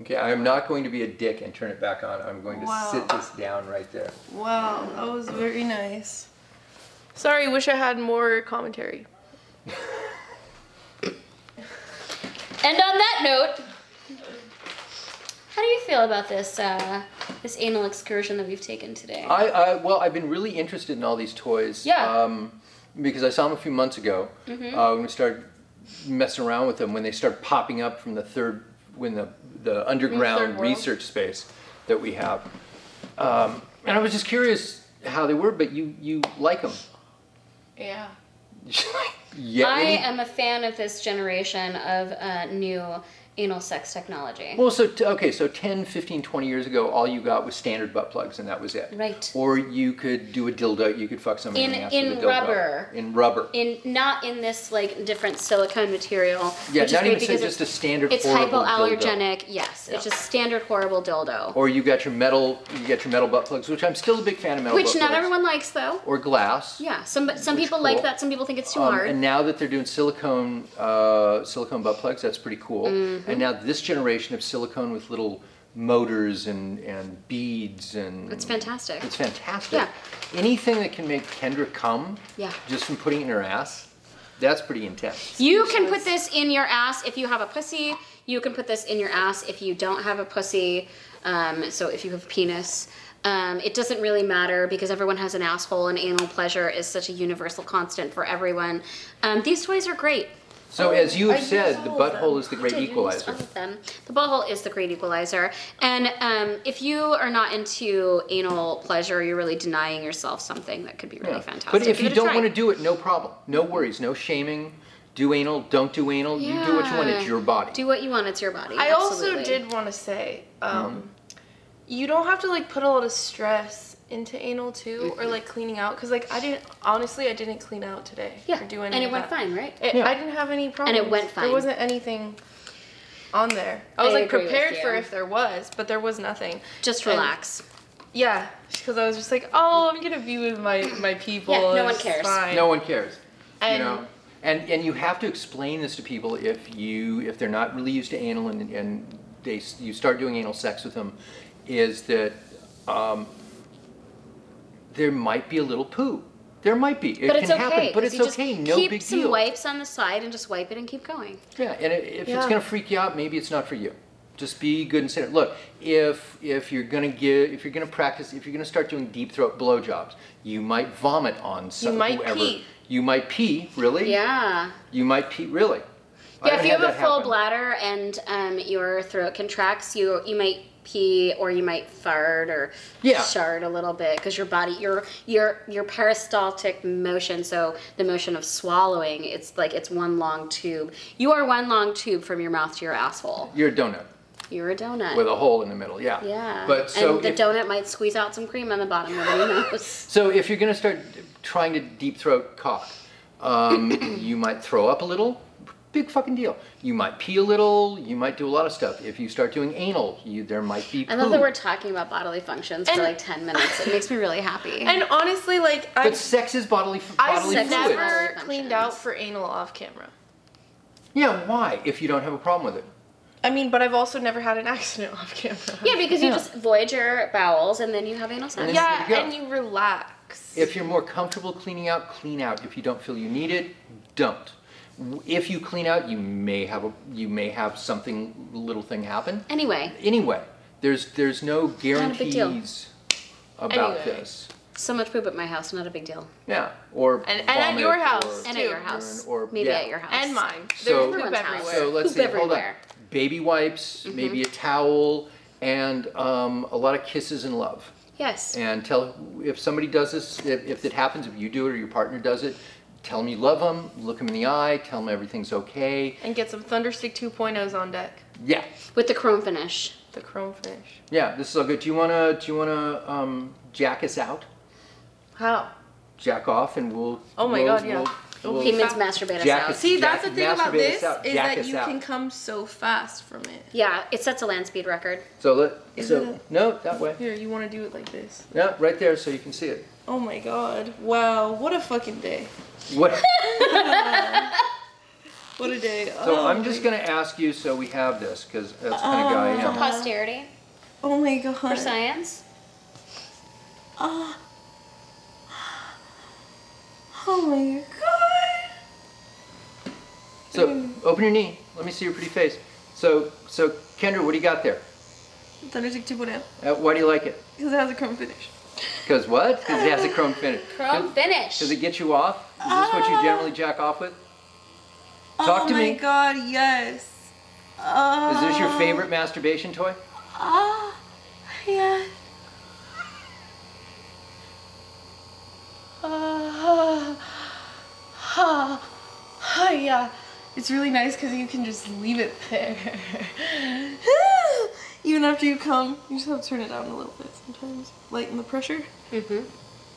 Speaker 2: Okay, I am not going to be a dick and turn it back on. I'm going to
Speaker 5: Wow.
Speaker 2: sit this down right there.
Speaker 5: Wow, that was very nice.
Speaker 4: Sorry, wish I had more commentary.
Speaker 3: And on that note, how do you feel about this uh, this anal excursion that we've taken today?
Speaker 2: I, I well, I've been really interested in all these toys.
Speaker 3: Yeah.
Speaker 2: Um, because I saw them a few months ago uh, when we started messing around with them when they started popping up from the third when the the underground
Speaker 4: world.
Speaker 2: research space that we have. Um, and I was just curious how they were, but you you like them.
Speaker 4: Yeah.
Speaker 2: yeah.
Speaker 3: I
Speaker 2: any-
Speaker 3: am a fan of this generation of uh, new anal sex technology.
Speaker 2: Well, so, t- okay, so 10, 15, 20 years ago, all you got was standard butt plugs and that was it.
Speaker 3: Right.
Speaker 2: Or you could do a dildo, you could fuck somebody in,
Speaker 3: In-
Speaker 2: the ass with
Speaker 3: in
Speaker 2: a dildo.
Speaker 3: rubber.
Speaker 2: In rubber.
Speaker 3: In not in this like different silicone material.
Speaker 2: yeah,
Speaker 3: which is
Speaker 2: not
Speaker 3: weird
Speaker 2: even say
Speaker 3: because
Speaker 2: just a
Speaker 3: it's,
Speaker 2: standard
Speaker 3: it's
Speaker 2: horrible dildo.
Speaker 3: hypoallergenic. Yes, it's just standard horrible dildo,
Speaker 2: Or you got your metal, you got your metal butt plugs, which I'm still a big fan of metal
Speaker 3: which
Speaker 2: butt
Speaker 3: not
Speaker 2: plugs.
Speaker 3: everyone likes though.
Speaker 2: Or glass.
Speaker 3: Yeah, some some
Speaker 2: Which
Speaker 3: people
Speaker 2: cool.
Speaker 3: like that. Some people think it's too
Speaker 2: Um,
Speaker 3: hard.
Speaker 2: and now that they're doing silicone uh, silicone butt plugs, that's pretty cool.
Speaker 3: Mm-hmm.
Speaker 2: And now this generation of silicone with little motors and, and beads and
Speaker 3: It's fantastic.
Speaker 2: It's fantastic.
Speaker 3: Yeah.
Speaker 2: Anything that can make Kendra come,
Speaker 3: Yeah.
Speaker 2: just from putting it in her ass, that's pretty intense.
Speaker 3: You can put this in your ass if you have a pussy. You can put this in your ass if you don't have a pussy. Um, so if you have a penis, um, it doesn't really matter because everyone has an asshole, and anal pleasure is such a universal constant for everyone. Um, these toys are great.
Speaker 2: So as you have
Speaker 5: I
Speaker 2: said,
Speaker 5: use
Speaker 2: the
Speaker 5: all of them.
Speaker 2: butthole is the great
Speaker 3: Did you use
Speaker 2: equalizer.
Speaker 3: all of them? The butthole is the great equalizer. And um, if you are not into anal pleasure, you're really denying yourself something that could be really
Speaker 2: Yeah.
Speaker 3: fantastic.
Speaker 2: But if
Speaker 3: Give
Speaker 2: you
Speaker 3: it a
Speaker 2: don't
Speaker 3: try.
Speaker 2: want to do it, no problem. No worries, no shaming. Do anal, don't do anal. You do what you want. It's
Speaker 3: Yeah.
Speaker 2: your body.
Speaker 3: do what you want. It's your body.
Speaker 4: I also
Speaker 3: Absolutely.
Speaker 4: did want to say,
Speaker 5: Hmm.
Speaker 4: um, you don't have to like put a lot of stress into anal too,
Speaker 3: Mm-hmm.
Speaker 4: or like cleaning out. Cause like I didn't honestly, I didn't clean out today.
Speaker 3: Yeah,
Speaker 4: or do any
Speaker 3: and it
Speaker 4: of
Speaker 3: went
Speaker 4: that.
Speaker 3: fine, right?
Speaker 4: It,
Speaker 2: Yeah.
Speaker 4: I didn't have any problems.
Speaker 3: went fine.
Speaker 4: There wasn't anything on there. I was
Speaker 3: I
Speaker 4: like
Speaker 3: agree with
Speaker 4: prepared for
Speaker 3: you.
Speaker 4: if there was, but there was nothing.
Speaker 3: Just
Speaker 4: And-
Speaker 3: relax.
Speaker 4: Yeah, because I was just like, oh, I'm gonna be with my my people.
Speaker 3: Yeah, no
Speaker 4: it's
Speaker 3: one cares.
Speaker 4: fine."
Speaker 2: No one cares.
Speaker 4: And-
Speaker 2: you know, and and you have to explain this to people if you if they're not really used to anal and and they s- you start doing anal sex with them, is that um, there might be a little poo. There might be. It
Speaker 3: but
Speaker 2: can
Speaker 3: it's okay.
Speaker 2: happen, but
Speaker 3: 'cause
Speaker 2: it's
Speaker 3: you just
Speaker 2: okay. No
Speaker 3: keep
Speaker 2: big
Speaker 3: some
Speaker 2: deal.
Speaker 3: wipes on the side and just wipe it and keep going.
Speaker 2: Yeah, and i- if it's
Speaker 4: Yeah.
Speaker 2: gonna freak you out, maybe it's not for you. Just be good and say, look, if if you're gonna give, if you're gonna practice, if you're gonna start doing deep throat blowjobs, you might vomit on some
Speaker 4: might
Speaker 2: whoever.
Speaker 4: pee.
Speaker 2: You might pee, really?
Speaker 3: Yeah.
Speaker 2: You might pee, really? I
Speaker 3: Yeah. If
Speaker 2: haven't
Speaker 3: you
Speaker 2: had
Speaker 3: have a
Speaker 2: that
Speaker 3: full
Speaker 2: happen.
Speaker 3: bladder and um, your throat contracts, you you might pee or you might fart or
Speaker 2: Yeah.
Speaker 3: shard a little bit because your body your your your peristaltic motion so the motion of swallowing it's like it's one long tube you are one long tube from your mouth to your asshole
Speaker 2: You're a donut
Speaker 3: you're a donut
Speaker 2: with a hole in the middle, yeah.
Speaker 3: yeah
Speaker 2: But so,
Speaker 3: and the
Speaker 2: if,
Speaker 3: donut might squeeze out some cream on the bottom nobody knows
Speaker 2: so if you're gonna start trying to deep throat cock, um, you might throw up a little. Big fucking deal. You might pee a little. You might do a lot of stuff. If you start doing anal, you, there might be.
Speaker 3: I love
Speaker 2: poo.
Speaker 3: that we're talking about bodily functions for
Speaker 4: And-
Speaker 3: like 10 minutes. It makes me really happy.
Speaker 4: And honestly, like I
Speaker 2: But sex is bodily, f-
Speaker 4: I've
Speaker 2: bodily
Speaker 3: sex
Speaker 2: fluid.
Speaker 4: never
Speaker 3: Bodily
Speaker 4: cleaned
Speaker 3: functions.
Speaker 4: out for anal off camera.
Speaker 2: Yeah, why? If you don't have a problem with it.
Speaker 4: I mean, but I've also never had an accident off camera.
Speaker 3: yeah, because you
Speaker 2: Yeah.
Speaker 3: just void your bowels and then you have anal sex.
Speaker 2: And then-
Speaker 4: Yeah,
Speaker 2: Yeah.
Speaker 4: and you relax.
Speaker 2: If you're more comfortable cleaning out, clean out. If you don't feel you need it, don't. W- If you clean out, you may have a you may have something little thing happen.
Speaker 3: Anyway,
Speaker 2: Anyway, there's there's no
Speaker 3: a big deal.
Speaker 2: guarantees about
Speaker 4: Anyway.
Speaker 2: this.
Speaker 3: so much poop at my house, not a big deal.
Speaker 2: Yeah, or
Speaker 4: And- and at
Speaker 2: vomit
Speaker 4: your
Speaker 2: or
Speaker 4: house.
Speaker 3: And
Speaker 4: Too.
Speaker 3: at your house.
Speaker 2: Or-
Speaker 3: Maybe
Speaker 2: yeah.
Speaker 3: at your house.
Speaker 4: and mine.
Speaker 2: So-
Speaker 4: There's poop Mm-hmm.
Speaker 3: Everyone's house.
Speaker 4: everywhere.
Speaker 2: So let's
Speaker 3: Poop
Speaker 2: see. Hold on.
Speaker 3: everywhere.
Speaker 2: Baby wipes, maybe a towel, and um, a lot of kisses and love.
Speaker 3: Yes.
Speaker 2: and tell if somebody does this if, if it happens if you do it or your partner does it tell them you love them look them in the eye tell them everything's okay
Speaker 4: And get some Thunderstick 2.0s on deck.
Speaker 2: yeah
Speaker 3: With the chrome finish.
Speaker 4: The chrome finish.
Speaker 2: yeah this is all good do you want to do you want to um, jack us out
Speaker 4: How?
Speaker 2: jack off and we'll
Speaker 4: Oh my
Speaker 2: we'll-
Speaker 4: God, yeah.
Speaker 2: we'll,
Speaker 4: It'll
Speaker 2: we'll-
Speaker 4: be
Speaker 3: Humans masturbate us
Speaker 2: Jack
Speaker 3: out.
Speaker 2: is-
Speaker 5: See, that's
Speaker 2: Jack-
Speaker 5: the thing about
Speaker 2: masturbate us
Speaker 5: this
Speaker 2: out,
Speaker 5: is
Speaker 2: jack
Speaker 5: that
Speaker 2: us
Speaker 5: you
Speaker 2: out.
Speaker 5: can come so fast from it.
Speaker 3: yeah, it sets a land speed record.
Speaker 2: so let
Speaker 5: Is
Speaker 2: so no that way
Speaker 4: Here, you want to do it like this.
Speaker 2: no right there so you can see it
Speaker 4: Oh my god. Wow, what a fucking day.
Speaker 2: what
Speaker 4: What a day.
Speaker 2: so
Speaker 4: Oh
Speaker 2: i'm
Speaker 4: my- Uh-huh.
Speaker 2: just going to ask you so we have this because that's the kind of guy i am
Speaker 3: Posterity
Speaker 5: Oh my god.
Speaker 3: for science.
Speaker 5: Oh. oh my god.
Speaker 2: so open your knee let me see your pretty face so so kendra what do you got there
Speaker 5: Thunderstick 2.0.
Speaker 3: oh.
Speaker 2: uh, why do you like it
Speaker 5: Because it has a chrome finish.
Speaker 2: Because what? Because it has a chrome finish.
Speaker 3: Chrome Uh, finish.
Speaker 2: Does it get you off? Is this what you generally jack off with? Talk
Speaker 5: oh
Speaker 2: to
Speaker 5: my
Speaker 2: me.
Speaker 5: god, yes. Oh.
Speaker 2: Is this your favorite masturbation toy?
Speaker 5: Oh, yeah. Uh,
Speaker 4: Ah, ah, ah, yeah.
Speaker 5: It's really nice because you can just leave it there. Even after you come, you just have to turn it down a little bit sometimes. Lighten the pressure. Mm-hmm.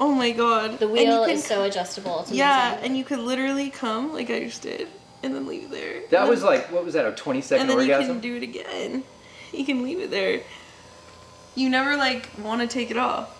Speaker 5: Oh my god.
Speaker 3: The
Speaker 5: And you
Speaker 3: wheel
Speaker 5: can
Speaker 3: is so adjustable. It's
Speaker 5: Yeah,
Speaker 3: amazing.
Speaker 5: and you could literally come like I just did, and then leave it there.
Speaker 2: That
Speaker 5: And
Speaker 2: was
Speaker 5: then-
Speaker 2: like, what was that, a 20
Speaker 5: and
Speaker 2: second
Speaker 5: then you
Speaker 2: orgasm?
Speaker 5: can do it again. You can leave it there. You never like want to take it off.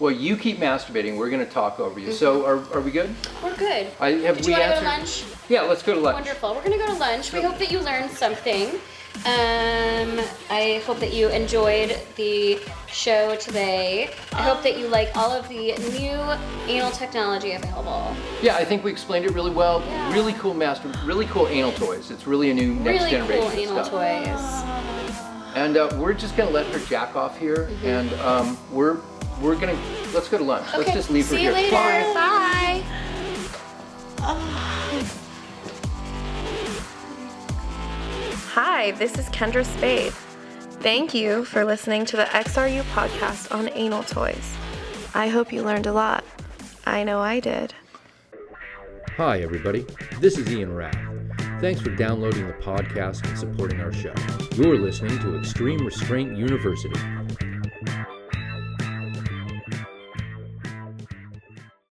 Speaker 2: well, you keep masturbating. We're going to talk over you. So, are, are we good?
Speaker 3: We're good.
Speaker 2: I, have
Speaker 3: Did
Speaker 2: we
Speaker 3: Mm-hmm. you want to go
Speaker 2: answered?
Speaker 3: to lunch?
Speaker 2: Yeah, let's go to lunch.
Speaker 3: Wonderful. We're gonna go to lunch. We hope that you learned something. Um, I hope that you enjoyed the show today. I hope that you like all of the new anal technology available.
Speaker 2: Yeah, I think we explained it really well.
Speaker 3: Yeah.
Speaker 2: Really cool master, really cool anal toys. It's really a new next
Speaker 3: really
Speaker 2: generation
Speaker 3: cool anal
Speaker 2: stuff.
Speaker 3: toys.
Speaker 2: And uh, we're just gonna let her jack off here,
Speaker 3: Mm-hmm.
Speaker 2: and um, we're we're gonna let's go to lunch. Let's
Speaker 3: okay.
Speaker 2: just leave
Speaker 3: See
Speaker 2: her
Speaker 3: you
Speaker 2: here.
Speaker 3: later.
Speaker 2: Bye.
Speaker 3: Bye.
Speaker 4: Hi, this is Kendra Spade. Thank you for listening to the XRU podcast on anal toys. I hope you learned a lot. I know I did.
Speaker 2: Hi, everybody. This is Ian Rath. Thanks for downloading the podcast and supporting our show. You're listening to Extreme Restraint University.